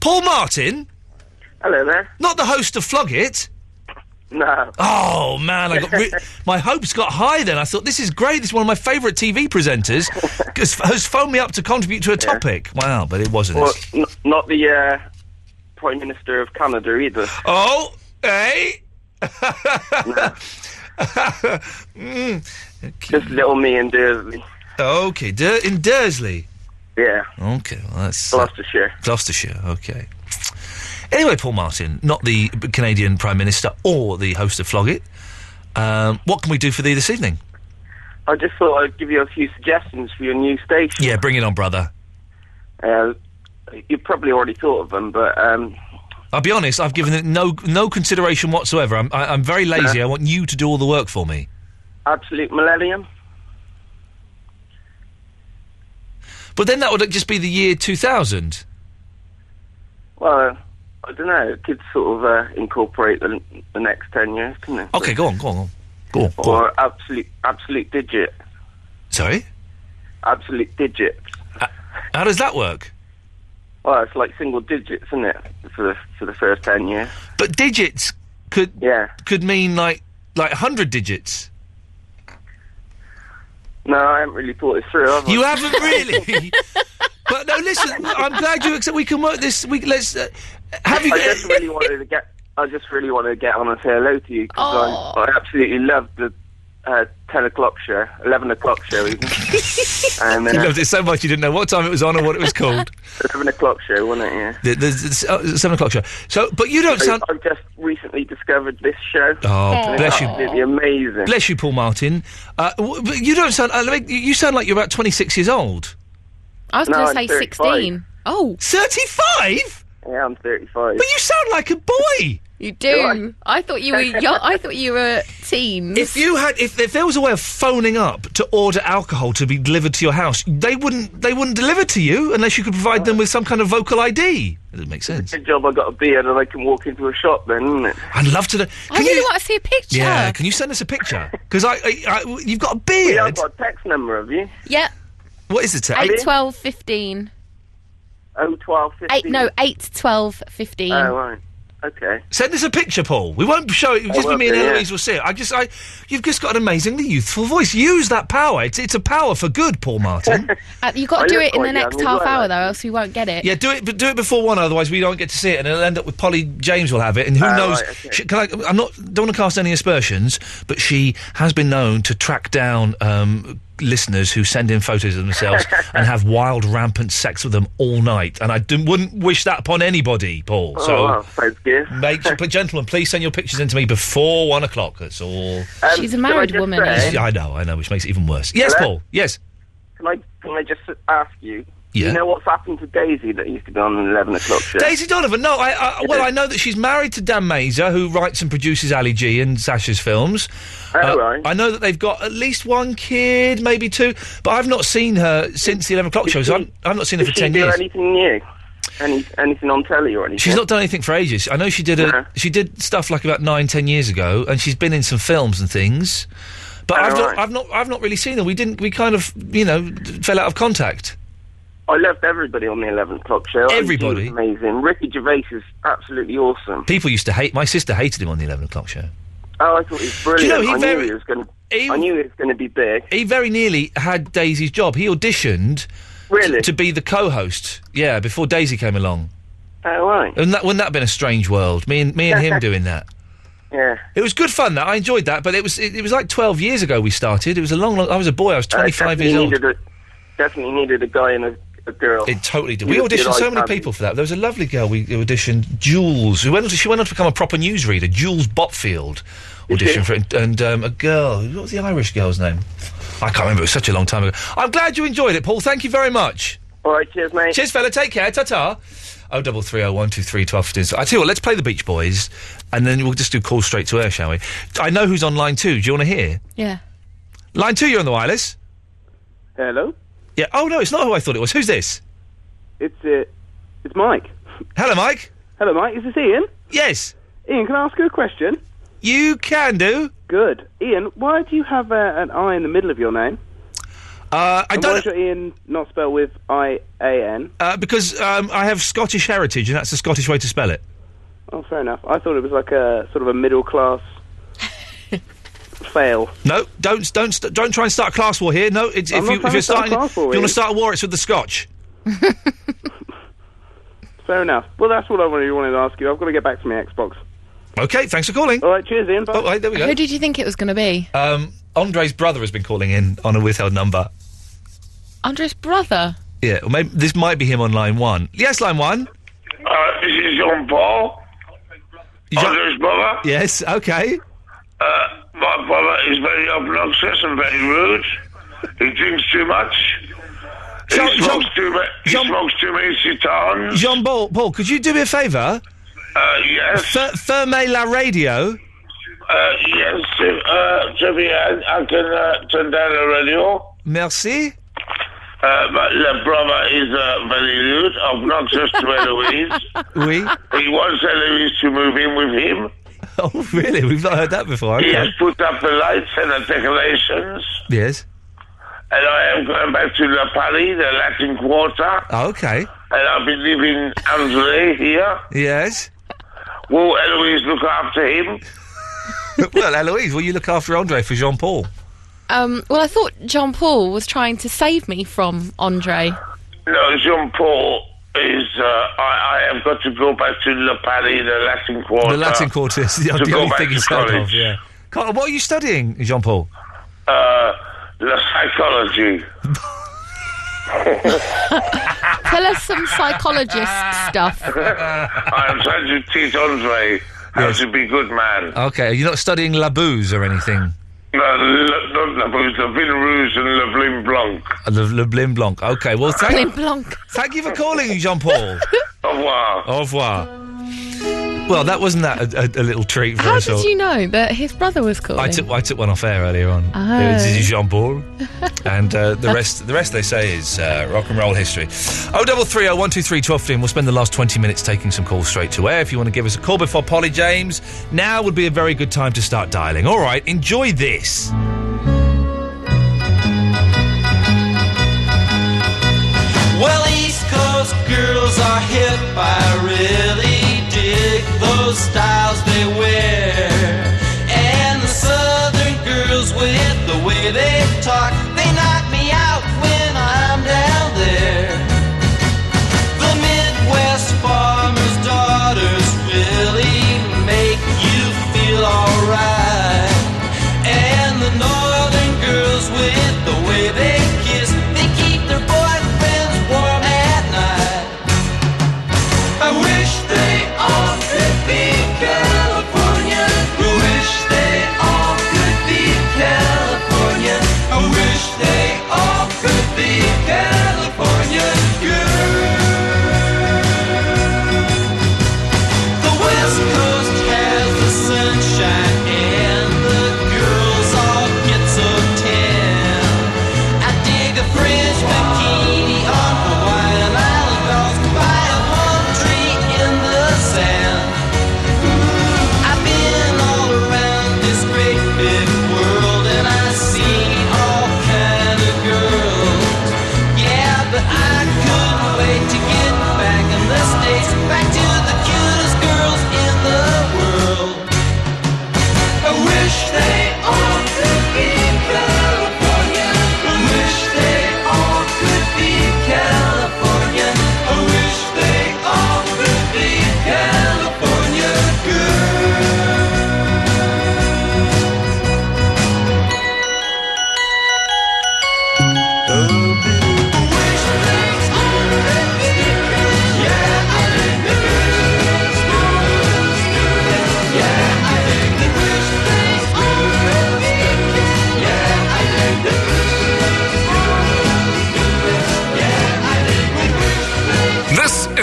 S6: Paul Martin.
S2: Hello there.
S6: Not the host of Flog It.
S2: No.
S6: Oh man, I got re- my hopes got high. Then I thought this is great. This is one of my favourite TV presenters 'cause- has phoned me up to contribute to a topic. Wow, but it wasn't.
S11: Well, n- not the uh, Prime Minister of Canada either.
S6: Oh, hey. Mm.
S11: Just little me and Dursley.
S6: Okay, Dur- in Dursley.
S11: Yeah.
S6: Okay, well, that's
S11: Gloucestershire.
S6: Gloucestershire. Okay. Anyway, Paul Martin, not the b- Canadian Prime Minister or the host of Flog It. Um, what can we do for thee this evening?
S11: I just thought I'd give you a few suggestions for your new station.
S6: Yeah, bring it on, brother.
S11: Uh, you probably already thought of them, but um,
S6: I'll be honest. I've given it no no consideration whatsoever. I'm I, I'm very lazy. I want you to do all the work for me.
S11: Absolute Millennium.
S6: But then that would just be the year 2000.
S11: Well, I don't know. It could sort of uh, incorporate the, the next ten years, couldn't it?
S6: Okay, go on, go on, go on. Go on, go on.
S11: Or absolute, absolute digit,
S6: Sorry,
S11: absolute digit.
S6: how does that work?
S11: Well, it's like single digits, isn't it? For the, for the first ten years.
S6: But digits could
S11: yeah
S6: could mean like like hundred digits.
S11: No, I haven't really thought it through. Have I?
S6: You haven't really. but no, listen. I'm glad you accept. We can work this. We let's. Uh, have you?
S11: I just really wanted to get. I just really wanted to get on and say hello to you because I, I absolutely loved the uh, ten o'clock show, eleven o'clock show, even. and
S6: You
S11: uh,
S6: loved it so much you didn't know what time it was on or what it was called.
S11: eleven o'clock show, wasn't it? Yeah.
S6: the, the, the, uh, seven o'clock show. So, but you don't
S11: So
S6: sound.
S11: I've just recently discovered this show.
S6: Oh,
S11: and it's
S6: bless you.
S11: Absolutely amazing.
S6: Bless you, Paul Martin. Uh, w- but you don't sound. Uh, like- you sound like you're about 26 years old.
S7: I was
S11: No,
S7: going to
S11: I'm
S7: say
S11: 35.
S7: sixteen. Oh,
S6: 35?
S11: Yeah, I'm 35.
S6: But you sound like a boy.
S7: You
S6: Do
S7: do. I thought you were. Young, I thought you were teens.
S6: If you had, if, if there was a way of phoning up to order alcohol to be delivered to your house, they wouldn't. They wouldn't deliver to you unless you could provide them with some kind of vocal ID. It doesn't make sense.
S11: Good job I got a beard and I can walk into a shop then, isn't it?
S6: I'd love to. know-
S7: I really want to see a picture.
S6: Yeah, can you send us a picture? Because I, I, I- you've got a beard.
S11: I've got a text number, have you?
S7: Yep.
S6: What is it? uh,
S7: Eight,
S6: eight-
S7: twelve, fifteen.
S11: Oh, twelve,
S7: Eight. No, eight, twelve, fifteen.
S11: Oh, right. Okay.
S6: Send us a picture, Paul. We won't show it.
S11: I
S6: Just be
S11: will
S6: me and
S11: do, yeah.
S6: Eloise will see it. I just, I, you've just got an amazingly youthful voice. Use that power. It's, it's a power for good, Paul Martin.
S7: Uh, you
S11: I
S7: got to do
S11: Oh, look
S7: it in
S11: quite
S7: the next
S11: young as
S7: half
S11: well,
S7: hour
S11: actually.
S7: though, else we won't
S11: Eh,
S7: get it.
S6: yeah, do it, but do it before one, otherwise we don't get to see it, and it'll end up with Polly James will have it, and who
S11: Ah,
S6: knows?
S11: right, okay.
S6: she- can I, I'm not don't want to cast any aspersions, but she has been known to track down um, listeners who send in photos of themselves and have wild, rampant sex with them all night, and I didn't, wouldn't wish that upon anybody, Paul.
S11: Oh,
S6: so.
S11: wow. Sounds good.
S6: Make, but gentlemen, please send your pictures in to me before one o'clock. That's all.
S11: Um, She's a can I married just woman, say- Ian.
S6: I know, I know, which makes it even worse. Yes,
S11: Hello?
S6: Paul. Yes.
S11: Can I, can I just ask you?
S6: Yeah.
S11: You know what's happened to Daisy that used to be on the 11 o'clock show?
S6: Daisy Donovan. No, I, I Uh, well, I know that she's married to Dan Mazer, who writes and produces Ali G and Sasha's films. Uh,
S11: Oh, right.
S6: I know that they've got at least one kid, maybe two, but I've not seen her since the eleven o'clock show. So I'm, I've not seen her
S11: Did
S6: for
S11: she
S6: ten
S11: do
S6: years.
S11: anything new? Any, anything on telly or anything?
S6: She's not done anything for ages. I know she did a,
S11: No.
S6: she did stuff like about nine, ten years ago, and she's been in some films and things. But
S11: Oh,
S6: I've, not,
S11: right.
S6: I've not I've not really seen her. We didn't we kind of you know d- fell out of contact.
S11: I loved everybody on the 11 o'clock show.
S6: Everybody?
S11: He was amazing. Ricky Gervais is absolutely awesome.
S6: People used to hate my sister hated him on the eleven o'clock show.
S11: Oh, I thought he was
S6: you
S11: brilliant.
S6: know, he
S11: I,
S6: very-
S11: knew he was gonna, I knew he was going to be big.
S6: He very nearly had Daisy's job. He auditioned really? to be the co-host. Yeah, before Daisy came along.
S11: Oh, right.
S6: And that wouldn't that have been a strange world? Me and me and him doing that.
S11: Yeah.
S6: It was good fun. That I enjoyed that, but it was it, it was like twelve years ago we started. It was a long. long I was a boy. I was
S11: Uh,
S6: twenty five
S11: definitely
S6: years old.
S11: Needed a, definitely needed a guy and a, a girl.
S6: It totally did.
S11: You-
S6: We
S11: you
S6: auditioned
S11: like
S6: so many
S11: having-
S6: people for that. There was a lovely girl we auditioned, Jules, who went on to, she went on to become a proper newsreader. Jules Botfield auditioned for it, and um, a girl. What was the Irish girl's name? I can't remember. It was such a long time ago. I'm glad you enjoyed it, Paul. Thank you very much.
S11: All right, cheers, mate.
S6: Cheers, fella. Take care. Ta ta. Oh, double three oh one two three twelve fifteen. So I tell you what, let's play the Beach Boys, and then we'll just do call straight to air, shall we? I know who's on line two. Do you want to hear?
S7: Yeah.
S6: Line two, you're on the wireless.
S13: Hello.
S6: Yeah. Oh no, it's not who I thought it was. Who's this?
S13: It's uh, it's Mike.
S6: Hello, Mike.
S13: Hello, Mike. Is this Ian?
S6: Yes.
S13: Ian, can I ask you a question?
S6: You can do.
S13: Good. Ian, why do you have uh, an I in the middle of your name?
S6: Uh, I
S13: and
S6: don't.
S13: Why is your Ian not spelled with I A N?
S6: Uh, because um, I have Scottish heritage, and that's the Scottish way to spell it.
S13: Oh, fair enough. I thought it was like a sort of a middle class fail.
S6: No, don't don't st- don't try and start a class war here. No, it's,
S13: I'm
S6: if
S13: not
S6: you
S13: trying to
S6: if you're
S13: start a
S6: starting, if
S13: class war,
S6: you want to
S13: Ian.
S6: start a war, it's with the Scotch.
S13: Fair enough. Well, that's what I really wanted to ask you. I've got to get back to my Xbox.
S6: Okay, thanks for calling.
S13: All right, cheers, Ian. Bye.
S6: Oh, right, there we go.
S7: Who did you think it was going to be?
S6: Um, Andre's brother has been calling in on a withheld number.
S7: Andre's brother.
S6: Yeah, or maybe this might be him on line one. Yes, line one.
S14: Uh, this is John Paul. Andrew's brother.
S6: Yes, okay.
S14: Uh, my brother is very obnoxious and very rude. He drinks too much. He smokes too much. He smokes too many citars.
S6: Jean Paul, Paul, could you do me a favour?
S14: Uh, yes.
S6: Fer- ferme la radio.
S14: Uh, yes. if, Uh, Jimmy, I, I can uh, turn down the radio.
S6: Merci.
S14: Uh, but the brother is uh, very rude, obnoxious to Eloise.
S6: Oui.
S14: He wants Eloise to move in with him.
S6: Oh, really? We've not heard that before.
S14: He
S6: Okay.
S14: has put up the lights and the decorations.
S6: Yes.
S14: and I am going back to La Paris, the Latin Quarter,
S6: Oh, okay.
S14: and I've been leaving Andre here.
S6: Yes.
S14: Will Eloise look after him?
S6: well, Eloise, will you look after Andre for Jean Paul?
S7: Um, well, I thought John Paul was trying to save me from Andre.
S14: No, Jean Paul is. Uh, I, I have got to go back to La Paris, the Latin Quarter.
S6: the Latin Quarter is the,
S14: to
S6: the
S14: go
S6: only
S14: back
S6: thing
S14: to
S6: he's heard of.
S14: college.
S6: Yeah. Carl, What are you studying, Jean Paul?
S14: Uh, the psychology.
S7: Tell us some psychologist stuff.
S14: I am trying to teach Andre how to be a good man.
S6: Okay, you're not studying Labouze or anything.
S14: No, Le, not La Bruce, the Vin Rouge and Le Blin Blanc.
S6: Uh, Le, Le Blin Blanc. Okay, well,
S7: Blin
S6: thank,
S7: Blanc.
S6: thank you for calling, Jean Paul.
S14: Au revoir.
S6: Au revoir. Well, that wasn't that a, a, a little treat for
S7: How
S6: us all.
S7: did you know that his brother was calling?
S6: I took I took one off air earlier on.
S7: Oh.
S6: It was Jean Paul, and uh, the rest the rest they say is uh, rock and roll history. Oh double three oh one two three twelve fifteen. We'll spend the last twenty minutes taking some calls straight to air. If you want to give us a call before Polly James, now would be a very good time to start dialing. All right, enjoy this.
S21: Well, East Coast girls are hip. I really dig those styles they wear. And the Southern girls with the way they talk, they knock me out when I'm down there. The Midwest farmer's daughters really make you feel alright. And the northern girls with the way they kiss, they keep their boyfriends warm at night. I wish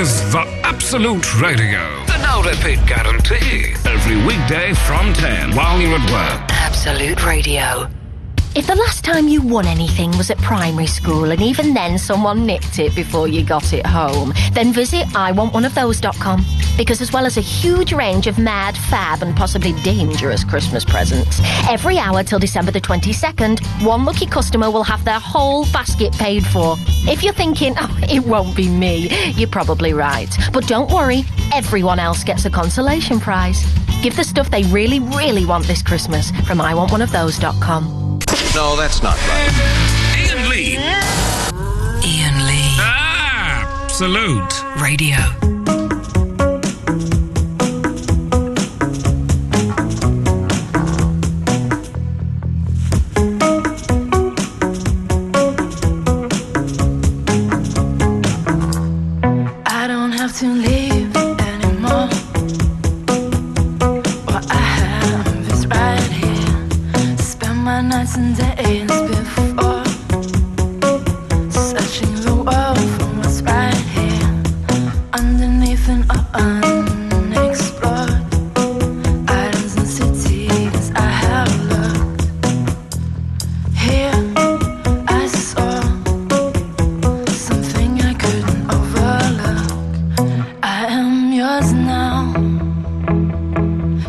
S4: Absolute Radio. The no repeat guarantee. Every weekday from 10 while you're at work.
S16: Absolute Radio.
S32: If the last time you won anything was at primary school and even then someone nicked it before you got it home, then visit iwantoneofthose.com because as well as a huge range of mad, fab and possibly dangerous Christmas presents, every hour till December the 22nd, one lucky customer will have their whole basket paid for. If you're thinking, oh, it won't be me, you're probably right. But don't worry, everyone else gets a consolation prize. Give the stuff they really, really want this Christmas from iwantoneofthose.com.
S5: No, that's not right.
S4: Ian Lee.
S16: Ian Lee.
S4: Ah, Absolute
S16: Radio.
S10: I don't have to leave anymore. What I have is right here. Spend my nights and days before. Searching the world for what's right here. Underneath and unexplored. Islands and cities I have looked. Here I saw something I couldn't overlook. I am yours now.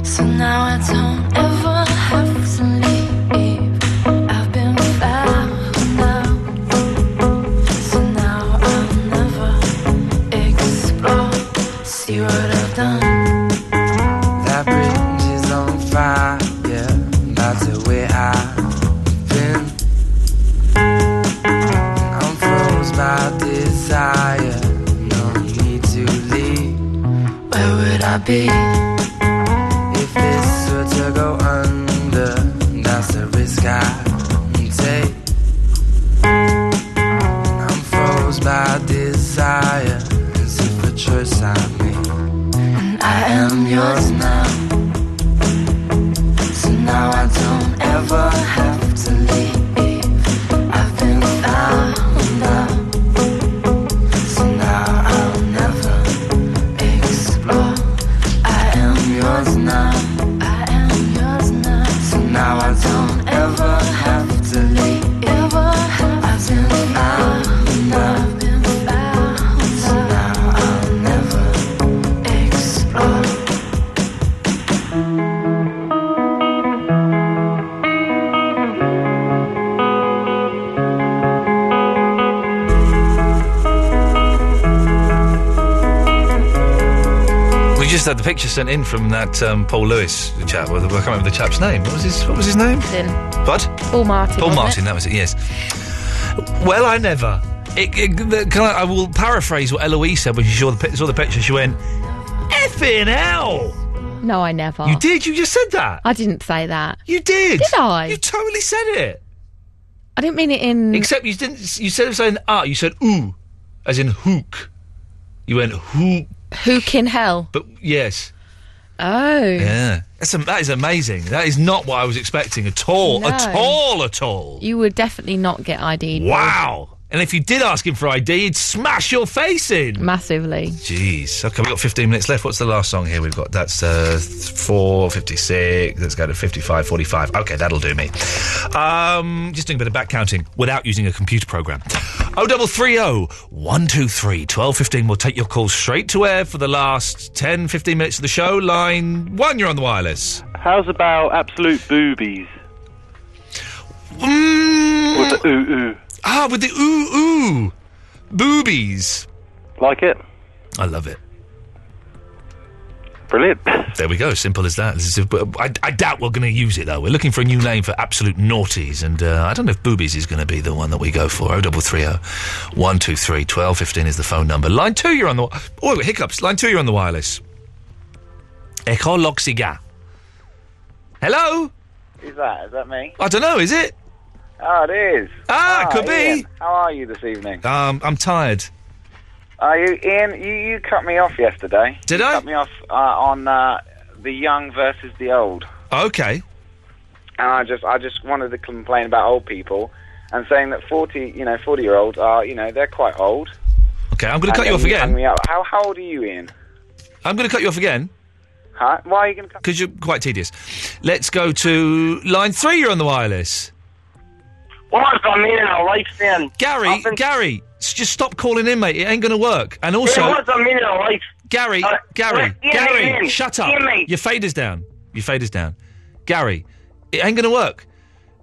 S10: So now I don't ever have to leave. I've been found now. So now I'll never explore. See what I've done.
S5: That bridge is on fire. That's the way I've been. I'm froze by desire. No need to leave. Where would I be? If this were to go under, that's the risk I take. I'm froze by desire. As if a choice I made.
S10: And I am yours now. So now I don't ever have to leave. I've been found now. So now I'll never explore. I am yours now. I am yours now. So now I don't ever have to leave. Ever have to leave. I've been found now. So now I'll never explore.
S6: We just had the picture sent in from that um, Paul Lewis chap. Well, I can't remember the chap's name. What was his? What was his name? Bud.
S7: Paul Martin.
S6: Paul Martin.
S7: wasn't it?
S6: That was it. Yes. Well, I never. It, it, the, can I, I will paraphrase what Eloise said when she saw the pic- saw the picture. She went, "Effing hell!"
S7: No, I never.
S6: You did. You just said that.
S7: I didn't say that.
S6: You did.
S7: Did I?
S6: You totally said it.
S7: I didn't mean it in.
S6: Except you didn't. You said something. Ah, you said ooh, as in hook. You went hook.
S7: Who can hell?
S6: But yes.
S7: Oh.
S6: Yeah. That's am- that is amazing. That is not what I was expecting at all. At
S7: No.
S6: all. At all.
S7: You would definitely not get ID'd.
S6: Wow. And if you did ask him for ID, he'd smash your face in.
S7: Massively.
S6: Jeez. Okay, we've got 15 minutes left. What's the last song here? We've got that's uh, 456. Let's go to 55, 45. Okay, that'll do me. Um, just doing a bit of back counting without using a computer program. 0330 123 1215. We'll take your calls straight to air for the last 10, 15 minutes of the show. Line one, you're on the wireless.
S2: How's about absolute boobies? With the ooh ooh.
S6: Mm. Ah, with the ooh ooh. Boobies.
S2: Like it?
S6: I love it.
S2: Brilliant.
S6: There we go. Simple as that. This is- I, I doubt we're going to use it though. We're looking for a new name for absolute naughties, and uh, I don't know if boobies is going to be the one that we go for. Oh, double three oh, one two three twelve fifteen is the phone number. Line two, you're on the. wi- Oh, hiccups. Line two, you're on the wireless. Echo Loxiga. Hello.
S11: Who's that? Is that me?
S6: I don't know. Is it?
S11: Oh, it is.
S6: Ah, could be.
S11: Ian, how are you this evening?
S6: Um, I'm tired.
S11: Are you Ian? You, you cut me off yesterday.
S6: Did
S11: you
S6: I?
S11: Cut me off uh, on uh, the young versus the old,
S6: Okay.
S11: and I just I just wanted to complain about old people and saying that forty you know forty year olds are you know they're quite old.
S6: Okay. I'm going to
S11: And
S6: cut you
S11: then
S6: off again.
S11: hung me up. How how old are you, Ian?
S6: I'm going to cut you off again
S15: Huh? Why are you going to
S6: because you're quite tedious. Let's go to line three. You're on the wireless.
S2: Well, I've got me now, right then.
S6: Gary, Gary, s- just stop calling in, mate. It ain't going to work. And also,
S2: Yeah, what's a minute, right?
S6: Gary,
S2: Uh,
S6: Gary,
S2: yeah,
S6: Gary,
S2: yeah, yeah.
S6: shut up.
S2: Yeah, mate.
S6: Your fader's down. Your fader's down. Gary, it ain't going to work.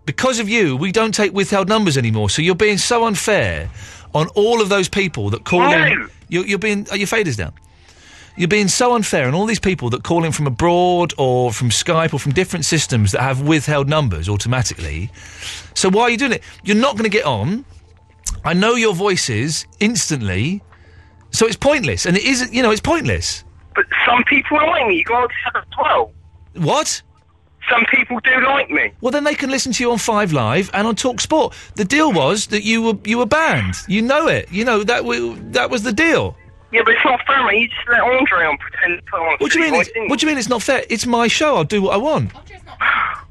S6: Because of you, we don't take withheld numbers anymore. So you're being so unfair on all of those people that call in.
S2: Who?
S6: You're, you're being. Oh, your fader's down. You're being so unfair on all these people that call in from abroad or from Skype or from different systems that have withheld numbers automatically. So why are you doing it? You're not going to get on. I know your voices instantly, so it's pointless. And it is, you know, it's pointless.
S2: But some people like me. You got to as well.
S6: What?
S2: Some people do like me.
S6: Well, then they can listen to you on Five Live and on Talk Sport. The deal was that you were you were banned. You know it. You know that w- that was the deal.
S2: Yeah, but it's not fair, mate. You just let Andre on pretend to put on. a
S6: What do you mean?
S2: suit,
S6: It's,
S2: why didn't
S6: what do you mean? It's not fair. It's my show. I'll do what I want.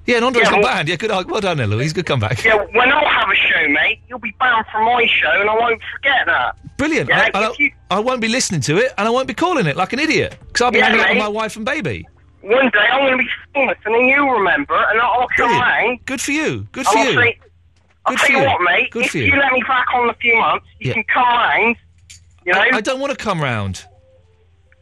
S6: Yeah, and Andre's
S2: Yeah,
S6: not
S2: well-
S6: banned. Yeah, good. arg- Well done, Eloise. Good comeback.
S2: Yeah, when I'll have a show, mate, you'll be banned from my show, and I won't forget that.
S6: Brilliant.
S2: Yeah,
S6: I- I, don't- I won't be listening to it, and I won't be calling it like an idiot because I'll be
S2: Yeah,
S6: hanging out with
S2: mate.
S6: my wife and baby.
S2: One day I'm going to be famous, and then you'll remember, and I'll I'll come
S6: Brilliant.
S2: round.
S6: Good for you.
S2: and
S6: Good for
S2: I'll
S6: you.
S2: Say, I'll
S6: Good
S2: tell
S6: for
S2: you
S6: you.
S2: what, mate.
S6: Good
S2: if
S6: for
S2: you.
S6: you.
S2: let me back on in a few months, you
S6: Yeah.
S2: can come round. You know,
S6: I, I don't want to come round.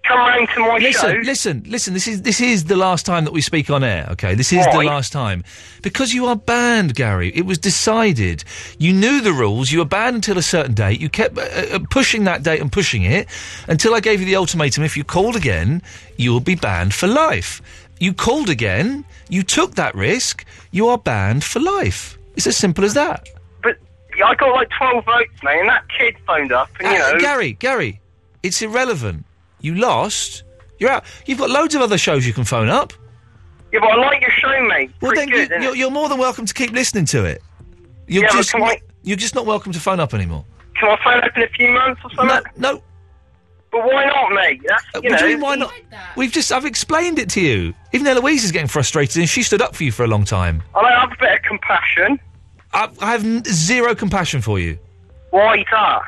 S2: come round to my
S6: listen,
S2: show.
S6: Listen, listen, this is this is the last time that we speak on air, okay? This is the
S2: Right.
S6: last time. Because you are banned, Gary. It was decided. You knew the rules. You were banned until a certain date. You kept uh, uh, pushing that date and pushing it until I gave you the ultimatum if you called again, you will be banned for life. You called again, you took that risk, you are banned for life. It's as simple as that.
S2: But I got like 12 votes, mate, and that kid phoned up, and you
S6: Uh,
S2: know.
S6: Gary, Gary, it's irrelevant. You lost. You're out. You've got loads of other shows you can phone up.
S2: Yeah, but I like your show, mate.
S6: Well,
S2: Pretty
S6: then you,
S2: good, isn't
S6: you're,
S2: it?
S6: you're more than welcome to keep listening to it. You're
S2: Yeah, but
S6: just
S2: can
S6: not,
S2: I-
S6: you're just not welcome to phone up anymore.
S2: Can I phone up in a few months or something?
S6: No. no.
S2: But why not, mate? That's,
S6: Uh,
S2: you
S6: what
S2: know.
S6: do you mean, why not? We've just I've explained it to you. Even Eloise is getting frustrated, and she stood up for you for a long time.
S2: I don't have a bit of compassion.
S6: I, I have n- zero compassion for you.
S2: Why that?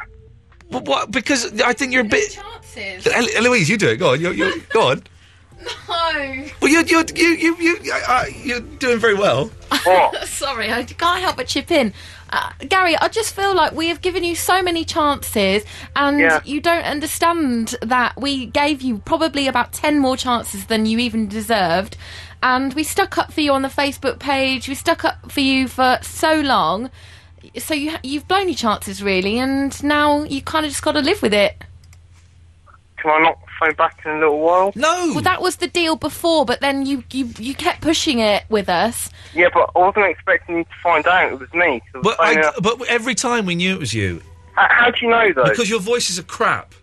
S6: What, what? Because I think you're a bit.
S7: Chances.
S6: El- Eloise, you do it. Go on. You're, you're, go on.
S7: No.
S6: Well, you're you're you you you uh, you're doing very well.
S7: Sorry, I can't help but chip in. Uh, Gary, I just feel like we have given you so many chances, and
S12: Yeah.
S7: you don't understand that we gave you probably about 10 more chances than you even deserved. And we stuck up for you on the Facebook page, we stuck up for you for so long. So you, ha- you've blown your chances, really, and now you kind of just got to live with it.
S2: Can I not phone back in a little while?
S6: No.
S7: Well, that was the deal before, but then you, you, you kept pushing it with us.
S2: Yeah, but I wasn't expecting you to find out it was me. 'cause I was
S6: But
S2: phoning
S6: I,
S2: up.
S6: but every time we knew it was you.
S2: How, how do you know though?
S6: Because your voices are crap.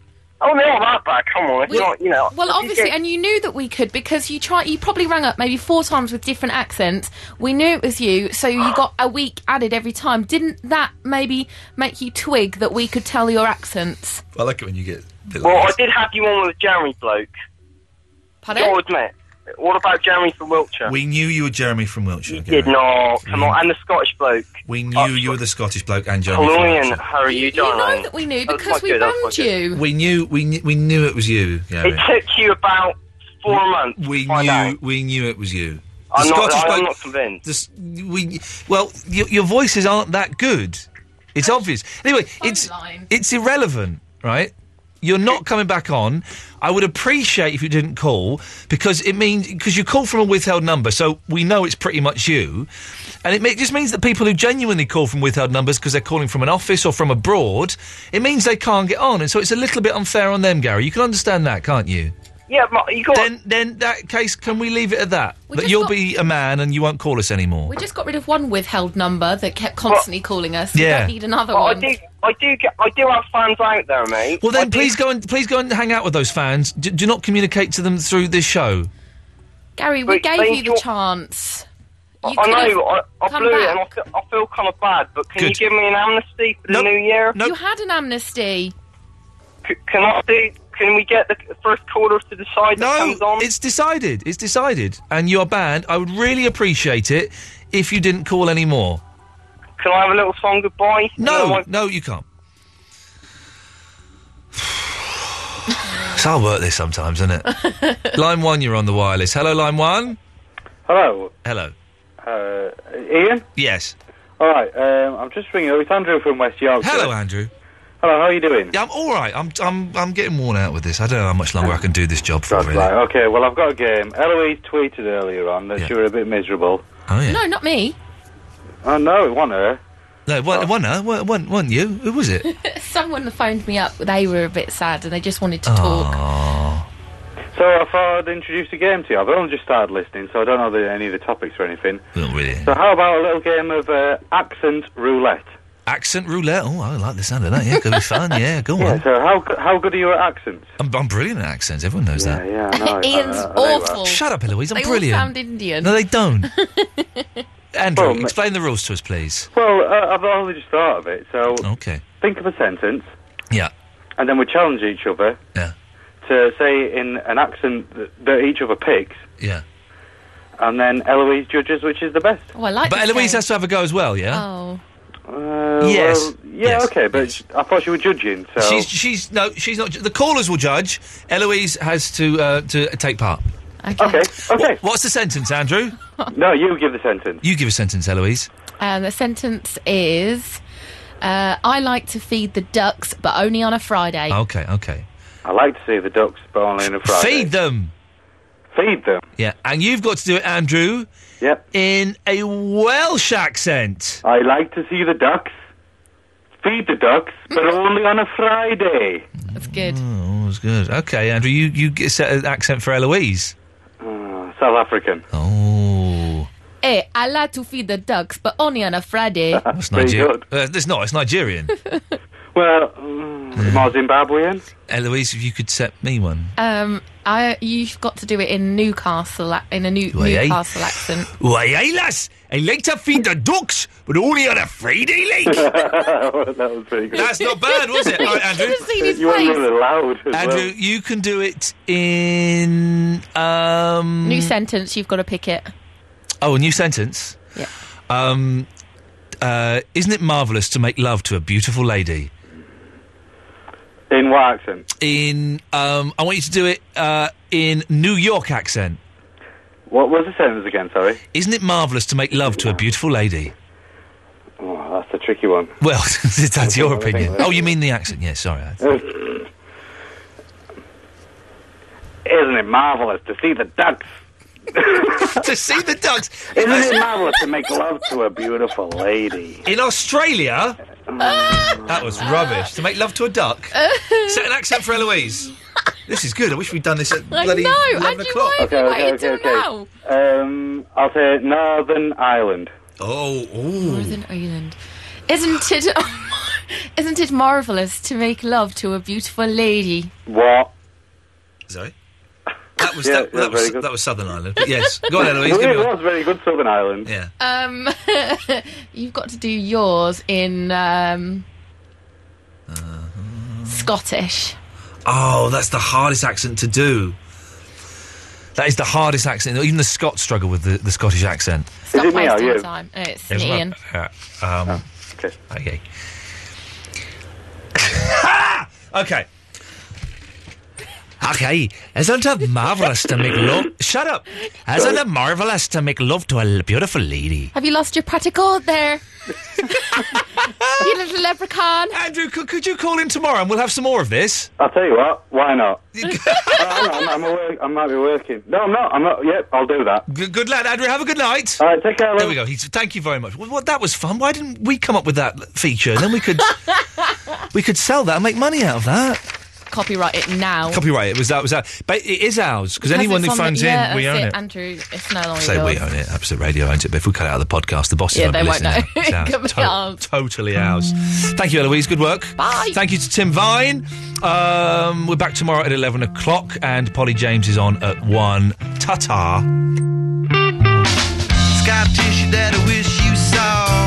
S2: Oh, they're not that bad. Come on, it's not. You know.
S7: Well,
S2: if Oh, you
S7: obviously,
S2: get-
S7: and you knew that we could because you try. You probably rang up maybe four times with different accents. We knew it was you, so you got a week added every time. Didn't that maybe make you twig that we could tell your accents?
S6: I like it when you get. a bit like
S2: Well, I
S6: this.
S2: did have you on with Jeremy bloke.
S7: Pardon?
S2: You'll admit. What about Jeremy from Wiltshire?
S6: We knew you were Jeremy from Wiltshire. Gary.
S2: did not. Come on, and the Scottish bloke. Uh,
S6: We knew you were the Scottish bloke and Jeremy. from
S2: Colonian,
S6: Wiltshire.
S2: how are you doing?
S7: know that we knew
S2: That was
S7: because
S2: quite
S7: we
S2: good, that was
S7: banned
S2: quite good.
S7: you.
S6: We knew we knew, we knew it was you, Gary.
S2: It took you about four months.
S6: We
S2: find
S6: knew
S2: out.
S6: we knew it was you. The
S2: I'm not,
S6: Scottish
S2: I'm
S6: bloke-
S2: not convinced.
S6: the s- we well, your, your voices aren't that good. It's obvious. Anyway, it's it's irrelevant, right? You're not coming back on. I would appreciate if you didn't call because it means because you call from a withheld number, so we know it's pretty much you, and it, ma- it just means that people who genuinely call from withheld numbers because they're calling from an office or from abroad, it means they can't get on, and so it's a little bit unfair on them, Gary. You can understand that, can't you?
S2: Yeah, but you got.
S6: Then, then that case, can we leave it at that?
S7: We
S6: that
S7: just
S6: you'll
S7: got-
S6: be a man and you won't call us anymore.
S7: We just got rid of one withheld number that kept constantly calling us.
S6: Yeah.
S7: We don't need another
S2: Well, Oh, I
S7: one.
S2: do. I do get. I do have fans out there, mate.
S6: Well, then please go and please go and hang out with those fans. D- do not communicate to them through this show.
S7: Gary, we
S2: But
S7: gave
S2: thank
S7: you the
S2: you.
S7: chance. You
S2: I
S7: could've
S2: know. I, I
S7: come
S2: blew it,
S7: back.
S2: and I, fe- I feel kind of bad. But can
S6: Good.
S2: you give me an amnesty for the new year?
S7: You had an amnesty.
S2: C- can I do? Can we get the first caller to decide? that
S6: No,
S2: comes on?
S6: it's decided. It's decided, and you are banned. I would really appreciate it if you didn't call anymore.
S2: Can I have a little song goodbye?
S6: No, no, you can't. hard work this sometimes, isn't it? line one, you're on the wireless. Hello, line one.
S12: Hello,
S6: Hello.
S12: uh, Ian.
S6: Yes.
S12: All right, um, I'm just ringing. It's Andrew from West Yorkshire.
S6: Hello, Andrew.
S12: Hello, how are you doing?
S6: Yeah, I'm all right. I'm I'm I'm getting worn out with this. I don't know how much longer I can do this job for. Really.
S12: Right, Oh. okay. Well, I've got a game. Eloise tweeted earlier on that you were a bit miserable.
S7: No, not me.
S12: Oh no, it wasn't her.
S6: No, it wasn't, wasn't her. Wa- wasn't, wasn't you? Who was it?
S7: Someone phoned me up. They were a bit sad and they just wanted to talk.
S12: So I thought I'd introduce a game to you. I've only just started listening, so I don't know the, any of the topics or anything.
S6: Not really.
S12: So how about a little game of uh, accent roulette?
S6: Accent roulette. Oh, I like the sound of that. Yeah, could be fun. Yeah, go on.
S12: Yeah, so how go- how good are you at accents?
S6: I'm, I'm brilliant at accents. Everyone knows that.
S12: Yeah,
S7: Ian's awful.
S6: Shut up, Eloise. I'm
S7: they
S6: brilliant.
S7: all sound Indian.
S6: no, they don't. Andrew, explain the rules to us, please.
S12: Well, uh, I've only just thought of it. So
S6: Okay.
S12: think of a sentence.
S6: Yeah.
S12: And then we challenge each other.
S6: Yeah.
S12: To say in an accent that, that each other picks,
S6: Yeah.
S12: and then Eloise judges which is the best.
S7: Oh, I like
S6: But
S7: this
S6: Eloise
S7: game.
S6: has to have a go as well. Yeah.
S7: Oh.
S12: Uh,
S6: Yes.
S12: well, yeah. Okay, but I thought you were judging. So
S6: She's she's no she's not. ju- The callers will judge. Eloise has to uh, to take part.
S7: Okay.
S12: Okay.
S6: Okay. what's the sentence, Andrew?
S12: no, you give the sentence.
S6: You give a sentence, Eloise.
S7: Um, the sentence is uh, I like to feed the ducks, but only on a Friday.
S6: Okay. Okay.
S12: I like to see the ducks, but only on a Friday.
S6: Feed them.
S12: Feed them.
S6: Yeah, and you've got to do it, Andrew.
S12: Yep.
S6: In a Welsh accent.
S12: I like to see the ducks. Feed the ducks, but only on a Friday.
S7: That's good.
S6: Oh, that was good. Okay, Andrew, you you get set an accent for Eloise.
S12: Uh, South African.
S6: Oh,
S7: Hey, Eh, I like to feed the ducks, but only on a Friday.
S6: that's Nigerian. Uh, it's not. It's Nigerian.
S12: well, mm, more Zimbabwean.
S6: Eloise, if you could set me one.
S7: Um, I you've got to do it in Newcastle ac- in a new,
S6: Why, eh?
S7: Newcastle accent.
S6: Why, aye, lass. I like to feed the ducks, but only on a Friday,
S12: that was pretty good.
S6: That's not bad, was it, All right, Andrew?
S12: you were really loud. As
S6: Andrew,
S12: well.
S6: you can do it in um.
S7: New sentence. You've got to pick it.
S6: Oh, a new sentence.
S7: Yeah.
S6: Um, uh, isn't it marvelous to make love to a beautiful lady?
S12: In what accent?
S6: In um, I want you to do it uh, in New York accent.
S12: What was the sentence again? Sorry.
S6: Isn't it marvelous to make love to a beautiful lady?
S12: Oh, that's a tricky one.
S6: Well, that's your opinion.
S12: think-
S6: Oh, you mean the accent? Yeah, sorry.
S12: Isn't it marvelous to see the ducks?
S6: to see the ducks.
S12: Isn't it marvelous to make love to a beautiful lady?
S6: In Australia, that was rubbish. To make love to a duck. Set an accent for Eloise. This is good. I wish we'd done this at bloody eleven o'clock.
S12: okay. Um, I'll say Northern Ireland.
S6: Oh,
S7: Northern Ireland. Isn't it? isn't it marvelous to make love to a beautiful lady?
S12: What?
S6: Sorry. That was
S12: Yeah,
S6: that,
S12: yeah,
S6: that was
S12: very good.
S6: that was Southern Ireland. But yes, go on, Eloise. Give me
S12: it
S6: one.
S12: was very good, Southern Ireland.
S6: Yeah.
S7: Um, you've got to do yours in um,
S6: Uh-huh.
S7: Scottish.
S6: Oh, that's the hardest accent to do. That is the hardest accent. Even the Scots struggle with the, the Scottish accent.
S7: It's not
S12: Oh,
S7: waste our time. No, it's
S6: Yes, well,
S7: Ian.
S6: yeah, um, okay. Okay. okay. Okay, isn't it marvelous to make love? Shut up! Isn't it marvelous to make love to a beautiful lady?
S7: Have you lost your practical there? you little leprechaun.
S6: Andrew, could, could you call in tomorrow and we'll have some more of this?
S12: I'll tell you what. Why not? Oh, hang on, I'm away, I might be working. No, I'm not. I'm not. Yep, I'll do that.
S6: Good, good lad, Andrew. Have a good night.
S12: All right, take care.
S6: There we go. He's, thank you very much. Well, what, that was fun. Why didn't we come up with that l- feature? And then we could we could sell that and make money out of that.
S7: Copyright it now.
S6: Copyright. It was that. Was that. But it is ours because anyone
S7: it's
S6: who
S7: on the-
S6: phones
S7: yeah,
S6: in, we
S7: that's
S6: own it.
S7: Andrew, it's no longer
S6: Say
S7: yours.
S6: we own it. Absolute Radio owns it. But if we cut it out of the podcast, the bosses
S7: Oh, Yeah,
S6: won't
S7: they
S6: be
S7: won't
S6: listening.
S7: know.
S6: It's ours.
S7: Could be ours.
S6: Totally ours. Thank you, Eloise. Good work. Bye. Thank you to Tim Vine. Um, we're back tomorrow at eleven o'clock, and Polly James is on at one. Ta ta.
S23: Scar tissue that I wish you saw.